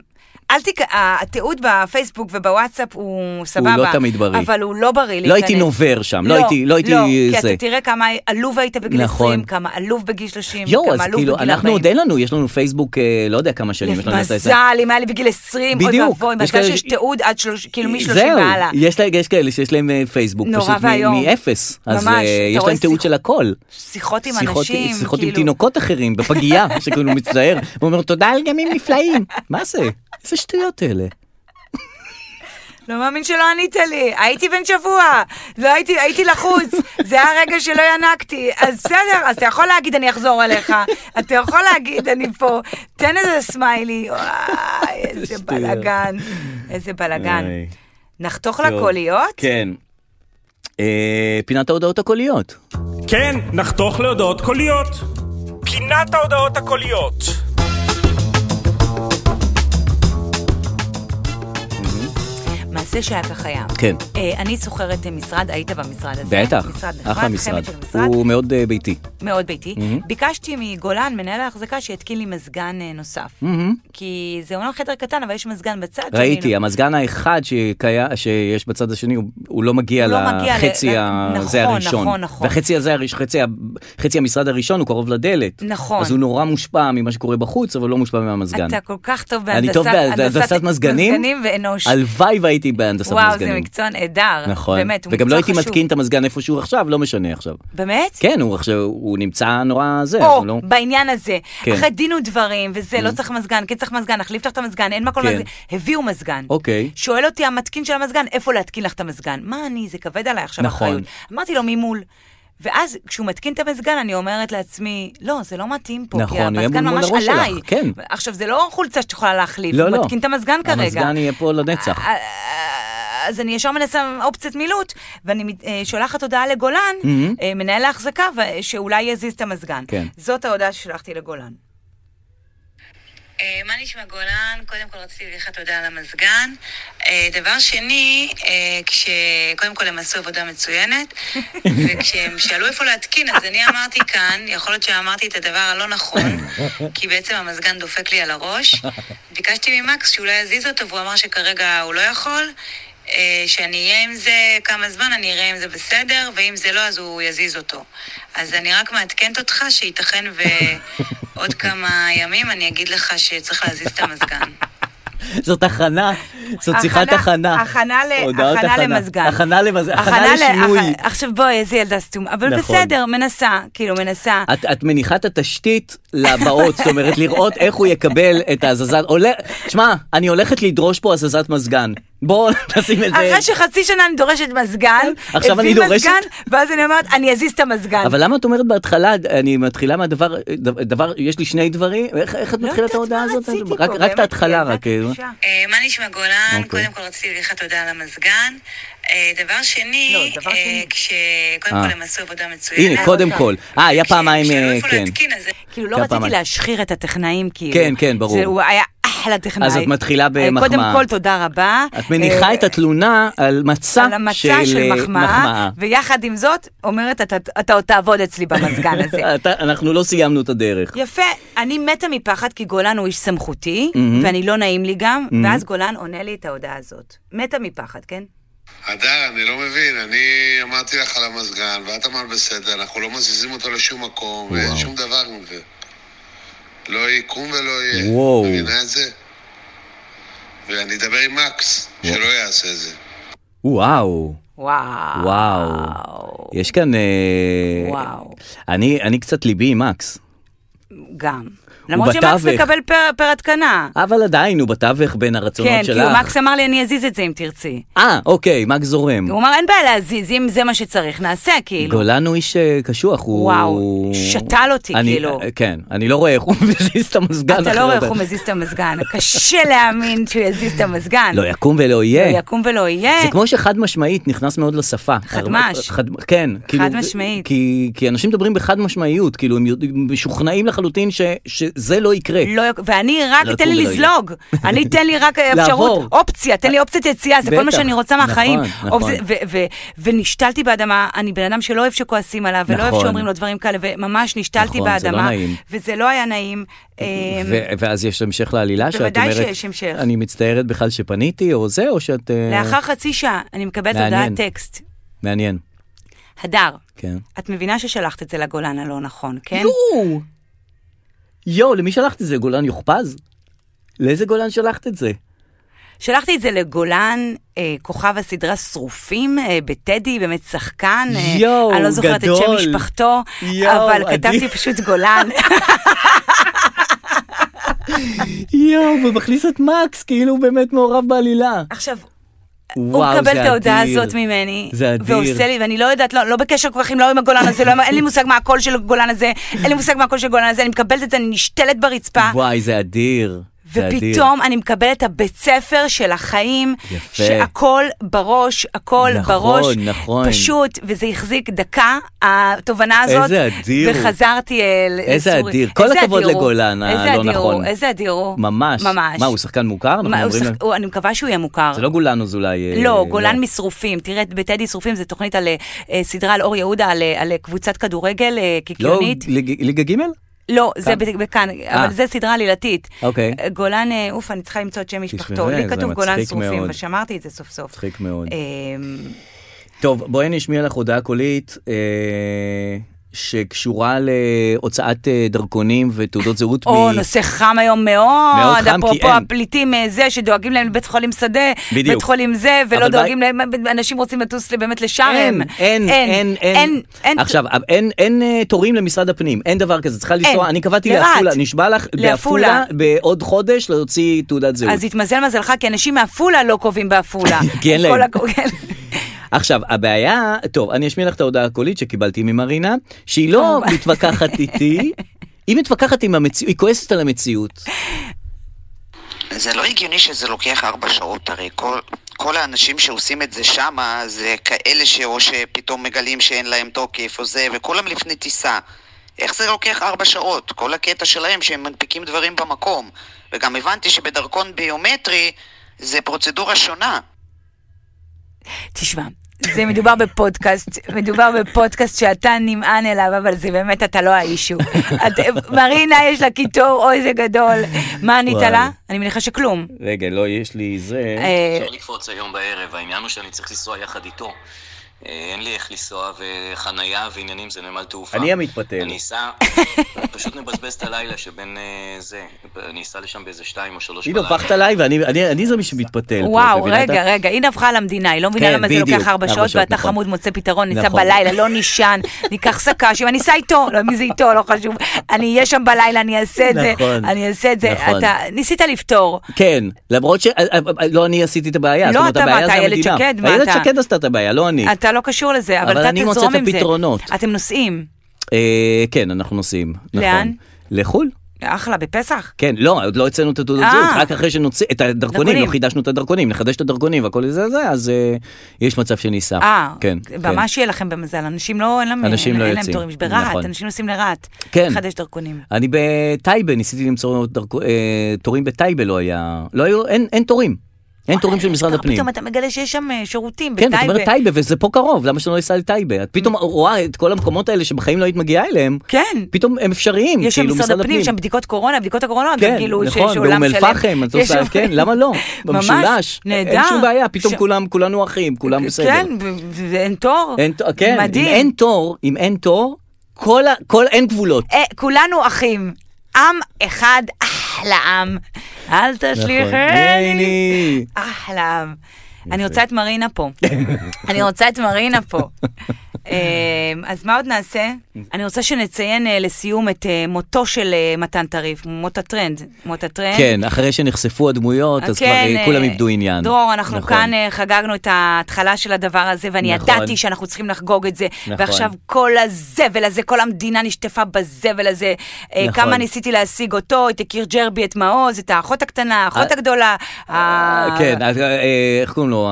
[SPEAKER 3] אל תיק... התיעוד בפייסבוק ובוואטסאפ הוא סבבה.
[SPEAKER 2] לא תמיד בריא.
[SPEAKER 3] אבל הוא לא בריא
[SPEAKER 2] לא הייתי נובר שם, לא הייתי, לא הייתי
[SPEAKER 3] כי
[SPEAKER 2] זה.
[SPEAKER 3] אתה תראה כמה עלוב היית בגיל
[SPEAKER 2] נכון.
[SPEAKER 3] 20, כמה עלוב בגיל 30,
[SPEAKER 2] יואו, אז
[SPEAKER 3] כמה עלוב
[SPEAKER 2] כאילו,
[SPEAKER 3] בגיל 40.
[SPEAKER 2] אנחנו עוד אין לנו, יש לנו פייסבוק, אה, לא יודע כמה שנים יש לנו. את זה.
[SPEAKER 3] מזל, אם היה לי בגיל 20, אוי
[SPEAKER 2] בדיוק.
[SPEAKER 3] ואבוי,
[SPEAKER 2] יש
[SPEAKER 3] מזל
[SPEAKER 2] כאלה-
[SPEAKER 3] שיש תיעוד עד שלוש, כאילו מ-30
[SPEAKER 2] זהו,
[SPEAKER 3] והלאה.
[SPEAKER 2] יש, לה, יש כאלה שיש להם אה, פייסבוק,
[SPEAKER 3] נורא
[SPEAKER 2] פשוט מ-
[SPEAKER 3] ואיום.
[SPEAKER 2] מאפס, אז
[SPEAKER 3] ממש,
[SPEAKER 2] אה,
[SPEAKER 3] אתה
[SPEAKER 2] יש
[SPEAKER 3] רואה
[SPEAKER 2] להם תיעוד
[SPEAKER 3] שיחות-
[SPEAKER 2] של הכל.
[SPEAKER 3] שיחות עם
[SPEAKER 2] שיחות-
[SPEAKER 3] אנשים,
[SPEAKER 2] שיחות עם
[SPEAKER 3] כאילו.
[SPEAKER 2] תינוקות אחרים בפגייה, שכאילו מצטער, ואומר תודה על ימים נפלאים, מה זה? איזה שטויות אלה.
[SPEAKER 3] לא מאמין שלא ענית לי, הייתי בן שבוע, לא הייתי, הייתי לחוץ, זה היה הרגע שלא ינקתי, אז בסדר, אז אתה יכול להגיד אני אחזור אליך, אתה יכול להגיד אני פה, תן איזה סמיילי, וואי, איזה
[SPEAKER 2] שטויות.
[SPEAKER 3] בלאגן, איזה בלאגן.
[SPEAKER 2] איי.
[SPEAKER 3] נחתוך לקוליות?
[SPEAKER 2] כן. אה, פינת ההודעות הקוליות.
[SPEAKER 1] כן, נחתוך להודעות קוליות. פינת ההודעות הקוליות.
[SPEAKER 3] מעשה שהיה כך היה.
[SPEAKER 2] כן.
[SPEAKER 3] אה, אני שוכרת משרד, היית במשרד הזה?
[SPEAKER 2] בטח,
[SPEAKER 3] משרד
[SPEAKER 2] אחלה
[SPEAKER 3] כן, נחמד,
[SPEAKER 2] משרד.
[SPEAKER 3] חמד של משרד.
[SPEAKER 2] הוא מאוד אה, ביתי.
[SPEAKER 3] מאוד ביתי. Mm-hmm. ביקשתי מגולן, מנהל ההחזקה, שיתקין לי מזגן אה, נוסף. Mm-hmm. כי זה אומנם חדר קטן, אבל יש מזגן בצד. שאני
[SPEAKER 2] ראיתי,
[SPEAKER 3] לא...
[SPEAKER 2] המזגן האחד שקיה- שיש בצד השני, הוא- הוא לא מגיע
[SPEAKER 3] לא מגיע ל-
[SPEAKER 2] לחצי
[SPEAKER 3] ל-
[SPEAKER 2] הזה
[SPEAKER 3] נכון,
[SPEAKER 2] הראשון.
[SPEAKER 3] נכון, נכון.
[SPEAKER 2] והחצי הזה, הראש- חצי ה- חצי המשרד הראשון הוא קרוב לדלת.
[SPEAKER 3] נכון.
[SPEAKER 2] אז הוא נורא מושפע ממה שקורה בחוץ, אבל לא מושפע מהמזגן.
[SPEAKER 3] אתה כל כך טוב בהנדסת,
[SPEAKER 2] אני טוב בהנדסת מזגנים.
[SPEAKER 3] מזגנים ואנוש.
[SPEAKER 2] הלוואי והייתי בהנדסת
[SPEAKER 3] וואו,
[SPEAKER 2] מזגנים.
[SPEAKER 3] זה מקצוע נהדר.
[SPEAKER 2] נכון.
[SPEAKER 3] באמת, הוא
[SPEAKER 2] וגם לא
[SPEAKER 3] מקצוע
[SPEAKER 2] הייתי
[SPEAKER 3] חשוב.
[SPEAKER 2] מתקין את המזגן איפה שהוא עכשיו, לא משנה עכשיו.
[SPEAKER 3] באמת?
[SPEAKER 2] כן, הוא עכשיו, הוא נמצא נורא זה. אז
[SPEAKER 3] או,
[SPEAKER 2] הוא לא-
[SPEAKER 3] בעניין הזה,
[SPEAKER 2] כן. Mm.
[SPEAKER 3] אחרי דין ודברים, וזה, לא צריך מזגן, כן צריך מזגן, נחליף לך את המזגן, אין מקום
[SPEAKER 2] כן.
[SPEAKER 3] למזגן, הביאו מזגן.
[SPEAKER 2] אוקיי.
[SPEAKER 3] שואל אותי המתקין של המזגן, איפה להתקין לך את המזגן? מה אני, זה כבד עליי עכשיו
[SPEAKER 2] נכון.
[SPEAKER 3] אחריות. אמרתי לו, ממול. ואז כשהוא מתקין את המזגן, אני אומרת לעצמי, לא, זה לא מתאים פה,
[SPEAKER 2] נכון,
[SPEAKER 3] כי
[SPEAKER 2] הוא יהיה
[SPEAKER 3] המזגן
[SPEAKER 2] מול
[SPEAKER 3] ממש
[SPEAKER 2] הראש שלך,
[SPEAKER 3] עליי.
[SPEAKER 2] כן.
[SPEAKER 3] עכשיו, זה לא חולצה שאת יכולה להחליף,
[SPEAKER 2] לא,
[SPEAKER 3] הוא
[SPEAKER 2] לא.
[SPEAKER 3] מתקין את המזגן כרגע.
[SPEAKER 2] המזגן יהיה פה לנצח.
[SPEAKER 3] אה, אז אני ישר מנסה אופציית מילוט, ואני מת- אה, שולחת הודעה לגולן, אה, מנהל ההחזקה, ו- שאולי יזיז את המזגן.
[SPEAKER 2] כן.
[SPEAKER 3] זאת ההודעה ששלחתי לגולן.
[SPEAKER 4] אה, מה נשמע גולן? קודם כל רציתי להגיד לך תודה על המזגן. אה, דבר שני, אה, כש... קודם כל הם עשו עבודה מצוינת, וכשהם שאלו איפה להתקין, אז אני אמרתי כאן, יכול להיות שאמרתי את הדבר הלא נכון, כי בעצם המזגן דופק לי על הראש. ביקשתי ממקס שאולי יזיז אותו, והוא אמר שכרגע הוא לא יכול. אה, שאני אהיה עם זה כמה זמן, אני אראה אם זה בסדר, ואם זה לא, אז הוא יזיז אותו. אז אני רק מעדכנת אותך שייתכן ועוד כמה ימים אני אגיד לך שצריך להזיז את המזגן.
[SPEAKER 2] זאת הכנה, זאת שיחת
[SPEAKER 3] הכנה-
[SPEAKER 2] הכנה.
[SPEAKER 3] הכנה ל-
[SPEAKER 2] הודעות
[SPEAKER 3] הכנה
[SPEAKER 2] הכנה.
[SPEAKER 3] למזגן.
[SPEAKER 2] הכנה למזגן,
[SPEAKER 3] הכנה
[SPEAKER 2] הכנה
[SPEAKER 3] ל-
[SPEAKER 2] לשינוי.
[SPEAKER 3] הכ- עכשיו בואי, איזה ילדה סתומה. אבל
[SPEAKER 2] נכון.
[SPEAKER 3] בסדר, מנסה, כאילו מנסה.
[SPEAKER 2] את, את מניחה את התשתית לבאות, זאת אומרת לראות איך הוא יקבל את ההזזת, עולה, שמע, אני הולכת לדרוש פה הזזת מזגן. בואו נשים את זה.
[SPEAKER 3] אחרי שחצי שנה אני דורשת מזגן,
[SPEAKER 2] עכשיו אני
[SPEAKER 3] הביא
[SPEAKER 2] דורשת-
[SPEAKER 3] מזגן, ואז אני אומרת, אני אזיז את המזגן.
[SPEAKER 2] אבל למה את אומרת בהתחלה, אני מתחילה מהדבר, דבר, יש לי שני דברים, איך, איך את
[SPEAKER 3] לא
[SPEAKER 2] מתחילה את
[SPEAKER 3] יודעת
[SPEAKER 2] ההודעה
[SPEAKER 3] מה
[SPEAKER 2] הזאת?
[SPEAKER 3] רציתי
[SPEAKER 2] רק,
[SPEAKER 3] פה,
[SPEAKER 2] רק את
[SPEAKER 3] באמת, כן,
[SPEAKER 2] ההתחלה,
[SPEAKER 3] ילדה
[SPEAKER 2] רק...
[SPEAKER 3] טיפשה.
[SPEAKER 4] אה, מה נשמע גולן?
[SPEAKER 2] אוקיי.
[SPEAKER 4] קודם כל רציתי להגיד לך תודה על המזגן. אה, דבר שני,
[SPEAKER 3] לא, דבר
[SPEAKER 4] אה,
[SPEAKER 3] שני.
[SPEAKER 4] כש... קודם
[SPEAKER 2] אה.
[SPEAKER 4] כל הם עשו עבודה מצוינת. כן.
[SPEAKER 2] הנה, קודם
[SPEAKER 3] אוקיי.
[SPEAKER 2] כל. אה, היה פעמיים,
[SPEAKER 4] כשהם
[SPEAKER 2] אה,
[SPEAKER 4] שאלו איפה
[SPEAKER 2] כן.
[SPEAKER 4] להתקין, אז-
[SPEAKER 3] כאילו, לא
[SPEAKER 2] כמה
[SPEAKER 3] רציתי
[SPEAKER 2] פעמים.
[SPEAKER 3] להשחיר את הטכנאים, כאילו.
[SPEAKER 2] כן, כן, ברור.
[SPEAKER 3] זה- הוא היה אחלה טכנאי.
[SPEAKER 2] אז את מתחילה
[SPEAKER 3] אה,
[SPEAKER 2] במחמאה.
[SPEAKER 3] קודם כל, תודה רבה.
[SPEAKER 2] את מניחה
[SPEAKER 3] אה,
[SPEAKER 2] את התלונה על מצע,
[SPEAKER 3] על המצע של
[SPEAKER 2] אה,
[SPEAKER 3] מחמאה, ויחד עם זאת, אומרת, "אתה- אתה עוד תעבוד אצלי במזגן הזה.
[SPEAKER 2] אתה- אנחנו לא סיימנו את הדרך.
[SPEAKER 3] יפה, אני מתה מפחד כי גולן הוא איש סמכותי,
[SPEAKER 2] מהמם.
[SPEAKER 3] ואני לא נעים לי גם, ואז גולן עונה לי את ההודעה הזאת. מתה מפחד, כן?
[SPEAKER 5] הדר, אני לא מבין, אני אמרתי לך על המזגן, ואת אמרת בסדר, אנחנו לא מזיזים אותו לשום מקום,
[SPEAKER 2] וואו.
[SPEAKER 5] ואין שום דבר עם זה. לא יקום ולא יהיה.
[SPEAKER 2] וואו.
[SPEAKER 5] מבינה את זה? ואני אדבר עם מקס, שלא יעשה את זה.
[SPEAKER 2] וואו.
[SPEAKER 3] וואו.
[SPEAKER 2] וואו. יש כאן... אה,
[SPEAKER 3] וואו.
[SPEAKER 2] אני אני קצת ליבי עם מקס.
[SPEAKER 3] גם. למרות שמקס
[SPEAKER 2] בתווך.
[SPEAKER 3] מקבל פר- פר התקנה.
[SPEAKER 2] אבל עדיין הוא בתווך בין הרצונות
[SPEAKER 3] כן,
[SPEAKER 2] אה, שלך.
[SPEAKER 3] כי הוא מקס אמר לי, אני אזיז את זה אם תרצי.
[SPEAKER 2] אה, אוקיי, מקס זורם.
[SPEAKER 3] הוא אמר, אין בעיה להזיז, אם זה מה שצריך, נעשה, כאילו.
[SPEAKER 2] גולן הוא איש אה, קשוח, הוא...
[SPEAKER 3] וואו, שתל אותי,
[SPEAKER 2] אני-
[SPEAKER 3] כאילו.
[SPEAKER 2] אה, כן, אני לא רואה איך הוא מזיז את המזגן.
[SPEAKER 3] אתה
[SPEAKER 2] אחרי
[SPEAKER 3] לא רואה איך
[SPEAKER 2] הודעה.
[SPEAKER 3] הוא מזיז את המזגן. קשה להאמין שהוא יזיז את המזגן.
[SPEAKER 2] לא יקום ולא
[SPEAKER 3] לא
[SPEAKER 2] יהיה.
[SPEAKER 3] יקום ולא יהיה.
[SPEAKER 2] זה כמו שחד משמעית נכנס מאוד לשפה.
[SPEAKER 3] חדמש.
[SPEAKER 2] חד, כן.
[SPEAKER 3] חד משמעית.
[SPEAKER 2] כי, כי אנשים מדברים בחד משמעיות, כאילו הם יודעים- משוכנעים לחלוטין ש, שזה לא יקרה.
[SPEAKER 3] לא, יק- ואני רק,
[SPEAKER 2] לא
[SPEAKER 3] תן לי
[SPEAKER 2] יקום ולא
[SPEAKER 3] לזלוג. אני, תן לי רק אה,
[SPEAKER 2] לעבור.
[SPEAKER 3] אפשרות, אופציה, תן לי אופציית יציאה, זה כל מה
[SPEAKER 2] בטח.
[SPEAKER 3] שאני רוצה מהחיים.
[SPEAKER 2] נכון,
[SPEAKER 3] אופציה-
[SPEAKER 2] נכון.
[SPEAKER 3] ו- ו- ונשתלתי באדמה, אני בן אדם שלא אוהב שכועסים עליו, ולא אוהב
[SPEAKER 2] נכון.
[SPEAKER 3] שאומרים לו דברים כאלה, וממש נשתלתי
[SPEAKER 2] נכון, זה לא
[SPEAKER 3] באדמה,
[SPEAKER 2] נעים.
[SPEAKER 3] וזה לא היה נעים. אמ,
[SPEAKER 2] ו- ואז יש המשך לעלילה שאת אומרת...
[SPEAKER 3] בוודאי שיש המשך.
[SPEAKER 2] אני מצטערת בכלל שפניתי, או זה, או שאת... אה,
[SPEAKER 3] לאחר חצי שעה אני מקבלת הודעת
[SPEAKER 2] מעניין.
[SPEAKER 3] טקסט.
[SPEAKER 2] מעניין,
[SPEAKER 3] הדר,
[SPEAKER 2] כן.
[SPEAKER 3] את מבינה ששלחת את זה לגולן הלא נכון, כן?
[SPEAKER 2] לא, יואו! יואו, למי שלחת את זה? גולן יוכפז? לאיזה גולן שלחת את זה?
[SPEAKER 3] שלחתי את זה לגולן, אה, כוכב הסדרה שרופים, אה, בטדי, באמת שחקן. אה,
[SPEAKER 2] יואו,
[SPEAKER 3] אני לא זוכרת את שם
[SPEAKER 2] גדול.
[SPEAKER 3] משפחתו,
[SPEAKER 2] יואו,
[SPEAKER 3] אבל
[SPEAKER 2] עדי.
[SPEAKER 3] כתבתי פשוט גולן.
[SPEAKER 2] יואו, ומכניס את מקס, כאילו הוא באמת מעורב בעלילה.
[SPEAKER 3] עכשיו, הוא
[SPEAKER 2] וואו,
[SPEAKER 3] מקבל
[SPEAKER 2] זה
[SPEAKER 3] את ההודעה
[SPEAKER 2] אדיר.
[SPEAKER 3] הזאת ממני,
[SPEAKER 2] זה אדיר.
[SPEAKER 3] ועושה לי, ואני לא יודעת, לא, לא בקשר כל כך עם לא עם הגולן הזה, לא עם- אין לי מושג מה הקול של הגולן הזה, אין לי מושג מה הקול של הגולן הזה, אני מקבלת את זה, אני נשתלת ברצפה.
[SPEAKER 2] וואי, זה אדיר. זה אדיר.
[SPEAKER 3] ופתאום אני מקבלת את הבית ספר של החיים,
[SPEAKER 2] יפה.
[SPEAKER 3] שהכל בראש, הכל
[SPEAKER 2] נכון,
[SPEAKER 3] בראש,
[SPEAKER 2] נכון.
[SPEAKER 3] פשוט, וזה החזיק דקה, התובנה הזאת,
[SPEAKER 2] איזה אדיר הוא.
[SPEAKER 3] וחזרתי אל
[SPEAKER 2] איזה
[SPEAKER 3] לסורי.
[SPEAKER 2] אדיר. כל
[SPEAKER 3] איזה
[SPEAKER 2] הכבוד
[SPEAKER 3] אדיר הוא.
[SPEAKER 2] לגולן
[SPEAKER 3] איזה
[SPEAKER 2] הלא
[SPEAKER 3] אדיר הוא,
[SPEAKER 2] נכון.
[SPEAKER 3] איזה אדיר הוא,
[SPEAKER 2] ממש.
[SPEAKER 3] ממש,
[SPEAKER 2] מה, הוא שחקן מוכר? אנחנו
[SPEAKER 3] מה, הוא
[SPEAKER 2] אומרים
[SPEAKER 3] שחק-
[SPEAKER 2] לו-
[SPEAKER 3] הוא- אני מקווה שהוא יהיה מוכר,
[SPEAKER 2] זה לא גולן אזולאי. אה,
[SPEAKER 3] לא, גולן משרופים. תראה, בטדי שרופים זו תוכנית על אה, סדרה על אור יהודה, על, אה, על אה, קבוצת כדורגל אה,
[SPEAKER 2] לא,
[SPEAKER 3] קיקיונית.
[SPEAKER 2] ליג- ליגה ג'?
[SPEAKER 3] לא, זה
[SPEAKER 2] כאן? אה.
[SPEAKER 3] ב- בכאן, אבל זה סדרה עלילתית.
[SPEAKER 2] אוקיי.
[SPEAKER 3] אה, גולן, אה, אוף, אני צריכה למצוא את שם משפחתו.
[SPEAKER 2] תשמעי,
[SPEAKER 3] לי
[SPEAKER 2] זה
[SPEAKER 3] כתוב גולן
[SPEAKER 2] מצחיק
[SPEAKER 3] שרופים,
[SPEAKER 2] מאוד.
[SPEAKER 3] ושמרתי את זה סוף סוף.
[SPEAKER 2] מצחיק מאוד.
[SPEAKER 3] אמ,
[SPEAKER 2] טוב, בואי נשמיע לך הודעה קולית אה, שקשורה להוצאת אה, דרכונים ותעודות זהות.
[SPEAKER 3] או,
[SPEAKER 2] מ-
[SPEAKER 3] נושא חם היום מאוד.
[SPEAKER 2] מאוד חם, כי
[SPEAKER 3] אפרופו
[SPEAKER 2] אין.
[SPEAKER 3] הפליטים אה, זה, שדואגים להם לבית חולים שדה,
[SPEAKER 2] בדיוק.
[SPEAKER 3] בית חולים זה, ולא
[SPEAKER 2] אבל
[SPEAKER 3] דואגים להם, אנשים רוצים לטוס באמת לשארם.
[SPEAKER 2] אין, אין, אין, אין,
[SPEAKER 3] אין.
[SPEAKER 2] עכשיו, אין, אין אה, תורים למשרד הפנים, אין דבר כזה, צריכה לנסוע, אני קבעתי
[SPEAKER 3] לרהט.
[SPEAKER 2] לעפולה, נשבע לך,
[SPEAKER 3] לעפולה.
[SPEAKER 2] בעפולה, בעוד חודש להוציא תעודת זהות.
[SPEAKER 3] אז התמזל מזלך, כי אנשים מעפולה לא קובעים בעפולה.
[SPEAKER 2] כי אין להם.
[SPEAKER 3] כל הכ- כן.
[SPEAKER 2] עכשיו, הבעיה, טוב, אני אשמיע לך את ההודעה הקולית שקיבלתי ממרינה, שהיא לא
[SPEAKER 3] כמובן.
[SPEAKER 2] מתווכחת איתי, היא מתווכחת עם המציאות, היא כועסת על המציאות.
[SPEAKER 6] זה לא הגיוני שזה לוקח ארבע שעות, הרי כל, כל האנשים שעושים את זה שמה זה כאלה שאו שפתאום מגלים שאין להם תוקף או זה, וכולם לפני טיסה. איך זה לוקח ארבע שעות? כל הקטע שלהם שהם מנפיקים דברים במקום. וגם הבנתי שבדרכון ביומטרי זה פרוצדורה שונה.
[SPEAKER 3] תשמע, זה מדובר בפודקאסט, מדובר בפודקאסט שאתה נמען אליו, אבל זה באמת, אתה לא האישו. את- מרינה, יש לה קיטור, אוי, זה גדול. מה ענית
[SPEAKER 2] וואי.
[SPEAKER 3] לה? אני מניחה שכלום.
[SPEAKER 2] רגע, לא, יש לי זה.
[SPEAKER 3] אה,
[SPEAKER 7] אפשר לקפוץ היום בערב, העניין הוא שאני צריך לנסוע יחד איתו. אה, אין לי איך לנסוע וחנייה ועניינים, זה נמל תעופה.
[SPEAKER 2] אני המתפתל.
[SPEAKER 7] אני אסע, פשוט נבזבז את הלילה שבין אה, זה, אני אסע לשם באיזה שתיים או שלוש
[SPEAKER 2] היא דווחת עליי ואני אני- אני זה מי שמתפתל. פה, את
[SPEAKER 3] וואו,
[SPEAKER 2] מבינה את ה-
[SPEAKER 3] רגע, רגע, היא נבחה על המדינה, היא לא מבינה
[SPEAKER 2] כן,
[SPEAKER 3] למה זה
[SPEAKER 2] בדיוק,
[SPEAKER 3] לוקח ארבע שעות, ואתה
[SPEAKER 2] נכון.
[SPEAKER 3] חמוד מוצא פתרון, ניסע
[SPEAKER 2] נכון.
[SPEAKER 3] בלילה, לא נישן, ניקח שק"שים, אני אסע איתו, לא, מי זה איתו, לא חשוב, אני אהיה שם בלילה, אני אעשה את זה,
[SPEAKER 2] נכון,
[SPEAKER 3] אני אעשה את זה,
[SPEAKER 2] נכון.
[SPEAKER 3] אתה ניסית לפתור,
[SPEAKER 2] כן, למרות ש... לא אני עשיתי את הבעיה.
[SPEAKER 3] לא
[SPEAKER 2] זאת אומרת,
[SPEAKER 3] אתה, מה
[SPEAKER 2] הבעיה
[SPEAKER 3] אתה,
[SPEAKER 2] זה
[SPEAKER 3] איילת
[SPEAKER 2] המדינה.
[SPEAKER 3] שקד, מה
[SPEAKER 2] איילת
[SPEAKER 3] אתה?
[SPEAKER 2] שקד עשתה את הבעיה, לא אני.
[SPEAKER 3] אתה לא קשור לזה, אבל
[SPEAKER 2] אבל
[SPEAKER 3] אתה
[SPEAKER 2] אני מוצא
[SPEAKER 3] תזרום
[SPEAKER 2] את
[SPEAKER 3] עם זה,
[SPEAKER 2] הפתרונות.
[SPEAKER 3] אתם נוסעים,
[SPEAKER 2] אה, כן, אנחנו נוסעים. נכון.
[SPEAKER 3] לאן?
[SPEAKER 2] לחו"ל.
[SPEAKER 3] אחלה, בפסח,
[SPEAKER 2] כן, לא, עוד לא הוצאנו את התעודות
[SPEAKER 3] אה.
[SPEAKER 2] זהות, רק אחרי שנוציא את הדרכונים,
[SPEAKER 3] דרכונים.
[SPEAKER 2] לא חידשנו את הדרכונים, נחדש את הדרכונים והכל זה זה, אז אה, יש מצב שניסע.
[SPEAKER 3] אה,
[SPEAKER 2] כן,
[SPEAKER 3] ממש שיהיה לכם במזל, אנשים לא, אין להם
[SPEAKER 2] אנשים
[SPEAKER 3] אין
[SPEAKER 2] לא
[SPEAKER 3] להם
[SPEAKER 2] יוצאים,
[SPEAKER 3] תורים, יש ברהט,
[SPEAKER 2] נכון.
[SPEAKER 3] אנשים נוסעים לרהט,
[SPEAKER 2] כן.
[SPEAKER 3] חדש דרכונים.
[SPEAKER 2] כן. אני בטייבה, ניסיתי למצוא דרכו- אה, תורים בטייבה, לא היה, לא היו, אין אין תורים. אין תורים של משרד
[SPEAKER 3] אתה-
[SPEAKER 2] הפנים.
[SPEAKER 3] פתאום אתה מגלה שיש שם אה, שירותים
[SPEAKER 2] כן,
[SPEAKER 3] בטייבה.
[SPEAKER 2] את אומרת טייבה, וזה פה קרוב, למה שאני לא אסע לטייבה? את פתאום רואה את כל המקומות האלה שבחיים לא היית מגיעה אליהם,
[SPEAKER 3] כן.
[SPEAKER 2] פתאום הם אפשריים,
[SPEAKER 3] יש שם
[SPEAKER 2] כאילו
[SPEAKER 3] משרד הפנים, שם בדיקות קורונה, בדיקות הקורונה, גם
[SPEAKER 2] כן,
[SPEAKER 3] גילו שיש
[SPEAKER 2] נכון,
[SPEAKER 3] עולם
[SPEAKER 2] באום
[SPEAKER 3] שלם.
[SPEAKER 2] אל-פחם, את
[SPEAKER 3] יש
[SPEAKER 2] עושה,
[SPEAKER 3] שם-
[SPEAKER 2] כן, למה לא?
[SPEAKER 3] ממש,
[SPEAKER 2] במשולש,
[SPEAKER 3] נהדר.
[SPEAKER 2] אין שום בעיה, פתאום
[SPEAKER 3] ש-
[SPEAKER 2] כולם, כולנו אחים, כולם בסדר.
[SPEAKER 3] כן, ו- ואין תור.
[SPEAKER 2] אין, ת- כן,
[SPEAKER 3] מדהים.
[SPEAKER 2] אם אין תור, אם אין תור, כל, ה, כל אין גבולות.
[SPEAKER 3] אה, כולנו אחים. עם אחד, אחלה עם.
[SPEAKER 2] נכון.
[SPEAKER 3] אל נכון. תשליכני.
[SPEAKER 2] ייני.
[SPEAKER 3] אחלה עם. אני רוצה את מרינה פה. אני רוצה את מרינה פה. אה, אז מה עוד נעשה? אני רוצה שנציין אה, לסיום את אה, מותו של אה, מתן טריף, מות הטרנד. מות הטרנד.
[SPEAKER 2] כן, אחרי שנחשפו הדמויות, אז כבר
[SPEAKER 3] כן,
[SPEAKER 2] אה, כולם
[SPEAKER 3] אה,
[SPEAKER 2] איבדו עניין.
[SPEAKER 3] דרור, אנחנו
[SPEAKER 2] נכון.
[SPEAKER 3] כאן אה, חגגנו את ההתחלה של הדבר הזה, ואני
[SPEAKER 2] נכון.
[SPEAKER 3] ידעתי שאנחנו צריכים לחגוג את זה.
[SPEAKER 2] נכון.
[SPEAKER 3] ועכשיו כל הזבל הזה, כל המדינה נשטפה בזבל הזה. אה,
[SPEAKER 2] נכון.
[SPEAKER 3] כמה ניסיתי להשיג אותו, את יקיר ג'רבי, את מעוז, את האחות הקטנה, האחות
[SPEAKER 2] אה,
[SPEAKER 3] הגדולה. ה-
[SPEAKER 2] אה, כן, אז, אה, אה, איך קוראים לו? ה-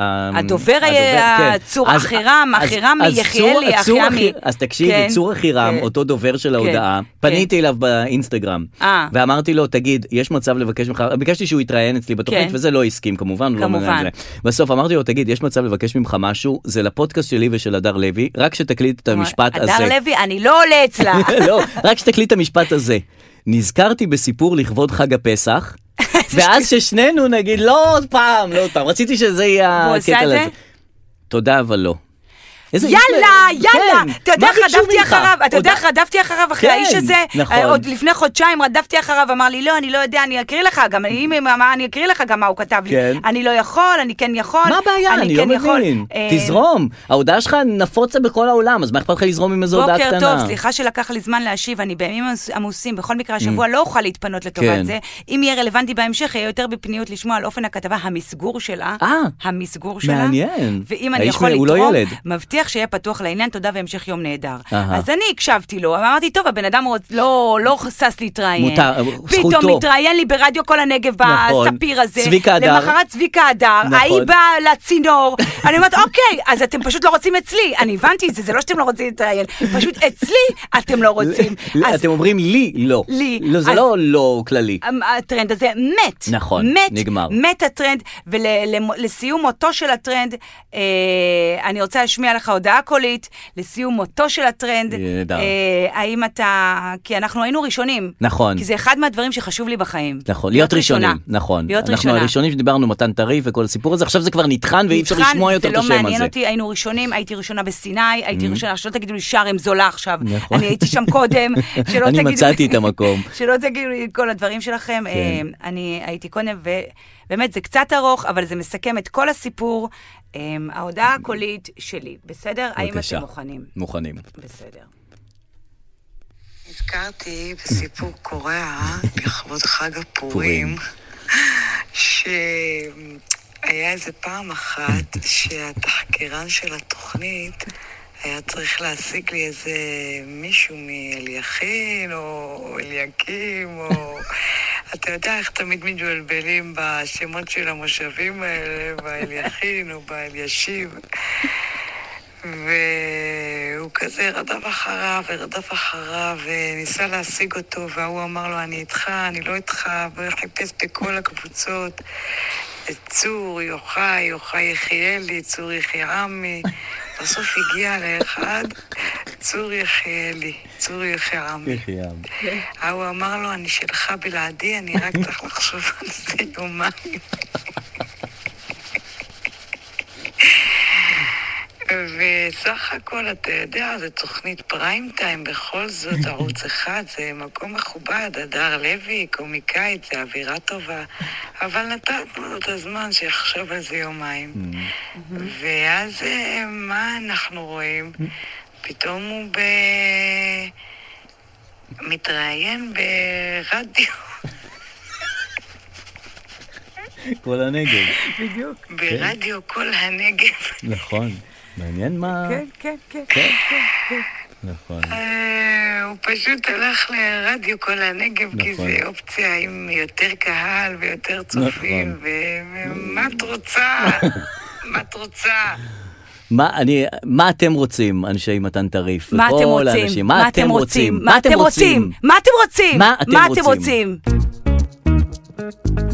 [SPEAKER 2] ה-
[SPEAKER 3] הדובר,
[SPEAKER 2] הדובר,
[SPEAKER 3] אה,
[SPEAKER 2] כן.
[SPEAKER 3] צור
[SPEAKER 2] אז-
[SPEAKER 3] אחירם,
[SPEAKER 2] אז-
[SPEAKER 3] אחירם
[SPEAKER 2] אז
[SPEAKER 3] מיחיאלי,
[SPEAKER 2] צור-
[SPEAKER 3] אחירם
[SPEAKER 2] צור
[SPEAKER 3] מ-
[SPEAKER 2] אחי- אז תקשיבי,
[SPEAKER 3] כן,
[SPEAKER 2] צור אחירם,
[SPEAKER 3] כן.
[SPEAKER 2] אותו דובר של ההודעה,
[SPEAKER 3] כן.
[SPEAKER 2] פניתי אליו באינסטגרם,
[SPEAKER 3] אה.
[SPEAKER 2] ואמרתי לו, תגיד, יש מצב לבקש ממך, ביקשתי שהוא יתראיין אצלי בתוכנית,
[SPEAKER 3] כן.
[SPEAKER 2] וזה לא הסכים כמובן, הוא לא
[SPEAKER 3] כמובן.
[SPEAKER 2] מעוניין זה. בסוף אמרתי לו, תגיד, יש מצב לבקש ממך משהו, זה לפודקאסט שלי ושל הדר לוי, רק שתקליט את המשפט הזה.
[SPEAKER 3] הדר לוי, אני לא עולה אצלה.
[SPEAKER 2] לא, רק שתקליט את המשפט הזה. נזכרתי בסיפור לכבוד חג הפסח, ואז ששנינו נגיד לא עוד פעם, לא עוד פעם. רציתי שזה יהיה
[SPEAKER 3] והוא עשה
[SPEAKER 2] הקטע
[SPEAKER 3] את
[SPEAKER 2] הזה.
[SPEAKER 3] זה?
[SPEAKER 2] תודה, אבל לא. איזה איש
[SPEAKER 3] יאללה,
[SPEAKER 2] מ- כן,
[SPEAKER 3] יאללה, אתה יודע,
[SPEAKER 2] מה ביקשו
[SPEAKER 3] רדפתי
[SPEAKER 2] ממך?
[SPEAKER 3] אחריו, אתה יודע,
[SPEAKER 2] הודע-
[SPEAKER 3] רדפתי אחריו
[SPEAKER 2] כן,
[SPEAKER 3] אחרי האיש הזה,
[SPEAKER 2] נכון.
[SPEAKER 3] אה, עוד לפני חודשיים רדפתי אחריו, אמר לי, לא, אני לא יודע, אני אקריא לך גם, אם הוא אמר, אני אקריא לך גם מה הוא כתב לי,
[SPEAKER 2] כן.
[SPEAKER 3] אני לא יכול, אני כן יכול,
[SPEAKER 2] מה הבעיה? אני
[SPEAKER 3] כן
[SPEAKER 2] לא
[SPEAKER 3] יכול.
[SPEAKER 2] מבין.
[SPEAKER 3] אה,
[SPEAKER 2] תזרום. ההודעה שלך נפוצה בכל העולם, אז מה אכפת לך לזרום עם איזו הודעה
[SPEAKER 3] בוקר
[SPEAKER 2] קטנה?
[SPEAKER 3] טוב, סליחה שלקח לי זמן להשיב, אני בימים עמוס- עמוסים, בכל מקרה השבוע לא אוכל להתפנות
[SPEAKER 2] כן.
[SPEAKER 3] לטובת זה. אם יהיה רלוונטי בהמשך, יהיה יותר בפניות לשמוע על אופן הכתבה, המסגור שלה.
[SPEAKER 2] אה.
[SPEAKER 3] המסגור שלה.
[SPEAKER 2] מעניין.
[SPEAKER 3] ואם אני
[SPEAKER 2] האיש
[SPEAKER 3] יכול
[SPEAKER 2] מ- הוא לא
[SPEAKER 3] לתרום,
[SPEAKER 2] ילד.
[SPEAKER 3] מבטיח שיהיה פתוח לעניין, תודה והמשך יום נהדר.
[SPEAKER 2] אהה.
[SPEAKER 3] אז אני הקשבתי לו, אמרתי, טוב, הבן אדם רוצ- לא לא שש להתראיין.
[SPEAKER 2] מותר, זכותו.
[SPEAKER 3] פתאום מתראיין לי ברדיו כל הנגב
[SPEAKER 2] נכון.
[SPEAKER 3] בספיר הזה.
[SPEAKER 2] צביקה הדר.
[SPEAKER 3] למחרת צביקה הדר,
[SPEAKER 2] נכון.
[SPEAKER 3] ההיא באה לצינור. אני אומרת, אוקיי, אז אתם פשוט לא רוצים אצלי. אני הבנתי את זה, זה לא שאתם לא רוצים להתראיין. פשוט אצלי אתם לא רוצים. אז
[SPEAKER 2] אתם אומרים לי לא.
[SPEAKER 3] לי,
[SPEAKER 2] לא, זה
[SPEAKER 3] אז-
[SPEAKER 2] לא לא כללי.
[SPEAKER 3] הטרנד הזה מת.
[SPEAKER 2] נכון,
[SPEAKER 3] מת,
[SPEAKER 2] נגמר.
[SPEAKER 3] מת הטרנד, ולסיום מותו של הטרנד, אה, אני רוצה להשמיע לך הודעה קולית, לסיום מותו של הטרנד.
[SPEAKER 2] נהדר.
[SPEAKER 3] אה, האם אתה... כי אנחנו היינו ראשונים.
[SPEAKER 2] נכון.
[SPEAKER 3] כי זה אחד מהדברים שחשוב לי בחיים.
[SPEAKER 2] נכון, להיות ראשונים,
[SPEAKER 3] ראשונה.
[SPEAKER 2] נכון.
[SPEAKER 3] להיות ראשונה.
[SPEAKER 2] אנחנו הראשונים שדיברנו מתן טריף וכל הסיפור הזה, עכשיו זה כבר נטחן ואי אפשר
[SPEAKER 3] נבחן,
[SPEAKER 2] לשמוע יותר את השם הזה. Mm-hmm.
[SPEAKER 3] זה לא מעניין אותי, היינו ראשונים, הייתי ראשונה בסיני, הייתי ראשונה, שלא תגידו לי שרם זולה עכשיו.
[SPEAKER 2] נכון.
[SPEAKER 3] אני הייתי שם קודם, שלא
[SPEAKER 2] אני
[SPEAKER 3] תגידו לי-
[SPEAKER 2] מצאתי את המקום. כן.
[SPEAKER 3] שלא תגידו לי את כל הדברים שלכם. אה, אני הייתי קודם, ובאמת זה קצת ארוך, אבל זה מסכם את כל הסיפור. אה, ההודעה הקולית שלי, בסדר? האם
[SPEAKER 2] בבקשה.
[SPEAKER 3] אתם מוכנים?
[SPEAKER 2] מוכנים.
[SPEAKER 3] בסדר.
[SPEAKER 4] נזכרתי בסיפור קוריאה לכבוד חג
[SPEAKER 2] פורים.
[SPEAKER 4] הפורים, שהיה איזה פעם אחת שהתחקרן של התוכנית היה צריך להשיג לי איזה מישהו מאליכין או אליקים או... אתה יודע איך תמיד מתבלבלים בשמות של המושבים האלה, באליכין או באלישיב. והוא כזה רדף אחריו ורדף אחריו וניסה להשיג אותו וההוא אמר לו אני איתך, אני לא איתך וחיפש בכל הקבוצות את צור, יוחאי, יוחאי יחיאלי, צור יחיעמי בסוף הגיע לאחד צור יחיאלי, צור יחיעמי ההוא אמר לו אני שלך בלעדי, אני רק צריך לחשוב על זה יומיים וסך הכל, אתה יודע, זו תוכנית פריים טיים, בכל זאת ערוץ אחד, זה מקום מכובד, הדר לוי, קומיקאית, זה אווירה טובה, אבל נתנו לו את הזמן שיחשוב על זה יומיים. ואז אה, מה אנחנו רואים? פתאום הוא ב... מתראיין ברדיו,
[SPEAKER 2] כל הנגב.
[SPEAKER 3] בדיוק.
[SPEAKER 2] כן.
[SPEAKER 4] ברדיו כל הנגב.
[SPEAKER 2] נכון. מעניין מה...
[SPEAKER 3] כן, כן, כן, כן, כן.
[SPEAKER 2] נכון.
[SPEAKER 4] אה, הוא פשוט הלך לרדיו כל הנגב, כי
[SPEAKER 2] נכון.
[SPEAKER 4] זה אופציה עם יותר קהל ויותר צופים,
[SPEAKER 2] נכון.
[SPEAKER 4] ו- ומה את רוצה? מה את רוצה?
[SPEAKER 2] מה, אני, מה אתם רוצים, אנשי מתן טריף?
[SPEAKER 3] מה אתם
[SPEAKER 2] וכל
[SPEAKER 3] רוצים?
[SPEAKER 2] האנשים, מה אתם רוצים?
[SPEAKER 3] מה אתם רוצים? מה אתם רוצים?
[SPEAKER 2] מה אתם רוצים?
[SPEAKER 3] רוצים?